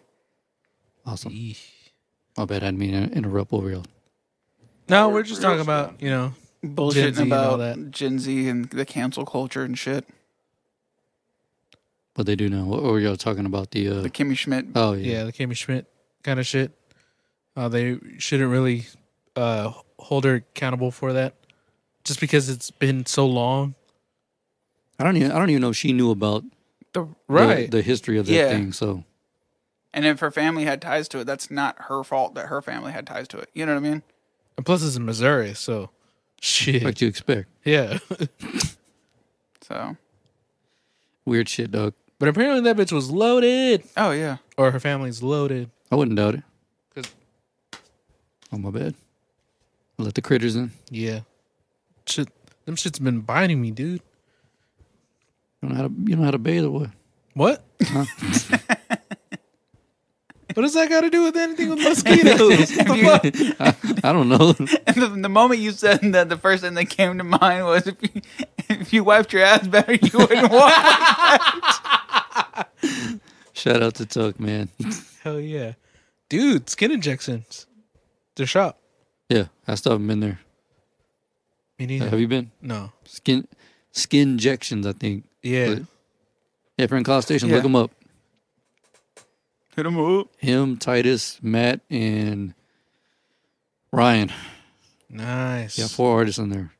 S1: Awesome. My bad. I didn't mean to interrupt what we were
S2: No, we're just talking about you know, Gen Z
S4: Bullshitting
S2: and all
S4: about
S2: that.
S4: Gen Z and the cancel culture and shit.
S1: what they do now. What were y'all talking about? The, uh,
S4: The Kimmy Schmidt.
S1: oh
S2: yeah,
S1: yeah.
S2: the Kimmy Schmidt kind of shit. Uh, they shouldn't really uh, hold her accountable for that. just because it's been so long.
S1: I don't even I don't even know if she knew about
S4: The,
S1: the- the, history of that
S4: Yeah.
S1: thing. So
S4: and if her family had ties to it, that's not her fault that her family had ties to it. You know what I mean?
S2: and plus, it's in Missouri, so shit.
S1: what you expect?
S2: yeah. [laughs]
S4: So,
S1: Weird shit, dog.
S2: but apparently, that bitch was loaded,
S4: oh yeah, [laughs]
S2: or her family's loaded.
S1: I wouldn't doubt it.
S2: 'Cause-
S1: Oh my bad. Let the critters in.
S2: Yeah. Shit, them shit's been biting me, dude.
S1: You don't know how to you know how to bathe or what? [laughs]
S2: What? [laughs] what does that got to do with anything
S1: [laughs]
S2: with mosquitoes? What the fuck?
S1: I don't know. [laughs]
S4: and the, the moment you said that, the first thing that came to mind was if you if you wiped your ass better, you
S2: [laughs]
S4: wouldn't walk.
S1: Shout out to Tuck, man. [laughs]
S2: Hell yeah, dude! Skin injections. They're shop.
S1: yeah, I still haven't been there.
S2: Me neither.
S1: Have you been?
S2: No.
S1: Skin skin injections, I think.
S2: Yeah.
S1: But- Yeah, friend Cloud Station, look
S4: Yeah.
S1: him up.
S4: Hit him up.
S1: Him, Titus, Matt, and Ryan.
S2: nice.
S1: Yeah, four artists on there.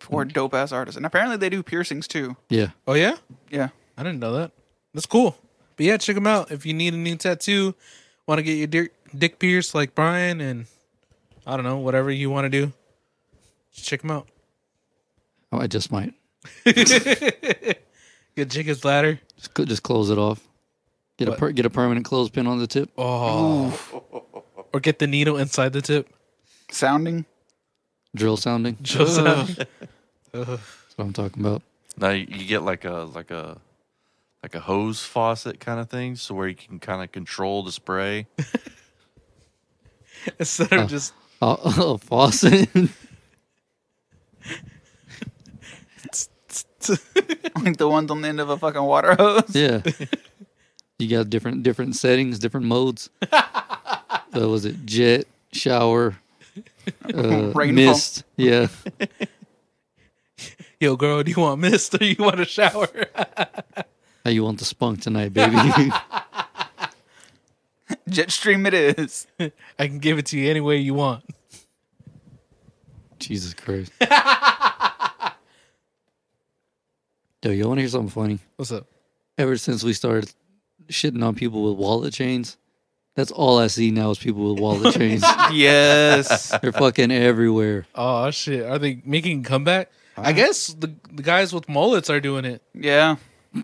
S4: Four dope ass artists, and apparently they do piercings too.
S1: Yeah.
S2: oh yeah.
S4: Yeah,
S2: I didn't know that. That's cool. But yeah, check them out if you need a new tattoo, want to get your dick, dick pierced like Brian, and I don't know whatever you want to do. Just check them out.
S1: Oh, I just might.
S2: [laughs] Get Jacob's ladder.
S1: Just, cl- just close it off. Get a
S2: What?
S1: per- get a permanent clothespin on the tip.
S2: Oh. Or get the needle inside the tip.
S4: [laughs] sounding.
S1: Drill sounding. That's
S2: Just
S1: what I'm talking about.
S3: Now you you get like a like a like a hose faucet kind of thing, so where you can kind of control the spray.
S2: instead of just
S1: [laughs] Oh, a faucet.
S4: like the ones on the end of a fucking water [laughs] hose.
S1: [laughs] yeah. You got different different settings, different modes. So was it jet, shower, uh,
S4: Rainfall.
S1: mist? Yeah.
S2: yo girl, do you want mist or [laughs] you want a shower?
S1: How you want the spunk tonight, baby? [laughs]
S4: Jet stream it is.
S2: I can give it to you any way you want.
S1: Jesus Christ. Yo, you want to hear something funny?
S2: What's up?
S1: Ever since we started shitting on people with wallet chains, that's all I see now is people with wallet chains.
S4: yes.
S1: They're fucking everywhere.
S2: Oh shit. Are they making a comeback? I guess the the guys with mullets are doing it.
S4: Yeah.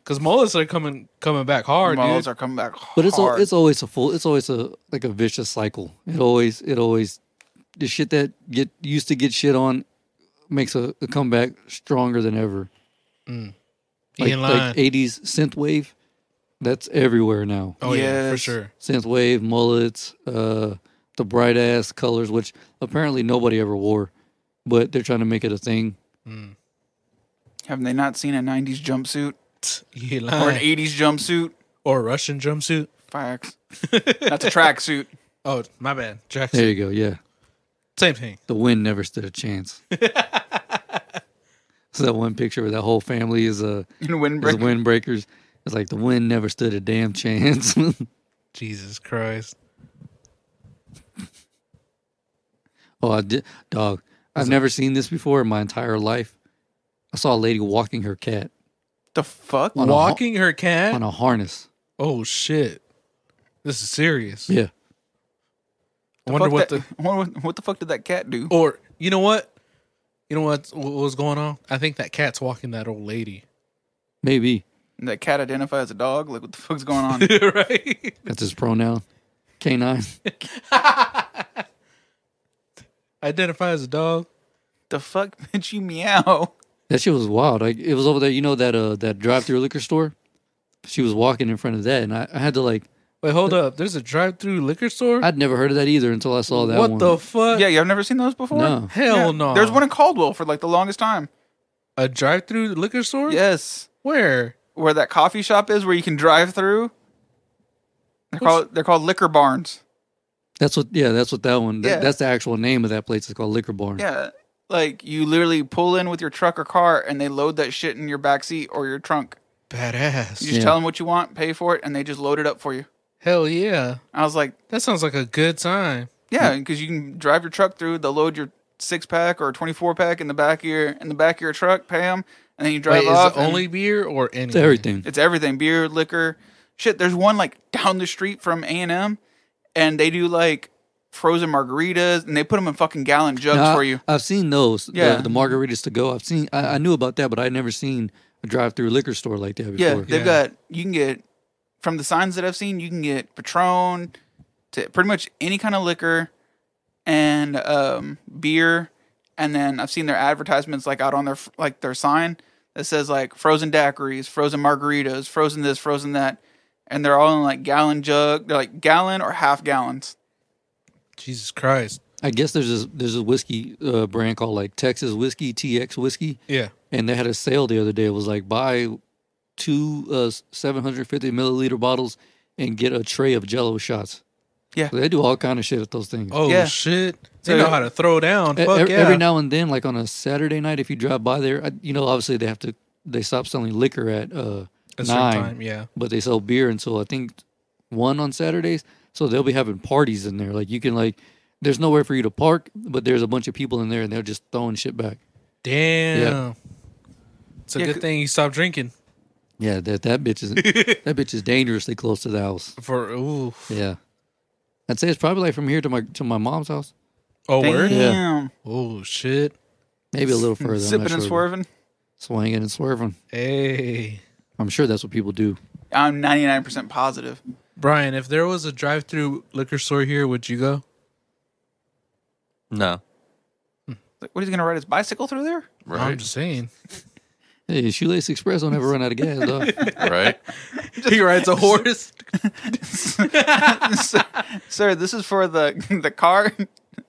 S2: Cause mullets are coming coming back hard,
S4: Malls
S2: dude.
S4: are coming back.
S1: But it's al-
S4: hard.
S1: it's always a full. It's always a like a vicious cycle. It always it always the shit that get used to get shit on makes a, a comeback stronger than ever. Like,
S2: Ian Lyon.
S1: like 80s synth wave, that's everywhere now.
S2: oh yeah, for
S4: Yes.
S2: sure.
S1: synth wave mullets, uh, the bright ass colors, which apparently nobody ever wore, but they're trying to make it a thing.
S4: Have they not seen a '90s jumpsuit
S2: Ian
S4: or an
S2: Lyon.
S4: '80s jumpsuit?
S2: Or a Russian jumpsuit.
S4: Facts. That's a tracksuit.
S2: Oh, my bad. Jackson.
S1: There you go. Yeah,
S2: Same thing.
S1: the wind never stood a chance. so that one picture where that whole family is uh,
S4: in
S1: is
S4: windbreak.
S1: windbreakers. It's like the wind never stood a damn chance. [laughs] oh,
S2: Jesus Christ.
S1: Oh, I did, dog. I've never seen this before in my entire life. I saw a lady walking her cat
S4: The fuck?
S1: On a har-
S2: Walking her cat.
S1: on a harness.
S2: oh shit. This is serious.
S1: Yeah,
S2: I wonder
S4: Fuck
S2: what
S4: that-
S2: the
S4: [laughs]
S2: Oh.
S4: what, what the fuck did that cat do?
S2: or you know what? You know what what was going on? I think that cat's walking that old lady. [laughs]
S1: maybe
S4: That cat identified as a dog. Like what the fuck's
S2: [laughs]
S4: going on?
S2: right?
S1: that's his pronoun. Canine.
S2: Identify as a dog.
S4: the fuck, bitch, you meow.
S1: That shit was wild. Like it was over there, you know that uh that drive through liquor store? She was walking in front of that and I, I had to like
S2: Wait, hold up. There's a drive-through liquor store.
S1: I'd never heard of that either until I saw that
S2: what
S1: one.
S2: the fuck?
S4: Yeah, you have never seen those before.
S1: No.
S2: Hell
S4: Yeah.
S2: no.
S4: There's one in Caldwell for like the longest time.
S2: a drive-through liquor store.
S4: Yes,
S2: Where?
S4: where that coffee shop is, where you can drive through. They're called they're called liquor barns.
S1: That's what yeah, that's what that one that,
S4: Yeah.
S1: that's the actual name of that place. It's called Liquor Barn.
S4: Yeah, like you literally pull in with your truck or car, and they load that shit in your back seat or your trunk. You
S2: Badass.
S4: just
S1: Yeah.
S4: tell them what you want, pay for it, and they just load it up for you.
S2: Hell yeah.
S4: I was like,
S2: That sounds like a good time.
S4: yeah, because you can drive your truck through. They'll load your six pack or a twenty four pack in the back of your in the back of your truck, pay them, and then you drive
S2: Wait, is
S4: off.
S2: it
S4: and-
S2: only beer or anything?
S1: It's everything.
S4: It's everything: beer, liquor, shit. There's one like down the street from A and M, and they do like frozen margaritas, and they put them in fucking gallon jugs
S1: Now, I-
S4: for you.
S1: I've seen those. Yeah.
S4: Yeah.
S1: The, the margaritas to go. I've seen. I, I knew about that, but I'd never seen a drive-through liquor store like that before.
S4: Yeah, they've
S2: Yeah.
S4: got. You can get from the signs that I've seen. You can get Patron to pretty much any kind of liquor and um, beer, and then I've seen their advertisements like out on their like their sign that says like frozen daiquiris, frozen margaritas, frozen this, frozen that, and they're all in like gallon jug. They're like gallon or half gallons.
S2: Jesus Christ.
S1: I guess there's this there's a whiskey uh, brand called like Texas Whiskey TX Whiskey,
S2: Yeah.
S1: and they had a sale the other day. It was like buy two uh, 750 milliliter bottles and get a tray of Jello shots.
S4: Yeah.
S1: So they do all kind of shit at those things.
S2: Oh
S4: Yeah.
S2: shit.
S4: So-
S2: They know how to throw down.
S1: E-
S2: Fuck
S1: every,
S2: yeah.
S1: every now and then, like on a Saturday night, if you drive by there, I- you know, obviously they have to they stop selling liquor at uh,
S2: A certain
S1: nine,
S2: time, yeah.
S1: but they sell beer until I think one on Saturdays. So they'll be having parties in there. Like you can like, there's nowhere for you to park, but there's a bunch of people in there, and they're just throwing shit back.
S2: Damn. It's a
S4: Yeah,
S2: good
S4: 'cause-
S2: thing you stopped drinking.
S1: Yeah, that that bitch
S4: [laughs]
S1: is that bitch is dangerously close to the house.
S2: For ooh.
S1: Yeah, I'd say it's probably like from here to my to my mom's house,
S2: Oh word?
S1: Yeah.
S4: Damn,
S2: Oh shit.
S1: maybe a little further. I'm
S4: sipping
S1: not
S4: and
S1: sure.
S4: swerving.
S1: swinging and swerving.
S2: Hey.
S1: I'm sure that's what people do.
S4: I'm 99% positive.
S2: Brian, if there was a drive through liquor store here, would you go?
S3: No.
S4: Like, what is he gonna ride his bicycle through there?
S3: Right.
S2: I'm just saying. [laughs]
S1: Hey, Shoelace Express don't ever run out of gas,
S4: [laughs]
S1: dog.
S3: right.
S2: he rides a horse.
S4: sir, sir, this is for the [laughs] the car.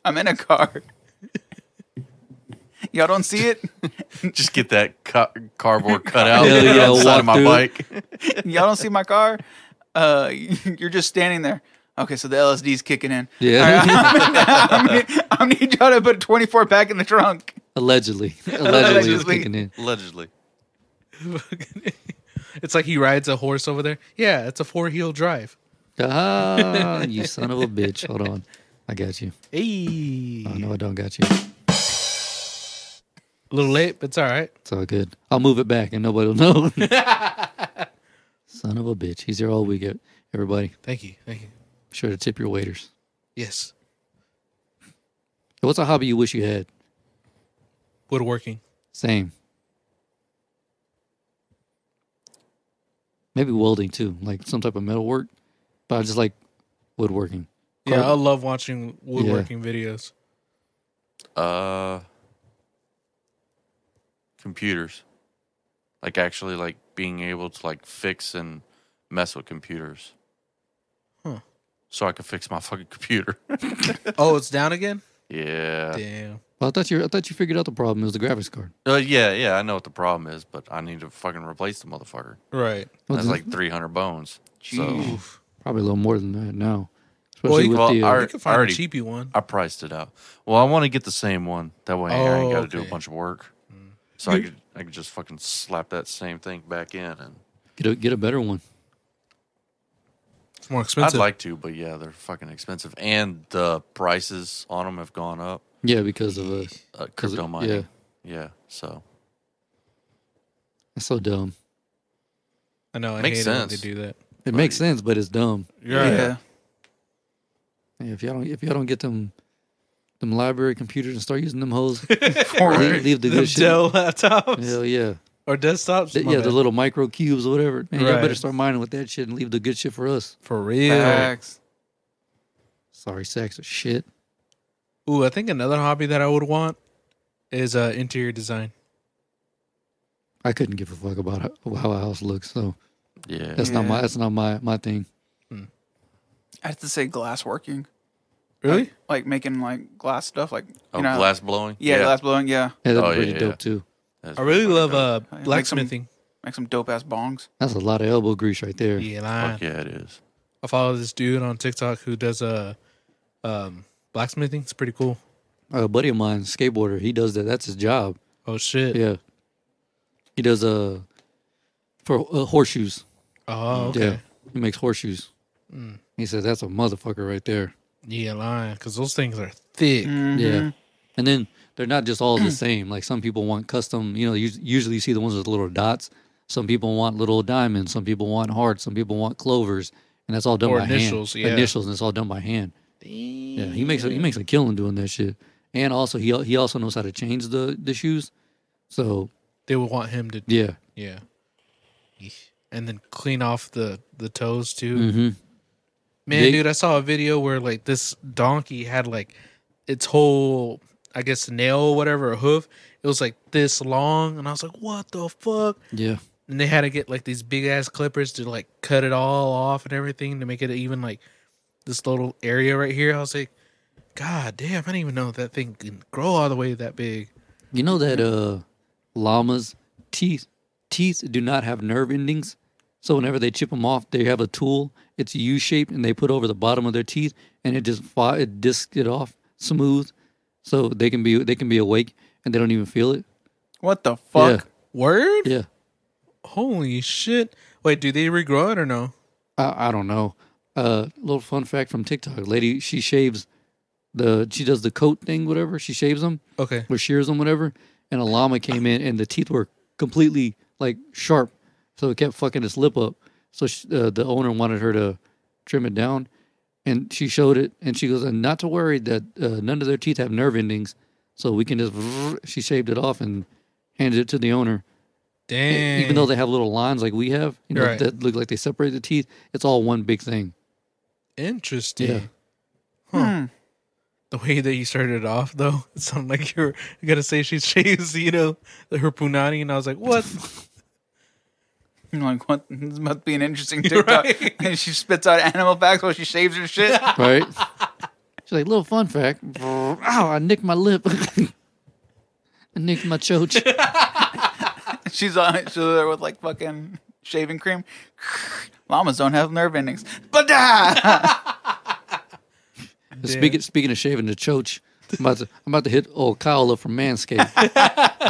S4: I'm in a car. [laughs] Y'all don't see it. [laughs]
S3: Just get that ca-
S1: [laughs]
S3: cardboard cutout
S1: Hell
S3: out
S1: yeah,
S3: on the side
S1: walk
S3: of my
S1: through it.
S3: bike.
S4: Y'all don't see my car. Uh, [laughs] you're just standing there. Okay, so the LSD's kicking in. [laughs]
S1: Yeah, [laughs]
S4: I'm, gonna- I'm gonna need y'all to put a 24 pack in the trunk.
S1: allegedly, allegedly, it's
S4: Allegedly.
S1: kicking in.
S3: Allegedly.
S2: it's like he rides a horse over there. Yeah, it's a four heel drive.
S1: Ah, you son of a bitch! Hold on, I got you.
S2: Hey.
S1: Oh no, I don't got you.
S2: A little late, but it's all right.
S1: It's all good. I'll move it back, and nobody will
S3: [laughs]
S1: know. son of a bitch! He's here all week. Everybody,
S2: Thank you. Thank you.
S1: be sure to tip your waiters.
S2: Yes.
S1: What's a hobby you wish you had?
S2: Woodworking.
S1: Same. Maybe welding too, like some type of metal work. But I just like woodworking.
S2: Yeah, I
S1: Carpet-
S2: love watching woodworking videos.
S3: Uh, computers. Like actually, like being able to like fix and mess with computers.
S2: Huh.
S3: So I could fix my fucking computer. [laughs]
S2: Oh, it's down again?
S3: yeah.
S2: Damn.
S1: Well, I thought you I thought you figured out the problem. It was the graphics card.
S3: Uh, yeah, yeah. I know what the problem is, but I need to fucking replace the motherfucker.
S2: Right.
S1: Well,
S3: That's
S1: the-
S3: like three hundred bones. So
S2: Oof.
S1: probably a little more than that now.
S2: Well,
S1: Especially
S2: you-
S1: with
S3: well,
S1: the, uh,
S3: our-
S2: You can find
S3: already-
S2: a cheapy one.
S3: I priced it out. Well, I want to get the same one. That way I ain't
S2: Oh,
S3: got to do
S2: okay. Mm.
S3: a bunch of work. So I could I could just fucking slap that same thing back in, and
S1: get a get a better one.
S2: It's more expensive.
S3: I'd like to, but yeah, they're fucking expensive, and the prices on them have gone up.
S1: Yeah, because of uh,
S3: uh,
S1: 'Cause it-
S3: crypto mining. Yeah. So
S1: it's so dumb.
S2: I know. I
S3: Makes
S2: hate it when they
S3: sense.
S2: do that.
S1: It makes sense, but it's dumb.
S2: Yeah.
S1: Yeah, if y'all don't if y'all don't get them them library computers and start using them
S2: [laughs]
S1: hoes, leave, leave the
S2: The
S1: good shit.
S2: Dell laptops
S1: Hell yeah.
S2: or desktops.
S1: Th-
S2: My
S1: yeah, the
S2: bad.
S1: little micro cubes or whatever. Man, y'all better
S2: Right.
S1: start mining with that shit and leave the good shit for us.
S2: for real.
S4: Facts.
S1: Sorry, sacks of shit.
S2: Ooh, I think another hobby that I would want is uh, interior design.
S1: I couldn't give a fuck about how- how a house looks, so
S3: yeah,
S1: that's not my
S4: Yeah.
S1: that's not my my thing.
S4: I have to say glass working.
S2: Really?
S4: Like making like glass stuff. Like you
S3: oh,
S4: know,
S3: glass blowing.
S4: Yeah, glass blowing. Yeah,
S1: Yeah, that'd
S3: Oh,
S1: be
S3: yeah,
S1: pretty
S3: yeah.
S1: dope too.
S3: That's
S2: I really
S3: fucking
S2: love
S3: dope.
S2: uh,
S4: Make some-
S2: blacksmithing.
S4: make some dope ass bongs.
S1: That's a lot of elbow grease right there.
S2: Yeah, lying.
S3: Fuck yeah, it is.
S2: I follow this dude on TikTok who does uh, um, blacksmithing. It's pretty cool.
S1: A buddy of mine, skateboarder, he does that. That's his job.
S2: Oh shit.
S1: Yeah, he does uh for uh, horseshoes.
S2: Oh okay. Mm.
S1: Yeah, he makes horseshoes. He says that's a motherfucker right there.
S3: Mm.
S2: Yeah, lying. Because those things are thick.
S1: Yeah, And then they're not just all the [clears throat] same. Like some people want custom, you know, us- usually you see the ones with little dots. Some people want little diamonds. Some people want hearts. Some people want clovers. And that's all done
S2: Or
S1: by
S2: initials,
S1: hand.
S2: yeah.
S1: Initials, and it's all done by hand. Yeah, he makes a, he makes a killing doing that shit. And also he he also knows how to change the the shoes. So
S2: They would want him to.
S1: yeah,
S2: Yeah. Eesh. And then clean off the the toes too.
S1: Mhm.
S2: Man,
S1: They-
S2: dude, I saw a video where like this donkey had like its whole, I guess, nail or whatever, a hoof. It was like this long, and I was like, "What the fuck?"
S1: yeah,
S2: And they had to get like these big ass clippers to like cut it all off and everything to make it even like this little area right here. I was like, "God damn, I didn't even know that thing can grow all the way that big."
S1: you know that uh llamas teeth teeth do not have nerve endings. So whenever they chip them off, they have a tool. It's U shaped, and they put over the bottom of their teeth, and it just fi- it discs it off smooth, so they can be they can be awake and they don't even feel it.
S4: What the fuck?
S2: Word?
S1: Yeah, yeah.
S2: Holy shit! Wait, do they regrow it or no?
S1: I, I don't know. Uh, little fun fact from TikTok: lady, she shaves the she does the coat thing, whatever. She shaves them
S2: Okay.
S1: or shears them, whatever. And a llama came in, and the teeth were completely like sharp, so it kept fucking its lip up. So sh uh, the owner wanted her to trim it down, and she showed it, and she goes, "And not to worry that uh, none of their teeth have nerve endings, so we can just." She shaved it off and handed it to the owner. E,
S2: Damn.
S1: Even though they have little lines like we have, you know,
S2: Right.
S1: that look like they separate the teeth, it's all one big thing.
S2: Interesting.
S1: Yeah.
S2: Huh. The way that you started it off, though, [laughs] it sounded like you were going to say she shaves, you know, her punani, and I was like, what?
S1: [laughs]
S4: I'm [laughs] like, what? This must be
S2: [laughs]
S4: an interesting TikTok.
S2: right.
S4: And [laughs] she spits out animal facts while she shaves her shit.
S1: Right? She's like, little fun fact. Ow, I nicked my lip. [laughs] I nicked my choch.
S4: she's on it. She's there with like fucking shaving cream. Llamas don't have nerve endings. But ah!
S1: Speaking speaking of shaving the choch, I'm about to, I'm about to hit old Kyle up from Manscaped.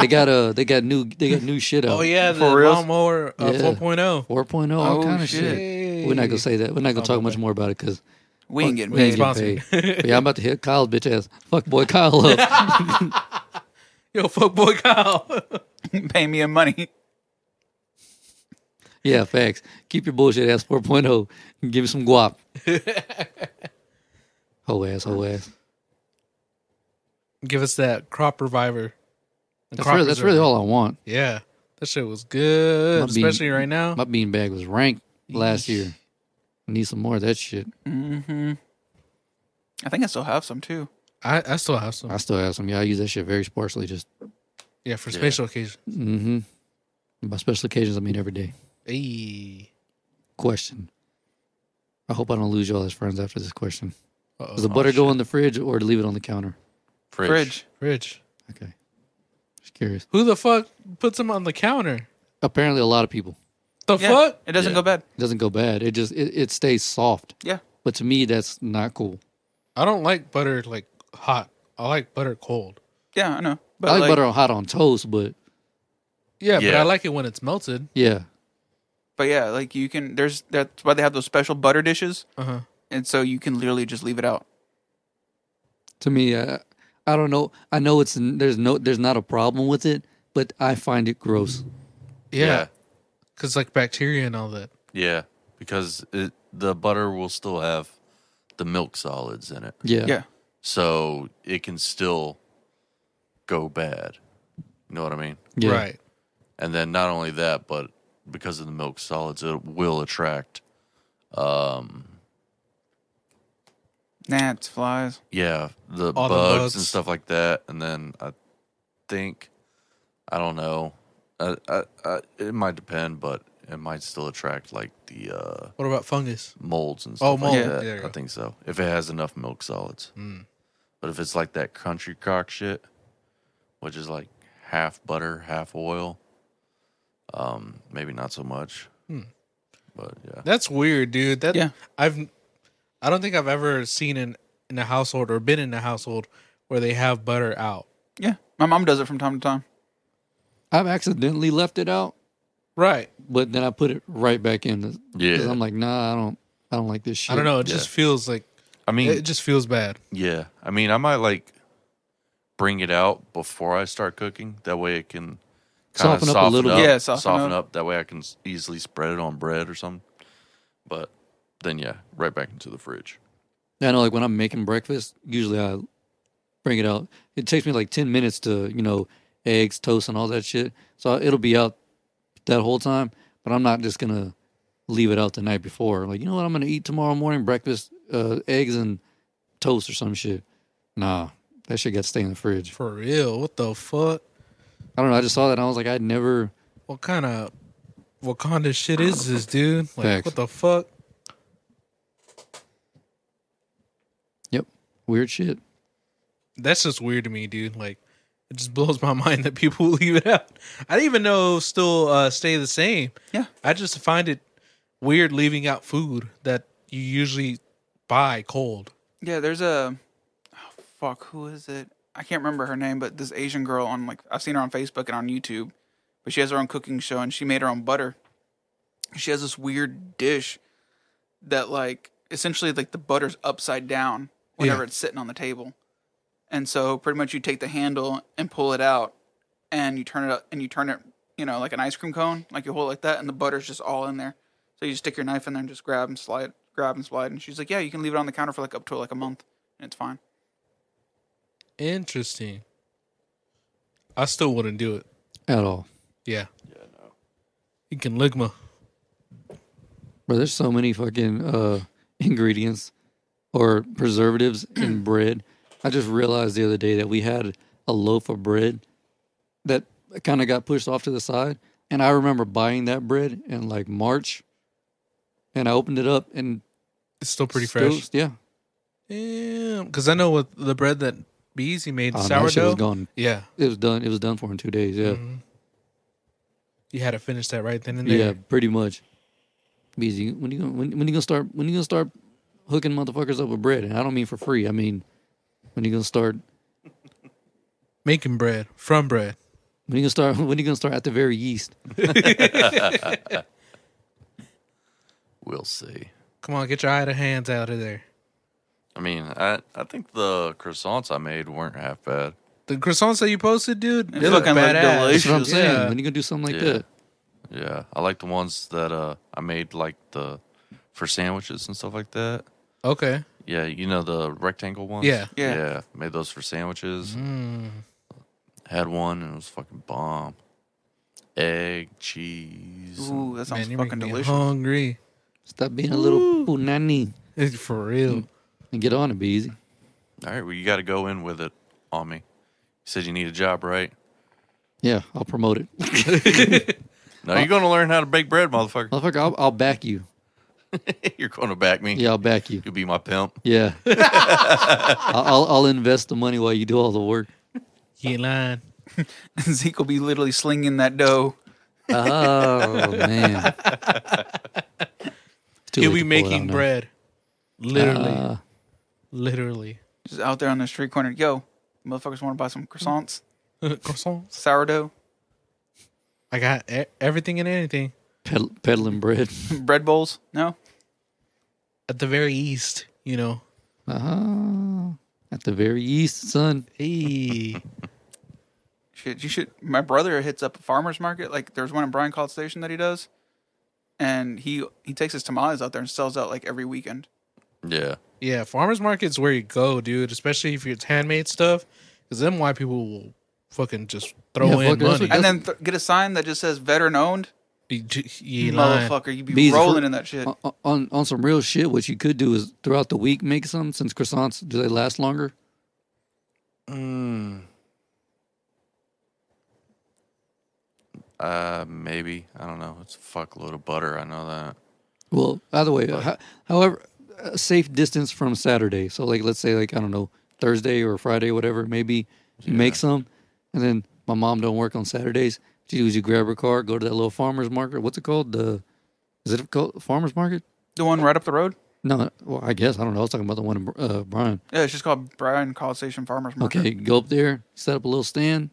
S1: [laughs] they got uh they got new they got new shit out.
S2: Oh, yeah, the
S4: For reals?
S2: lawnmower uh,
S1: Yeah.
S2: 4.0.
S1: 4.0 all
S4: Oh,
S1: kind of shit. We're not gonna say that. We're not gonna talk much more about it because
S4: we ain't getting
S1: we ain't
S4: paid.
S1: getting paid. But yeah, I'm about to hit Kyle's bitch ass. Fuck boy Kyle [laughs] up.
S2: Yo, fuck boy Kyle. [laughs]
S4: [laughs] Pay me in money.
S1: yeah, facts. Keep your bullshit ass 4.0 and give me some [laughs] guap. Ho ass, ho ass.
S2: Give us that crop reviver. The
S1: That's
S2: crop
S1: really, that's
S2: preserver.
S1: really all I want.
S2: Yeah. That shit was good,
S1: My bean-
S2: especially right now.
S1: My beanbag was ranked last year. I need some more of that shit.
S4: I think I still have some too.
S2: I, I still have some.
S1: I still have some. Yeah, I use that shit very sparsely. Just
S2: Yeah, for special occasions.
S1: mm-hmm. by special occasions, I mean every day.
S2: Hey.
S1: Question. I hope I don't lose y'all as friends after this question. Does the
S4: Oh,
S2: Uh-oh.
S1: butter go in the fridge or leave it on the counter?
S3: Fridge.
S4: Fridge.
S2: Rich.
S1: Okay. Just curious.
S2: Who the fuck puts them on the counter?
S1: Apparently, a lot of people.
S2: The
S4: Yeah,
S2: fuck?
S4: It doesn't
S3: Yeah.
S4: go bad.
S1: It doesn't go bad. It just it, it stays soft.
S4: Yeah.
S1: But to me, that's not cool.
S2: I don't like butter like hot. I like butter cold.
S4: Yeah, I know. But
S1: I like,
S4: like,
S1: butter on hot on toast, but
S2: Yeah, but
S3: Yeah.
S2: I like it when it's melted.
S1: yeah,
S4: But yeah, like you can. There's that's why they have those special butter dishes,
S2: Uh huh.
S4: and so you can literally just leave it out.
S1: to me, I, I don't know. I know it's there's no there's not a problem with it, but I find it gross.
S2: Yeah, because like bacteria and all that.
S3: Yeah. yeah. Because it, the butter will still have the milk solids in it.
S1: Yeah,
S4: Yeah.
S3: So it can still go bad. You know what I mean?
S1: yeah.
S2: Right.
S3: And then not only that, but because of the milk solids, it will attract, um,
S4: Nah, it's flies.
S3: yeah, the
S2: All the
S3: bugs, and
S2: bugs.
S3: stuff like that. And then I think, I don't know, I, I, I, it might depend, but it might still attract like the uh,
S2: What about fungus?
S3: molds and stuff
S2: Oh,
S3: like
S2: mold.
S3: that.
S2: There you
S3: I
S2: go.
S3: think so. If it has enough milk solids.
S2: Hmm.
S3: But if it's like that country cock shit, which is like half butter, half oil, um, maybe not so much.
S2: Hmm.
S3: But yeah.
S2: That's weird, dude. That
S4: Yeah.
S2: I've I don't think I've ever seen in in a household or been in a household where they have butter out.
S4: Yeah, my mom does it from time to time.
S1: I've accidentally left it out,
S2: Right.
S1: but then I put it right back in. 'cause
S3: Yeah.
S1: I'm like, nah, I don't, I don't like this shit.
S2: I don't know. It just feels like
S3: I mean,
S2: it just feels bad.
S3: yeah. I mean, I might like bring it out before I start cooking. That way it can kinda
S1: Soften up a little bit.
S4: Yeah, soften up.
S3: That way I can s- easily spread it on bread or something. But then yeah, right back into the fridge.
S1: I know, like when I'm making breakfast, usually I bring it out. It takes me like ten minutes to, you know, eggs, toast, and all that shit. So it'll be out that whole time. But I'm not just gonna leave it out the night before. Like, you know what? I'm gonna eat tomorrow morning breakfast, uh, eggs and toast or some shit. Nah, that shit got to stay in the fridge.
S2: For real? What the fuck?
S1: I don't know. I just saw that and I was like, I'd never.
S2: What kind of Wakanda shit is this, dude? Like,
S1: Facts.
S2: what the fuck?
S1: Yep, weird shit.
S2: That's just weird to me, dude. Like, it just [laughs] blows my mind that people [laughs] leave it out. I didn't even know it was still uh, stay the same.
S4: Yeah.
S2: I just find it weird leaving out food that you usually buy cold.
S4: Yeah, there's a oh, fuck. Who is it? I can't remember her name, but this Asian girl on like I've seen her on Facebook and on YouTube, but she has her own cooking show and she made her own butter. She has this weird dish that like essentially like the butter's upside down whenever
S2: Yeah.
S4: it's sitting on the table, and so pretty much you take the handle and pull it out, and you turn it up and you turn it you know like an ice cream cone like you hold it like that and the butter's just all in there. So you stick your knife in there and just grab and slide, grab and slide. And she's like, "Yeah, you can leave it on the counter for like up to like a month, and it's fine."
S2: Interesting. I still wouldn't do it.
S1: At all.
S2: Yeah. Yeah, no. You can ligma.
S1: Bro, there's so many fucking uh, ingredients or preservatives
S2: [clears throat]
S1: in bread. I just realized the other day that we had a loaf of bread that kind of got pushed off to the side. And I remember buying that bread in like March. And I opened it up and
S2: It's still pretty
S1: still-
S2: fresh.
S1: Yeah.
S2: Damn. Because I know with the bread that Beezy made,
S1: Oh, no, that shit was
S2: sourdough. Mm,
S1: gone.
S2: yeah. Mm-hmm.
S1: It was done. It was done for in two days. Yeah.
S2: You had to finish that right then and there.
S1: Yeah, pretty much. BZ, when you gonna when, when you gonna start when you gonna start hooking motherfuckers up with bread? And I don't mean for free. I mean when you gonna start
S2: Making bread from bread.
S1: when you gonna start [laughs] when you gonna start at the very yeast.
S3: We'll see.
S2: Come on, get your idle hands out of there.
S3: I mean, I I think the croissants I made weren't half bad.
S2: The croissants that you posted, dude, they look
S4: fucking look
S2: badass.
S1: That's
S4: delicious.
S1: what I'm
S2: Yeah.
S1: saying. When you gonna do something like
S3: Yeah.
S1: that?
S3: Yeah, I like the ones that uh I made like the for sandwiches and stuff like that.
S2: Okay.
S3: Yeah, you know the rectangle ones.
S2: Yeah.
S4: Yeah.
S3: yeah. Made those for sandwiches. Had one and it was fucking bomb. Egg, cheese. and-
S4: Ooh, that sounds
S2: Man, you're
S4: fucking
S2: making
S4: delicious.
S2: me hungry.
S1: Stop being a little punani
S2: For real.
S1: and get on it, E BZ.
S3: All right, well you got to go in with it on me. You said you need a job, right?
S1: Yeah, I'll promote it, [laughs]
S3: No, you're gonna learn how to bake bread, motherfucker. [laughs]
S1: motherfucker. I'll, I'll back you.
S3: you're gonna back me.
S1: Yeah, I'll back you.
S3: You'll be my pimp.
S2: [laughs]
S1: Yeah, I'll, I'll I'll invest the money while you do all the
S2: [laughs]
S1: work.
S2: You ain't lying.
S4: Zeke will be literally slinging that dough.
S1: Oh man. It's too
S2: He'll
S1: late to pull it
S2: be
S1: out
S2: making
S1: now.
S2: bread. Literally.
S1: Uh,
S2: Literally. [laughs]
S4: Just out there on the street corner. Yo, motherfuckers want to buy some croissants,
S2: croissants.
S4: sourdough, [laughs]
S2: I got e- everything and anything
S1: ped- peddling bread. [laughs]
S4: bread bowls? No,
S2: at the very east, you know.
S1: Uh-huh. At the very east, son.
S2: Hey.
S4: shit. You should. My brother hits up a farmer's market. Like there's one in Bryan College Station that he does, and he he takes his tamales out there and sells out like every weekend.
S3: Yeah.
S2: yeah, farmers market's where you go, dude, especially if it's handmade stuff. Because then white people will fucking just throw
S1: Yeah, fuck,
S2: in
S1: that's what
S2: money.
S1: does-
S4: And then th- get a sign that just says veteran owned.
S2: You j- you ain't lying.
S4: Motherfucker, you be
S1: Bees-
S4: rolling in that shit.
S1: On, on on some real shit, what you could do is throughout the week make some since croissants do they last longer? mm.
S3: Uh, maybe I don't know. It's a fuckload of butter. I know that.
S1: Well, either way, ho- however, a safe distance from Saturday. So like let's say like I don't know, Thursday or Friday whatever, maybe you make some and then my mom don't work on Saturdays. She do is you grab her car, go to that little farmers market. What's it called? The is it called farmers market?
S4: The one right up the road.
S1: No, well, I guess I don't know. I was talking about the one in Br- uh, Bryan.
S4: Yeah, it's just called Bryan College Station Farmers Market.
S1: Okay, go up there, set up a little stand.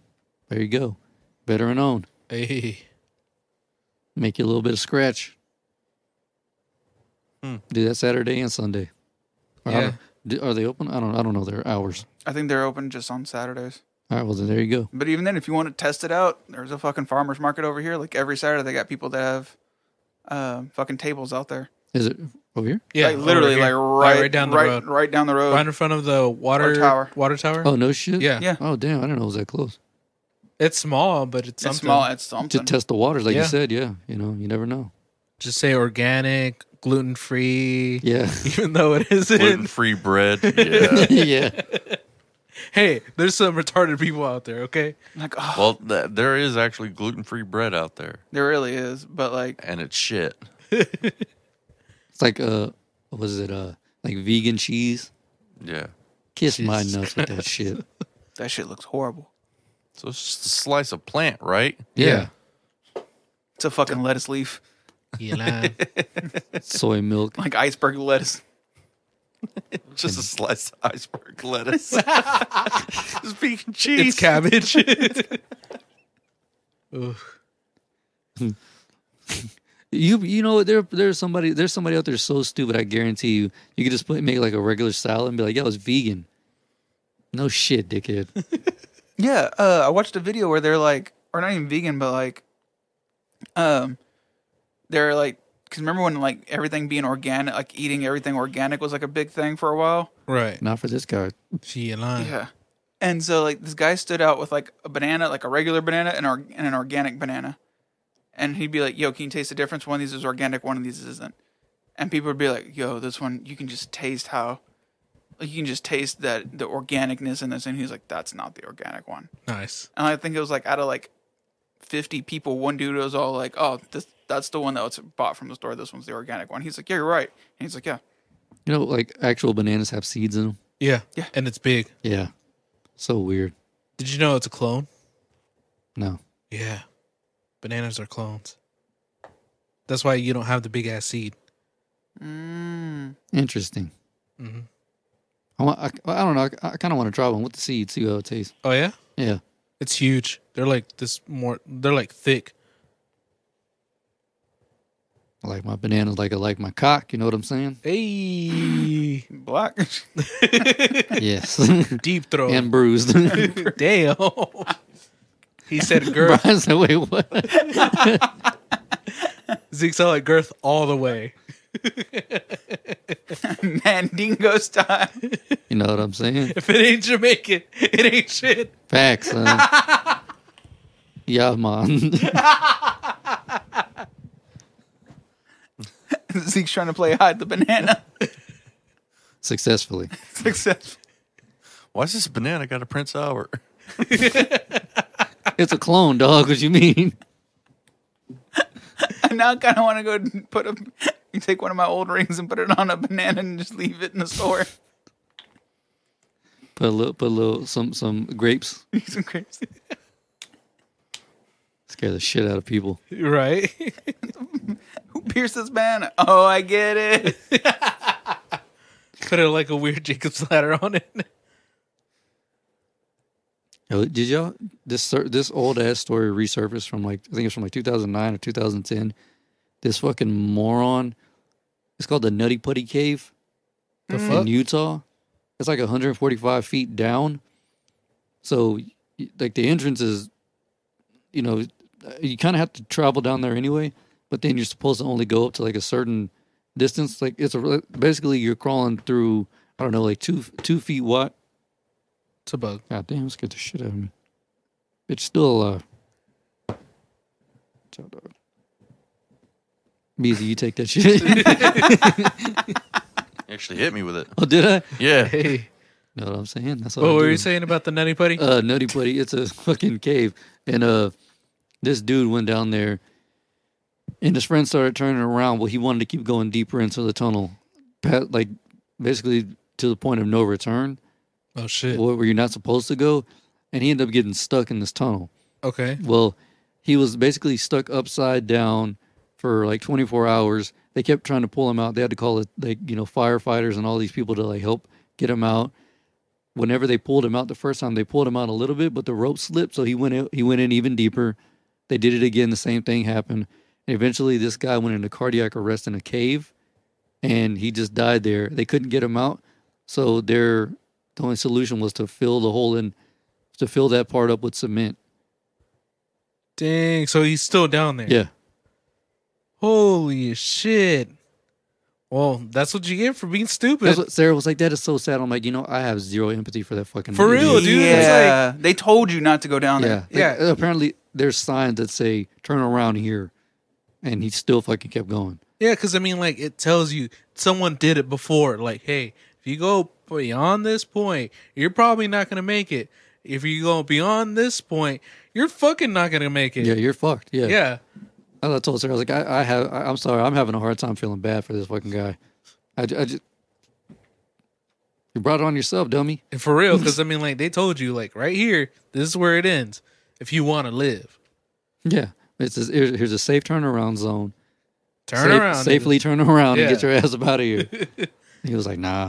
S1: There you go. Veteran owned.
S2: Hey.
S1: Make you a little bit of scratch. Do that Saturday and Sunday. Or I
S2: Hmm. Yeah.
S1: don't- do- Are they open? I don't. I don't know their hours.
S4: I think they're open just on Saturdays.
S1: All right, well then there you go.
S4: But even then, if you want to test it out, there's a fucking farmers market over here. Like every Saturday, they got people that have uh, fucking tables out there.
S1: Is it over here?
S2: Yeah,
S4: like literally,
S2: over
S4: like
S2: here.
S4: right,
S2: down the
S4: right,
S2: road,
S4: right down the road.
S2: right in front of the water
S4: tower.
S2: Water tower.
S1: Oh no shit.
S2: yeah.
S4: yeah.
S1: Oh damn, I didn't know it was that close.
S2: it's small, but it's
S4: it's
S2: something.
S4: small. It's
S1: To
S4: something.
S1: test the waters, like
S2: Yeah.
S1: you said, yeah. You know, you never know.
S2: Just say organic, gluten free.
S1: Yeah. [laughs]
S2: Even though it
S3: Gluten
S2: isn't.
S3: free bread. Yeah.
S1: yeah.
S2: Hey, there's some retarded people out there. Okay,
S4: like, oh,
S3: well, th- there is actually gluten free bread out there,
S4: there really is. But like,
S3: and it's shit.
S1: It's like uh what was it? Uh like vegan cheese.
S3: Yeah.
S1: Kiss my
S2: Jesus
S1: nuts with that
S2: [laughs]
S1: shit.
S4: that shit looks horrible.
S3: So it's just a slice of plant, right? [laughs]
S1: Yeah.
S4: It's a fucking lettuce leaf,
S2: you lying.
S1: Soy milk.
S4: like iceberg lettuce.
S3: Just a slice of
S1: [laughs]
S3: iceberg lettuce. [laughs] it's vegan cheese.
S2: [laughs] it's cabbage.
S1: You you know there there's somebody there's somebody out there so stupid I guarantee you you could just put make like a regular salad and be like yo it's vegan. No shit, dickhead.
S4: Yeah, uh, I watched a video where they're like, or not even vegan, but like, um, they're like, because remember when like everything being organic, like eating everything organic was like a big thing for a while.
S2: right.
S1: Not for this guy.
S2: She lying.
S4: Yeah. And so like this guy stood out with like a banana, like a regular banana and, or- and an organic banana. And he'd be like, "Yo, can you taste the difference? One of these is organic, one of these isn't." And people would be like, "Yo, this one you can just taste how like you can just taste that the organicness in this." And he's like, "That's not the organic one."
S2: Nice.
S4: And I think it was like out of like 50 people, one dude was all like, "Oh, this that's the one that was bought from the store. This one's the organic one." He's like, "Yeah, you're right." And he's like, "Yeah."
S1: You know, like actual bananas have seeds in them.
S2: Yeah.
S4: Yeah.
S2: And it's big.
S1: Yeah. So weird.
S2: Did you know it's a clone?
S1: No.
S2: Yeah. Bananas are clones. That's why you don't have the big ass seed.
S4: Mm.
S1: Interesting.
S2: Mhm.
S1: I, want, I, I don't know. I, I kind of want to try one with the seeds, see how it tastes.
S2: Oh yeah,
S1: Yeah.
S2: it's huge. They're like this more. They're like thick.
S1: I like my bananas like I like my cock. You know what I'm saying?
S2: Hey,
S4: Black. [laughs]
S1: yes.
S2: deep throat.
S1: and bruised. [laughs]
S2: [laughs] Damn. he said girth.
S1: Brian said, wait, what?
S2: Zeke said like girth all the way.
S4: Mandingo style.
S1: You know what I'm saying?
S2: If it ain't Jamaican, it ain't shit.
S1: Facts, son. yeah, man. [laughs]
S4: [laughs] Zeke's trying to play hide
S2: [laughs]
S4: the banana
S1: Successfully.
S4: successful.
S3: Why's this banana got a Prince Albert? [laughs]
S1: It's a clone, dog. What you mean?
S4: I now kind of want to go and put a you take one of my old rings and put it on a banana and just leave it in the store. [laughs]
S1: Put a little, put a little, some, some grapes.
S4: Some grapes.
S1: Scare the shit out of people.
S2: Right? [laughs]
S4: Who pierced this banana? Oh, I get it.
S2: Put it like a weird Jacob's ladder on it.
S1: Yo, Did y'all this sur- this old ass story resurfaced from like I think it's from like 2009 or 2010? This fucking moron. It's called the Nutty Putty Cave
S2: The
S1: in Utah. It's like 145 feet down. So, y- like the entrance is, you know, you kind of have to travel down there anyway. But then you're supposed to only go up to like a certain distance. Like it's a, basically you're crawling through I don't know like two two feet wide.
S2: It's a bug.
S1: God damn, scared the shit out of me. It's still uh Chow dog. Beezy, you take that shit.
S2: [laughs]
S1: [laughs]
S3: He Actually hit me with it.
S1: oh, did I?
S3: Yeah.
S2: Hey.
S1: Know what I'm saying? That's all I
S2: What were
S1: do.
S2: you saying about the nutty putty?
S1: Uh Nutty Putty, it's a fucking cave. And uh this dude went down there and his friend started turning around. Well, he wanted to keep going deeper into the tunnel. Pat, like basically to the point of no return,
S2: oh shit.
S1: where where you're not supposed to go. And he ended up getting stuck in this tunnel.
S2: Okay.
S1: Well, he was basically stuck upside down for like 24 hours. They kept trying to pull him out. They had to call it like you know firefighters and all these people to like help get him out. Whenever they pulled him out the first time, they pulled him out a little bit, but the rope slipped, so he went in, he went in even deeper. They did it again. The same thing happened. And eventually, this guy went into cardiac arrest in a cave, and he just died there. They couldn't get him out, so their the only solution was to fill the hole in to fill that part up with cement.
S2: Dang. So he's still down there.
S1: Yeah.
S2: Holy shit. Well, that's what you get for being stupid.
S1: That's what Sarah was like, that is so sad. I'm like, you know, I have zero empathy for that fucking
S2: For
S1: idiot.
S2: real, Oh, dude, it's
S4: Yeah, they told you not to go down
S1: Yeah.
S4: there.
S1: Like,
S2: Yeah.
S1: Apparently, there's signs that say, turn around here. And he still fucking kept going.
S2: Yeah, because I mean, like, it tells you someone did it before. Like, hey, if you go beyond this point, you're probably not going to make it. If you go beyond this point, you're fucking not going to make it.
S1: Yeah,
S2: Yeah.
S1: you're fucked. Yeah. As I told Sarah, I was like, I, I have, I, I'm sorry, I'm having a hard time feeling bad for this fucking guy. I, ju- I just, you brought it on yourself, dummy.
S2: And for real, because I mean, like, they told you, like, right here, this is where it ends if you want to live.
S1: Yeah. It's a, here's here's a safe turnaround zone.
S2: Turn
S1: Safe-
S2: around. nigga.
S1: Safely turn around and get
S2: Yeah.
S1: your ass up out of
S2: [laughs]
S1: here. he was like, nah,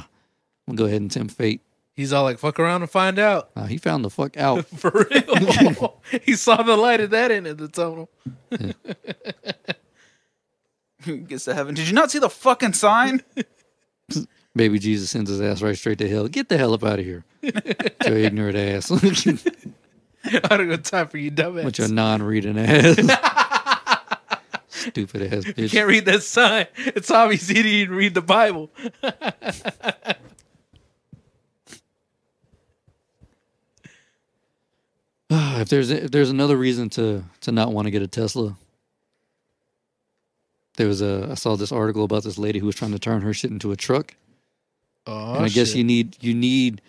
S1: I'm going to go ahead and tempt fate.
S2: He's all like, fuck around and find out. [laughs]
S1: Nah, he found the fuck out.
S2: For real. [laughs] he saw the light at that end of the tunnel. [laughs]
S4: [laughs] Gets to heaven. Did you not see the
S2: [laughs]
S4: fucking sign?
S1: Baby Jesus sends his ass right straight to hell. Get the hell up out of here. Your ignorant ass. [laughs] With
S2: I don't got time for you, dumbass.
S1: your non reading ass. Stupid ass bitch.
S2: Can't read that sign. It's obvious he didn't even read the Bible.
S1: [sighs] if there's if there's another reason to to not want to get a Tesla, there was a I saw this article about this lady who was trying to turn her shit into a truck.
S2: Oh,
S1: and I guess you need you need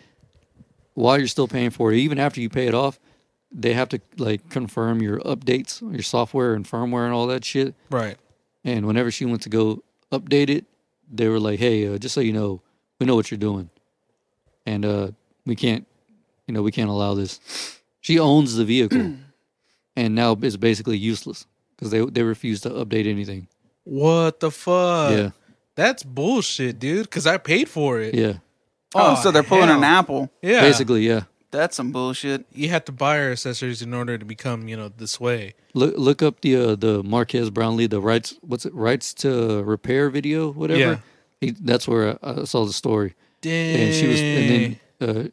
S1: while you're still paying for it, even after you pay it off, they have to like confirm your updates, your software and firmware and all that shit.
S2: right.
S1: And whenever she went to go update it, they were like, "Hey, uh, just so you know, we know what you're doing, and uh, we can't, you know, we can't allow this." She owns the vehicle, and now it's basically useless because they they refuse to update anything.
S2: What the fuck?
S1: yeah,
S2: That's bullshit, dude. Because I paid for it.
S1: yeah,
S4: Oh, so they're pulling
S2: hell.
S4: an apple.
S2: Yeah.
S1: basically, yeah.
S4: That's some bullshit.
S2: you have to buy her accessories in order to become, you know, this way.
S1: Look look up the uh, the Marquez Brownlee the rights what's it rights to repair video whatever.
S2: Yeah.
S1: He, that's where I, I saw the story.
S2: Dang.
S1: and she was and then uh,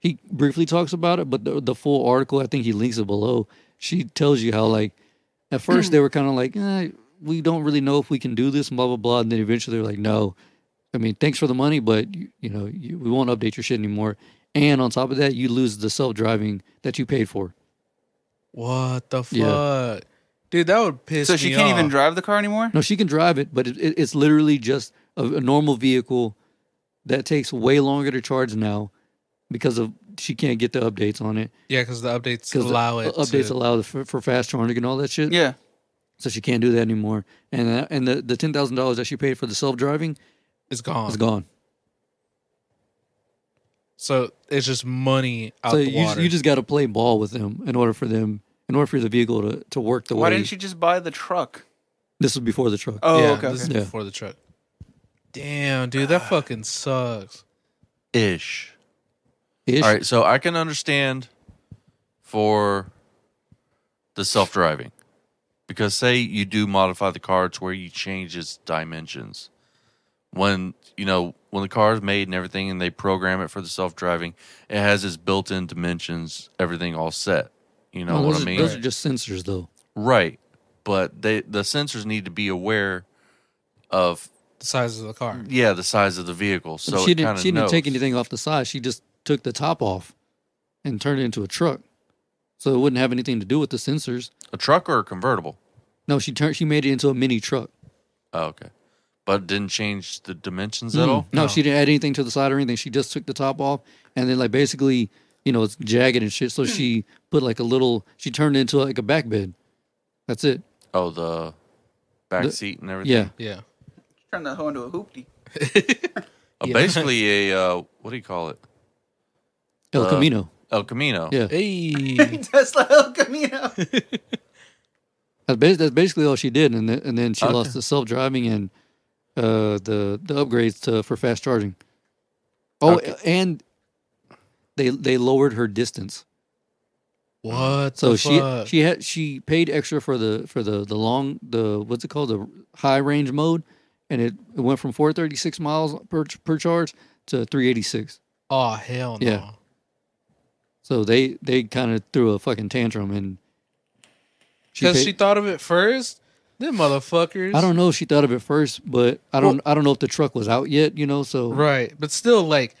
S1: he briefly talks about it but the, the full article i think he links it below she tells you how like at first they were kind of like eh, we don't really know if we can do this and blah blah blah and then eventually they're like no i mean thanks for the money but you, you know you, we won't update your shit anymore and on top of that you lose the self-driving that you paid for
S2: what the fuck?
S1: Yeah.
S2: Dude, that would piss
S4: So she
S2: me
S4: can't even
S2: off.
S4: drive the car anymore.
S1: no she can drive it but it, it, it's literally just a, a normal vehicle that takes way longer to charge now because of she can't get the updates on it
S2: Yeah, because the updates
S1: because
S2: allow
S1: the
S2: it.
S1: updates
S2: to-
S1: allow for, for fast charging and all that shit.
S4: Yeah,
S1: So she can't do that anymore. And uh, and the, the ten thousand dollars that she paid for the self driving
S2: it's gone.
S1: is gone.
S2: So it's just money out
S1: so
S2: the
S1: you
S2: water.
S1: you just got to play ball with them in order for them in order for the vehicle to, to work the
S4: Why
S1: way.
S4: didn't you just buy the truck?
S1: This was before the truck.
S4: Oh,
S2: yeah,
S4: okay.
S2: This is
S4: okay. Ah.
S1: okay. Yeah.
S2: before the truck. Damn, dude, that fucking sucks.
S3: ish.
S1: Ish.
S3: All right, so I can understand for the self driving because say you do modify the car to where you change its dimensions. When you know when the car is made and everything, and they program it for the self driving, it has its built in dimensions, everything all set. You know
S1: No,
S3: what
S1: those
S3: I
S1: are-
S3: mean?
S1: Those are just sensors, though.
S3: Right, but they the sensors need to be aware of
S2: The size of the car.
S1: Mm.
S3: yeah the size of the vehicle. So
S1: she
S3: it
S1: didn't
S3: kinda
S1: she didn't
S3: knows.
S1: take anything off the side. She just took the top off and turned it into a truck. So it wouldn't have anything to do with the sensors.
S3: a truck or a convertible.
S1: No, she turned she made it into a mini truck.
S3: Oh, okay. But it didn't change the dimensions at all?
S1: Mm, Hmm. No, she didn't add anything to the side or anything. She just took the top off and then like basically, you know, it's jagged and shit. So
S3: [clears throat]
S1: she put like a little. She turned it into like a back bed. That's it.
S3: Oh, the back
S1: The-
S3: seat and everything?
S1: Yeah,
S2: Yeah.
S4: Turn that hoe into a hoopty.
S3: Uh,
S1: [laughs]
S2: Yeah.
S3: Basically, a, uh, what do you call it?
S1: El
S3: Uh,
S1: Camino.
S3: El Camino.
S1: Yeah,
S4: [laughs]
S2: Hey.
S4: Tesla El Camino.
S1: that's, bas- that's basically all she did. And then, and then she
S3: Okay.
S1: lost the self driving and uh, the the upgrades to for fast charging. Oh,
S3: Okay.
S1: and they they lowered her distance.
S2: What
S1: So
S2: the
S1: she
S2: fuck?
S1: she had she paid extra for the for the the long the what's it called the high range mode, and it, it went from 436 miles per per charge to 386.
S2: oh hell no.
S1: Yeah. So they they kind of threw a fucking tantrum and she
S2: because
S1: paid-
S2: she thought of it first. Them motherfuckers.
S1: I don't know if she thought of it first, but I don't I don't know if the truck was out yet, you know, so
S2: Right, but still, like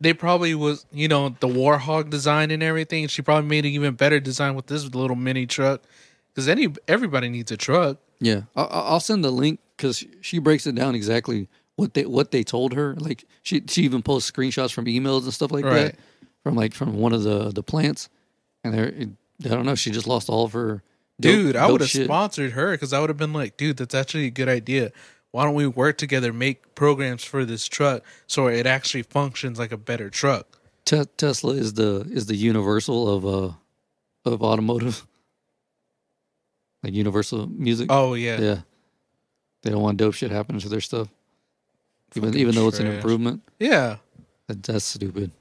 S2: they probably was you know the Warhog design and everything. She probably made an even better design with this little mini truck because any everybody needs a truck.
S1: yeah. I I- I'll send the link cuz she breaks it down exactly what they what they told her. Like she she even posts screenshots from emails and stuff like
S2: Right.
S1: that from like from one of the the plants and there I don't know, she just lost all of her dope-
S2: Dude, I
S1: dope
S2: would have
S1: shit.
S2: sponsored her because I would have been like, dude, that's actually a good idea. Why don't we work together, make programs for this truck so it actually functions like a better truck?
S1: Te- Tesla is the is the universal of uh of automotive, [laughs] like universal music.
S2: Oh yeah,
S1: yeah, they don't want dope shit happening to their stuff, even
S2: Fucking
S1: even though it's an
S2: trash.
S1: improvement.
S2: yeah,
S1: That, that's stupid.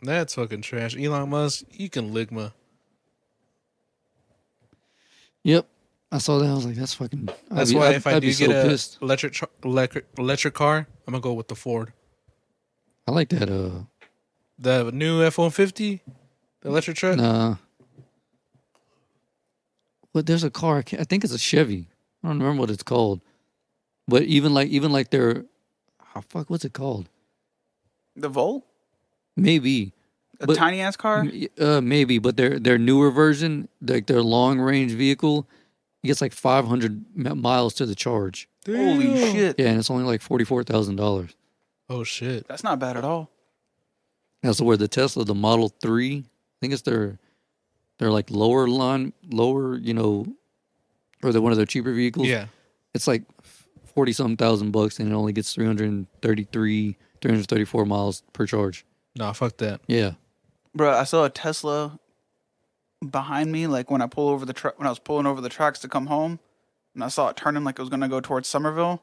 S2: that's fucking trash. Elon Musk, you can ligma.
S1: Yep, I saw that. I was like, that's fucking. I'd
S2: That's
S1: be-
S2: why
S1: I'd-
S2: if I
S1: I'd
S2: do
S1: be
S2: get
S1: so
S2: a
S1: pissed.
S2: electric tr- electric electric car, I'm gonna go with the Ford.
S1: I like that. Uh,
S2: The new F one fifty, the electric truck.
S1: nah. But there's a car. I can't- I think it's a Chevy. I don't remember what it's called. But even like even like their, oh, fuck, what's it called?
S4: The Volt,
S1: Maybe.
S4: a
S1: But-
S4: tiny ass car.
S1: M- Uh, maybe, but their their newer version, like their long range vehicle, gets like 500 mi- miles to the charge.
S4: Holy
S2: Damn.
S4: shit,
S1: Yeah, and it's only like forty four thousand dollars.
S2: Oh shit!
S4: that's not bad at all.
S1: That's where the Tesla, the Model Three, I think it's their their like lower line, lower, you know, or they're one of their cheaper vehicles.
S2: Yeah,
S1: it's like forty some thousand bucks, and it only gets 333, 334 miles per charge.
S2: nah, fuck that.
S1: Yeah,
S4: bro i saw a tesla behind me like when i pull over the truck when i was pulling over the tracks to come home and i saw it turning like it was gonna go towards somerville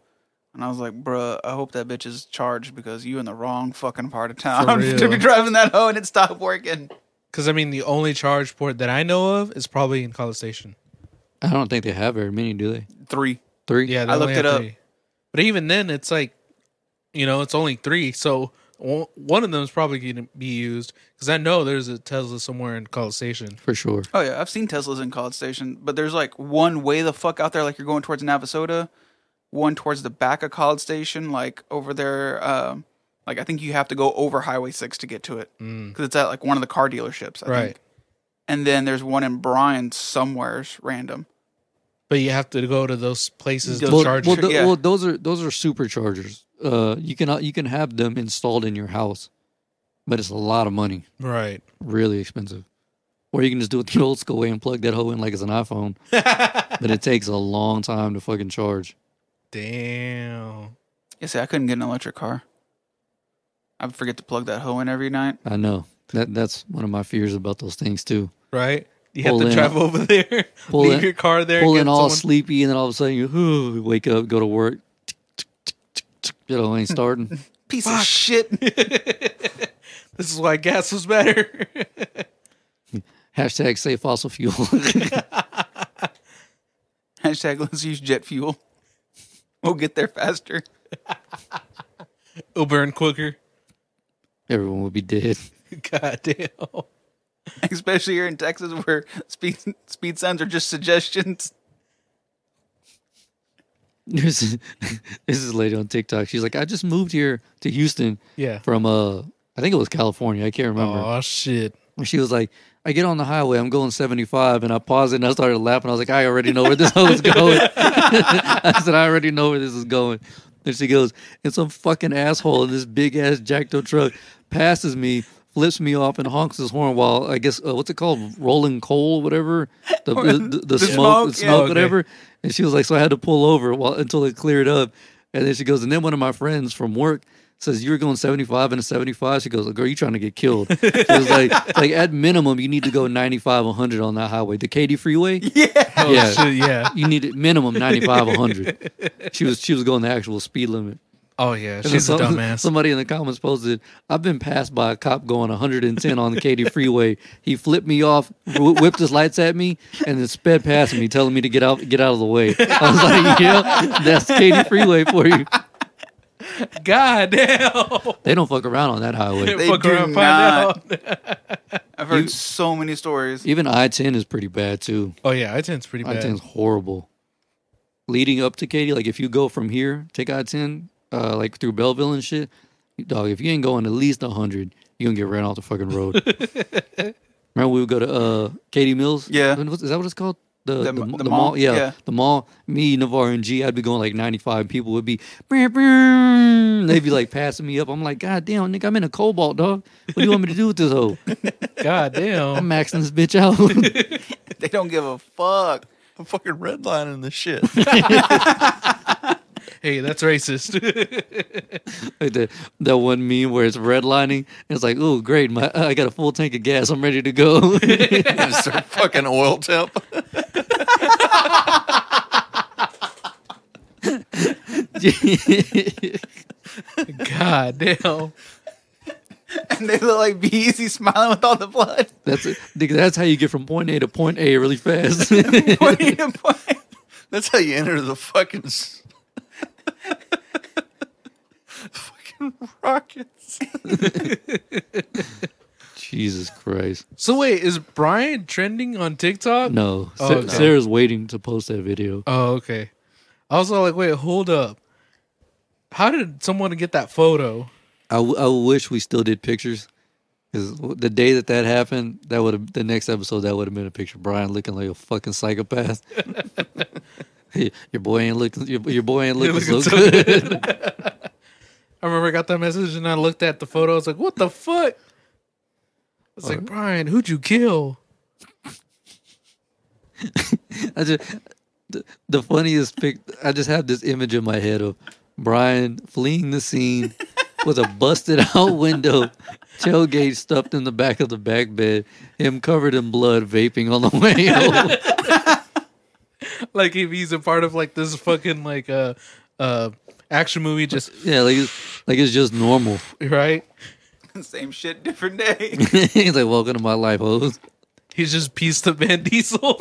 S4: and i was like bruh i hope that bitch is charged because you in the wrong fucking part of town [laughs] to
S2: real.
S4: be driving that hoe and it stopped working
S2: Because I mean, the only charge port that I know of is probably in College Station.
S1: I don't think they have very many, do they?
S4: three
S1: Three.
S2: Yeah, they
S4: I
S2: only
S4: looked
S2: have
S4: it up.
S2: three. But even then, it's like, you know, it's only three. So one one of them is probably going to be used because I know there's a Tesla somewhere in College Station.
S1: for sure.
S4: Oh yeah, I've seen Teslas in College Station, but there's like one way the fuck out there, like you're going towards Navasota, one towards the back of College Station, like over there. Um, like I think you have to go over Highway Six to get to it because
S2: Mm.
S4: it's at like one of the car dealerships, I
S2: Right.
S4: Think. And then there's one in Bryan somewhere's random.
S2: But you have to go to those places to
S4: Well-
S2: charge.
S1: Well,
S2: it.
S1: th-
S4: yeah.
S1: well, those are those are superchargers. Uh, you can you can have them installed in your house, but it's a lot of money,
S2: right.
S1: really expensive. Or you can just do it the [laughs] old school way and plug that hoe in like it's an iPhone. but it takes a long time to fucking charge.
S2: Damn.
S4: Yeah, see, I couldn't get an electric car. I forget to plug that hoe in every night.
S1: I know that that's one of my fears about those things too.
S2: Right. You
S1: Pull
S2: have to
S1: in-
S2: drive over there, [laughs]
S1: pull
S2: leave
S1: in-
S2: your car there,
S1: Pulling
S2: get
S1: all
S2: someone-
S1: sleepy, and then all of a sudden you "Ooh," wake up, go to work. [laughs] You know, ain't
S2: [laughs]
S1: starting.
S4: Piece of Ah, shit. [laughs]
S2: This is why gas was better. [laughs]
S1: Hashtag save fossil fuel. [laughs]
S4: Hashtag let's use jet fuel. [laughs] We'll get there faster. [laughs]
S2: It'll burn [laughs] quicker.
S1: Everyone would be dead. [laughs]
S2: God damn.
S4: especially here in Texas where speed speed signs are just suggestions.
S1: There's this [laughs] is lady on TikTok. She's like, I just moved here to Houston
S2: Yeah.
S1: from uh, I think it was California. I can't remember.
S2: Oh shit.
S1: And She was like, I get on the highway, I'm going 75, and I paused it and I started laughing. I was like, I already know where this [laughs] hoe is going. [laughs] I said, I already know where this is going. And she goes, and some fucking asshole in this big ass Jackdo truck passes me, flips me off, and honks his horn while I guess uh, what's it called, rolling coal, whatever, the the, the, the smoke,
S4: smoke,
S1: the
S4: yeah.
S1: smoke,
S2: Okay.
S1: whatever. And she was like, so I had to pull over while until it cleared up. And then she goes, and then one of my friends from work says you were going 75 and a 75. She goes, girl, you trying to get killed? She was like, like at minimum, you need to go 95, 100 on that highway, the Katy Freeway.
S2: Oh
S1: Yeah.
S2: shit, yeah.
S1: You need it minimum 95, 100. She was she was going the actual speed limit.
S2: Oh yeah.
S1: And then
S2: She's a
S1: some-
S2: dumbass.
S1: Somebody in the comments posted, "I've been passed by a cop going 110 on the Katy freeway. He flipped me off, wh- whipped his lights at me, and then sped past me, telling me to get out, get out of the way." I was like, "Yeah, that's Katy freeway for you."
S2: God damn.
S1: They don't fuck around on that highway.
S4: They
S2: Fuck
S4: do
S2: around,
S4: not.
S2: find out.
S4: I've heard so many stories.
S1: Even I ten is pretty bad too.
S2: Oh yeah, I ten's pretty
S1: I
S2: bad.
S1: ten's horrible. Leading up to Katy, like if you go from here, take I ten, uh, like through Belleville and shit, dog. If you ain't going at least hundred, you gonna get ran off the fucking road. Remember we would go to uh, Katy Mills.
S4: Yeah.
S1: And what's- is that what it's called? The the,
S4: The m-
S1: the
S4: the
S1: mall.
S4: mall?
S1: Yeah,
S4: Yeah.
S1: the mall. Me, Navarre, and G. I'd be going like ninety five. People would be, "Brr, brr." they'd be like passing me up. I'm like, God damn, nigga, I'm in a cobalt, dog. What do you want me to do with this hoe? [laughs]
S2: God
S1: I'm
S2: damn.
S1: maxing this bitch out. [laughs]
S4: They don't give a fuck.
S3: I'm fucking redlining this [laughs] shit.
S2: Hey, that's racist. [laughs]
S1: Like the that one meme where it's redlining. And it's like, oh, great, my I got a full tank of gas. I'm ready to go. [laughs]
S3: Is there fucking oil tip?
S2: God damn.
S4: And they look like Beezy smiling with all the blood. [laughs]
S1: that's nigga, that's how you get from point A to point A really fast. [laughs]
S4: Pointing to point.
S3: [laughs]
S4: [laughs]
S3: That's how you enter the fucking s- fucking rockets.
S1: Jesus Christ.
S2: So wait, is Brian trending on TikTok?
S1: No.
S2: Oh,
S1: Sa-
S2: no.
S1: Sarah's waiting to post that video.
S2: Oh, okay. I was all like, wait, hold up. How did someone get that photo?
S1: I, w- I wish we still did pictures. Because the day that that happened, that would have the next episode that would have been a picture of Brian looking like a fucking psychopath. [laughs] your boy ain't looking. Your, your boy ain't looking, so
S2: looking so
S1: good.
S2: I remember I got that message and I looked at the photo. I was like, what the fuck? It's like, Brian, who'd you kill? [laughs]
S1: I just the, the funniest pic. I just have this image in my head of Brian fleeing the scene with a busted out [laughs] window, tailgate stuffed in the back of the back bed, him covered in blood, vaping on the [laughs] way home.
S2: Like if he's a part of like this fucking like uh uh action movie just
S1: yeah, like it's, like it's just normal. [laughs]
S2: right?
S4: Same shit, different day.
S1: He's like, "Welcome to my life, hoes."
S2: He's just pieced [laughs] up Van Diesel.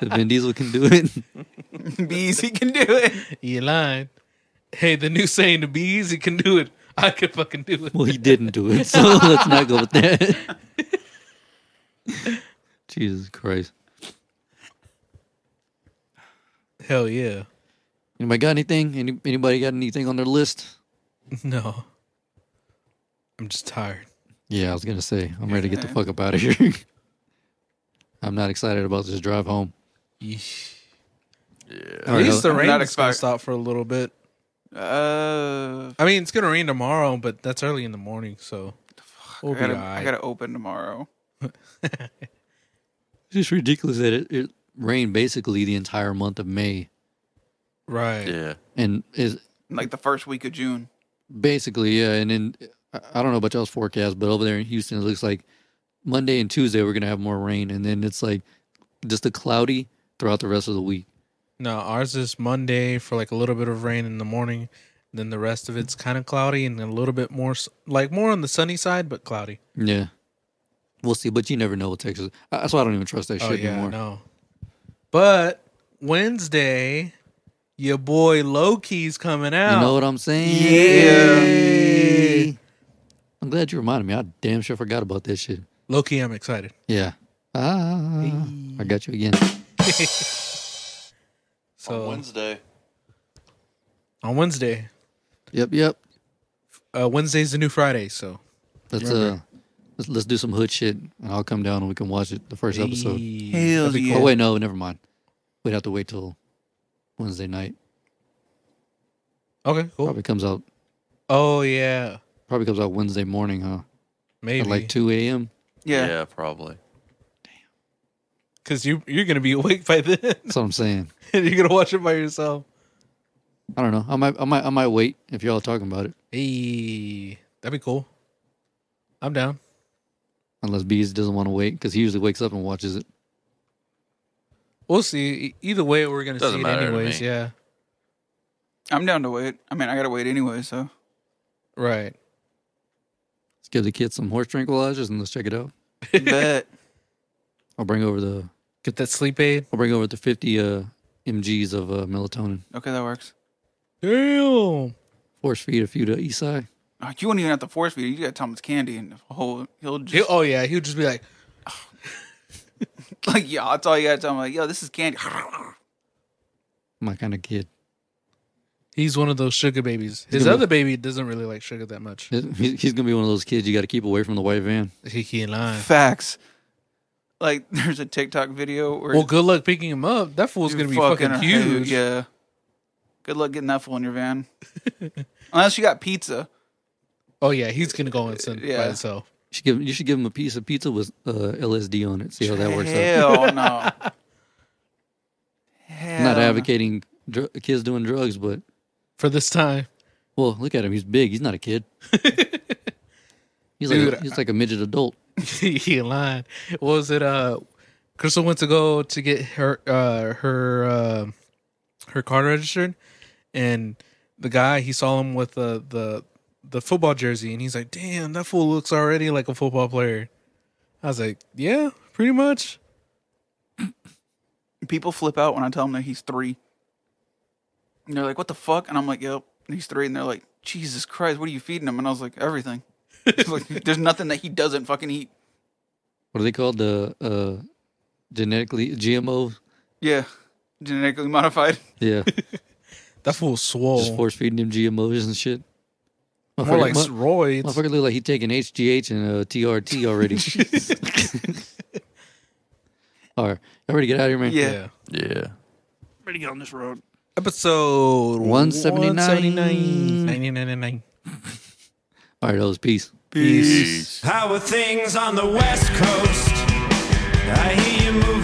S1: If Vin Diesel can do it.
S4: [laughs] Beezy can do it.
S2: you lying. Hey, the new saying to be easy can do it. I can fucking do it.
S1: Well, he didn't do it, so [laughs] let's not go with that. [laughs] Jesus Christ!
S2: Hell yeah. [laughs]
S1: Anybody got anything? Any, anybody got anything on their list?
S2: No. I'm just tired.
S1: Yeah, I was gonna say I'm ready to get the fuck up out of [laughs] here. I'm not excited about this drive home. All
S2: At
S1: right,
S2: least the
S4: I'm
S2: rain
S4: not
S2: is going
S4: expi-
S2: to stop for a little bit.
S4: Uh,
S2: I mean, it's going to rain tomorrow, but that's early in the morning, so we'll
S4: I
S2: be all
S4: gotta, I
S2: right.
S4: gotta open tomorrow.
S1: it's just ridiculous that it, it rained basically the entire month of May,
S2: Right.
S3: Yeah.
S1: and is
S4: Like the first week of June.
S1: basically yeah. And then I I don't know about y'all's forecast, but over there in Houston, it looks like Monday and Tuesday we're gonna have more rain, and then it's like just a cloudy throughout the rest of the week.
S2: No, ours is Monday for like a little bit of rain in the morning. Then the rest of it's kind of cloudy and then a little bit more, s- like more on the sunny side, but cloudy.
S1: Yeah, we'll see. But you never know with Texas. I- That's why I don't even trust that shit
S2: Oh, yeah,
S1: anymore.
S2: no. But Wednesday, your boy Loki's coming out.
S1: You know what I'm saying?
S2: Yeah.
S1: I'm glad you reminded me. I damn sure forgot about that shit.
S2: Loki, I'm excited.
S1: Yeah. Ah, I got you again.
S2: So on Wednesday,
S3: Wednesday.
S1: Yep, yep.
S2: Uh, Wednesday's the new Friday, so
S1: Let's uh,
S2: Remember.
S1: let's, let's do some hood shit, and I'll come down and we can watch it the first episode.
S2: Hey.
S4: Hell
S2: be
S4: yeah.
S1: Oh wait, no, never mind. We'd have to wait till Wednesday night.
S2: Okay, cool.
S1: Probably comes out.
S2: Oh yeah,
S1: Probably comes out Wednesday morning, huh?
S2: maybe
S1: At like two a.m.
S4: Yeah.
S3: yeah, probably.
S2: because you you're gonna be [laughs] awake by then,
S1: That's what I'm saying.
S2: and you're gonna watch it by yourself.
S1: I don't know. I might, I might, I might wait if y'all are talking about it.
S2: Hey, that'd be cool. I'm down.
S1: Unless Bees doesn't want to wait because he usually wakes up and watches it.
S2: We'll see. E- Either way, we're gonna
S3: Doesn't
S2: see it
S3: matter to
S2: anyways.
S3: me.
S2: Yeah,
S4: I'm down to wait. I mean, I gotta wait anyway, [laughs] so.
S2: right.
S1: Let's give the kids some horse tranquilizers and let's check it out.
S4: Bet.
S1: I'll bring over the
S2: Get that sleep aid.
S1: I'll bring over the 50 uh, mgs of uh, melatonin.
S4: Okay, that works.
S2: Damn.
S1: force feed a few to Isai.
S4: Oh, you wouldn't even have to force feed. it. You got Thomas Candy, and the whole he'll just
S2: He- oh yeah, he would just be like,
S4: [laughs] like, yeah, that's all you got to tell him. Like, yo, this is candy.
S1: My kind of kid.
S2: he's one of those sugar babies. His
S1: gonna be-
S2: other baby doesn't really like sugar that much.
S1: He's he's gonna be one of those kids you got to keep away from the white van.
S2: He can't lie.
S4: Facts. Like, [laughs] there's a TikTok video where
S2: Well, good luck picking him up. That fool's
S4: You're
S2: gonna be fucking,
S4: huge.
S2: huge.
S4: Yeah. Good luck getting that fool in your van. [laughs] Unless you got pizza.
S2: Oh yeah, he's gonna go instant
S4: Yeah.
S2: by himself.
S1: You should give, you should give him a piece of pizza with uh, LSD on it. See how that works out.
S4: Hell no. Hell
S1: I'm not
S4: no.
S1: advocating dr- kids doing drugs, but
S2: For this time,
S1: well, look at him. He's big. He's not a
S2: [laughs]
S1: kid. he's like
S2: Dude,
S1: a, he's like a midget adult.
S2: [laughs] he ain't lying. What was it? Uh, Crystal went to go to get her uh her uh, her car registered, and the guy he saw him with the the the football jersey, and he's like, "Damn, that fool looks already like a football player." I was like, "Yeah, pretty much."
S4: People flip out when I tell them that he's three. And they're like, what the fuck? And I'm like, yep, he's three. And they're like, Jesus Christ, what are you feeding him? And I was like, everything. [laughs] It's like, there's nothing that he doesn't fucking eat.
S1: What are they called? The uh, genetically GMO.
S4: Yeah. Genetically modified.
S2: [laughs]
S1: Yeah,
S2: That fool
S1: just
S2: swole.
S1: force feeding him GMOs and shit.
S2: More
S1: Motherfucker-
S2: like
S1: mo-
S2: steroids.
S1: Motherfucker look like he taking HGH and uh, TRT already. [laughs] All right, y'all ready to get out of here, man?
S4: Yeah.
S3: Yeah.
S2: Episode
S1: 179.
S2: 99.
S1: All right, those peace.
S3: Peace.
S6: How are things on the West Coast? I hear you moving.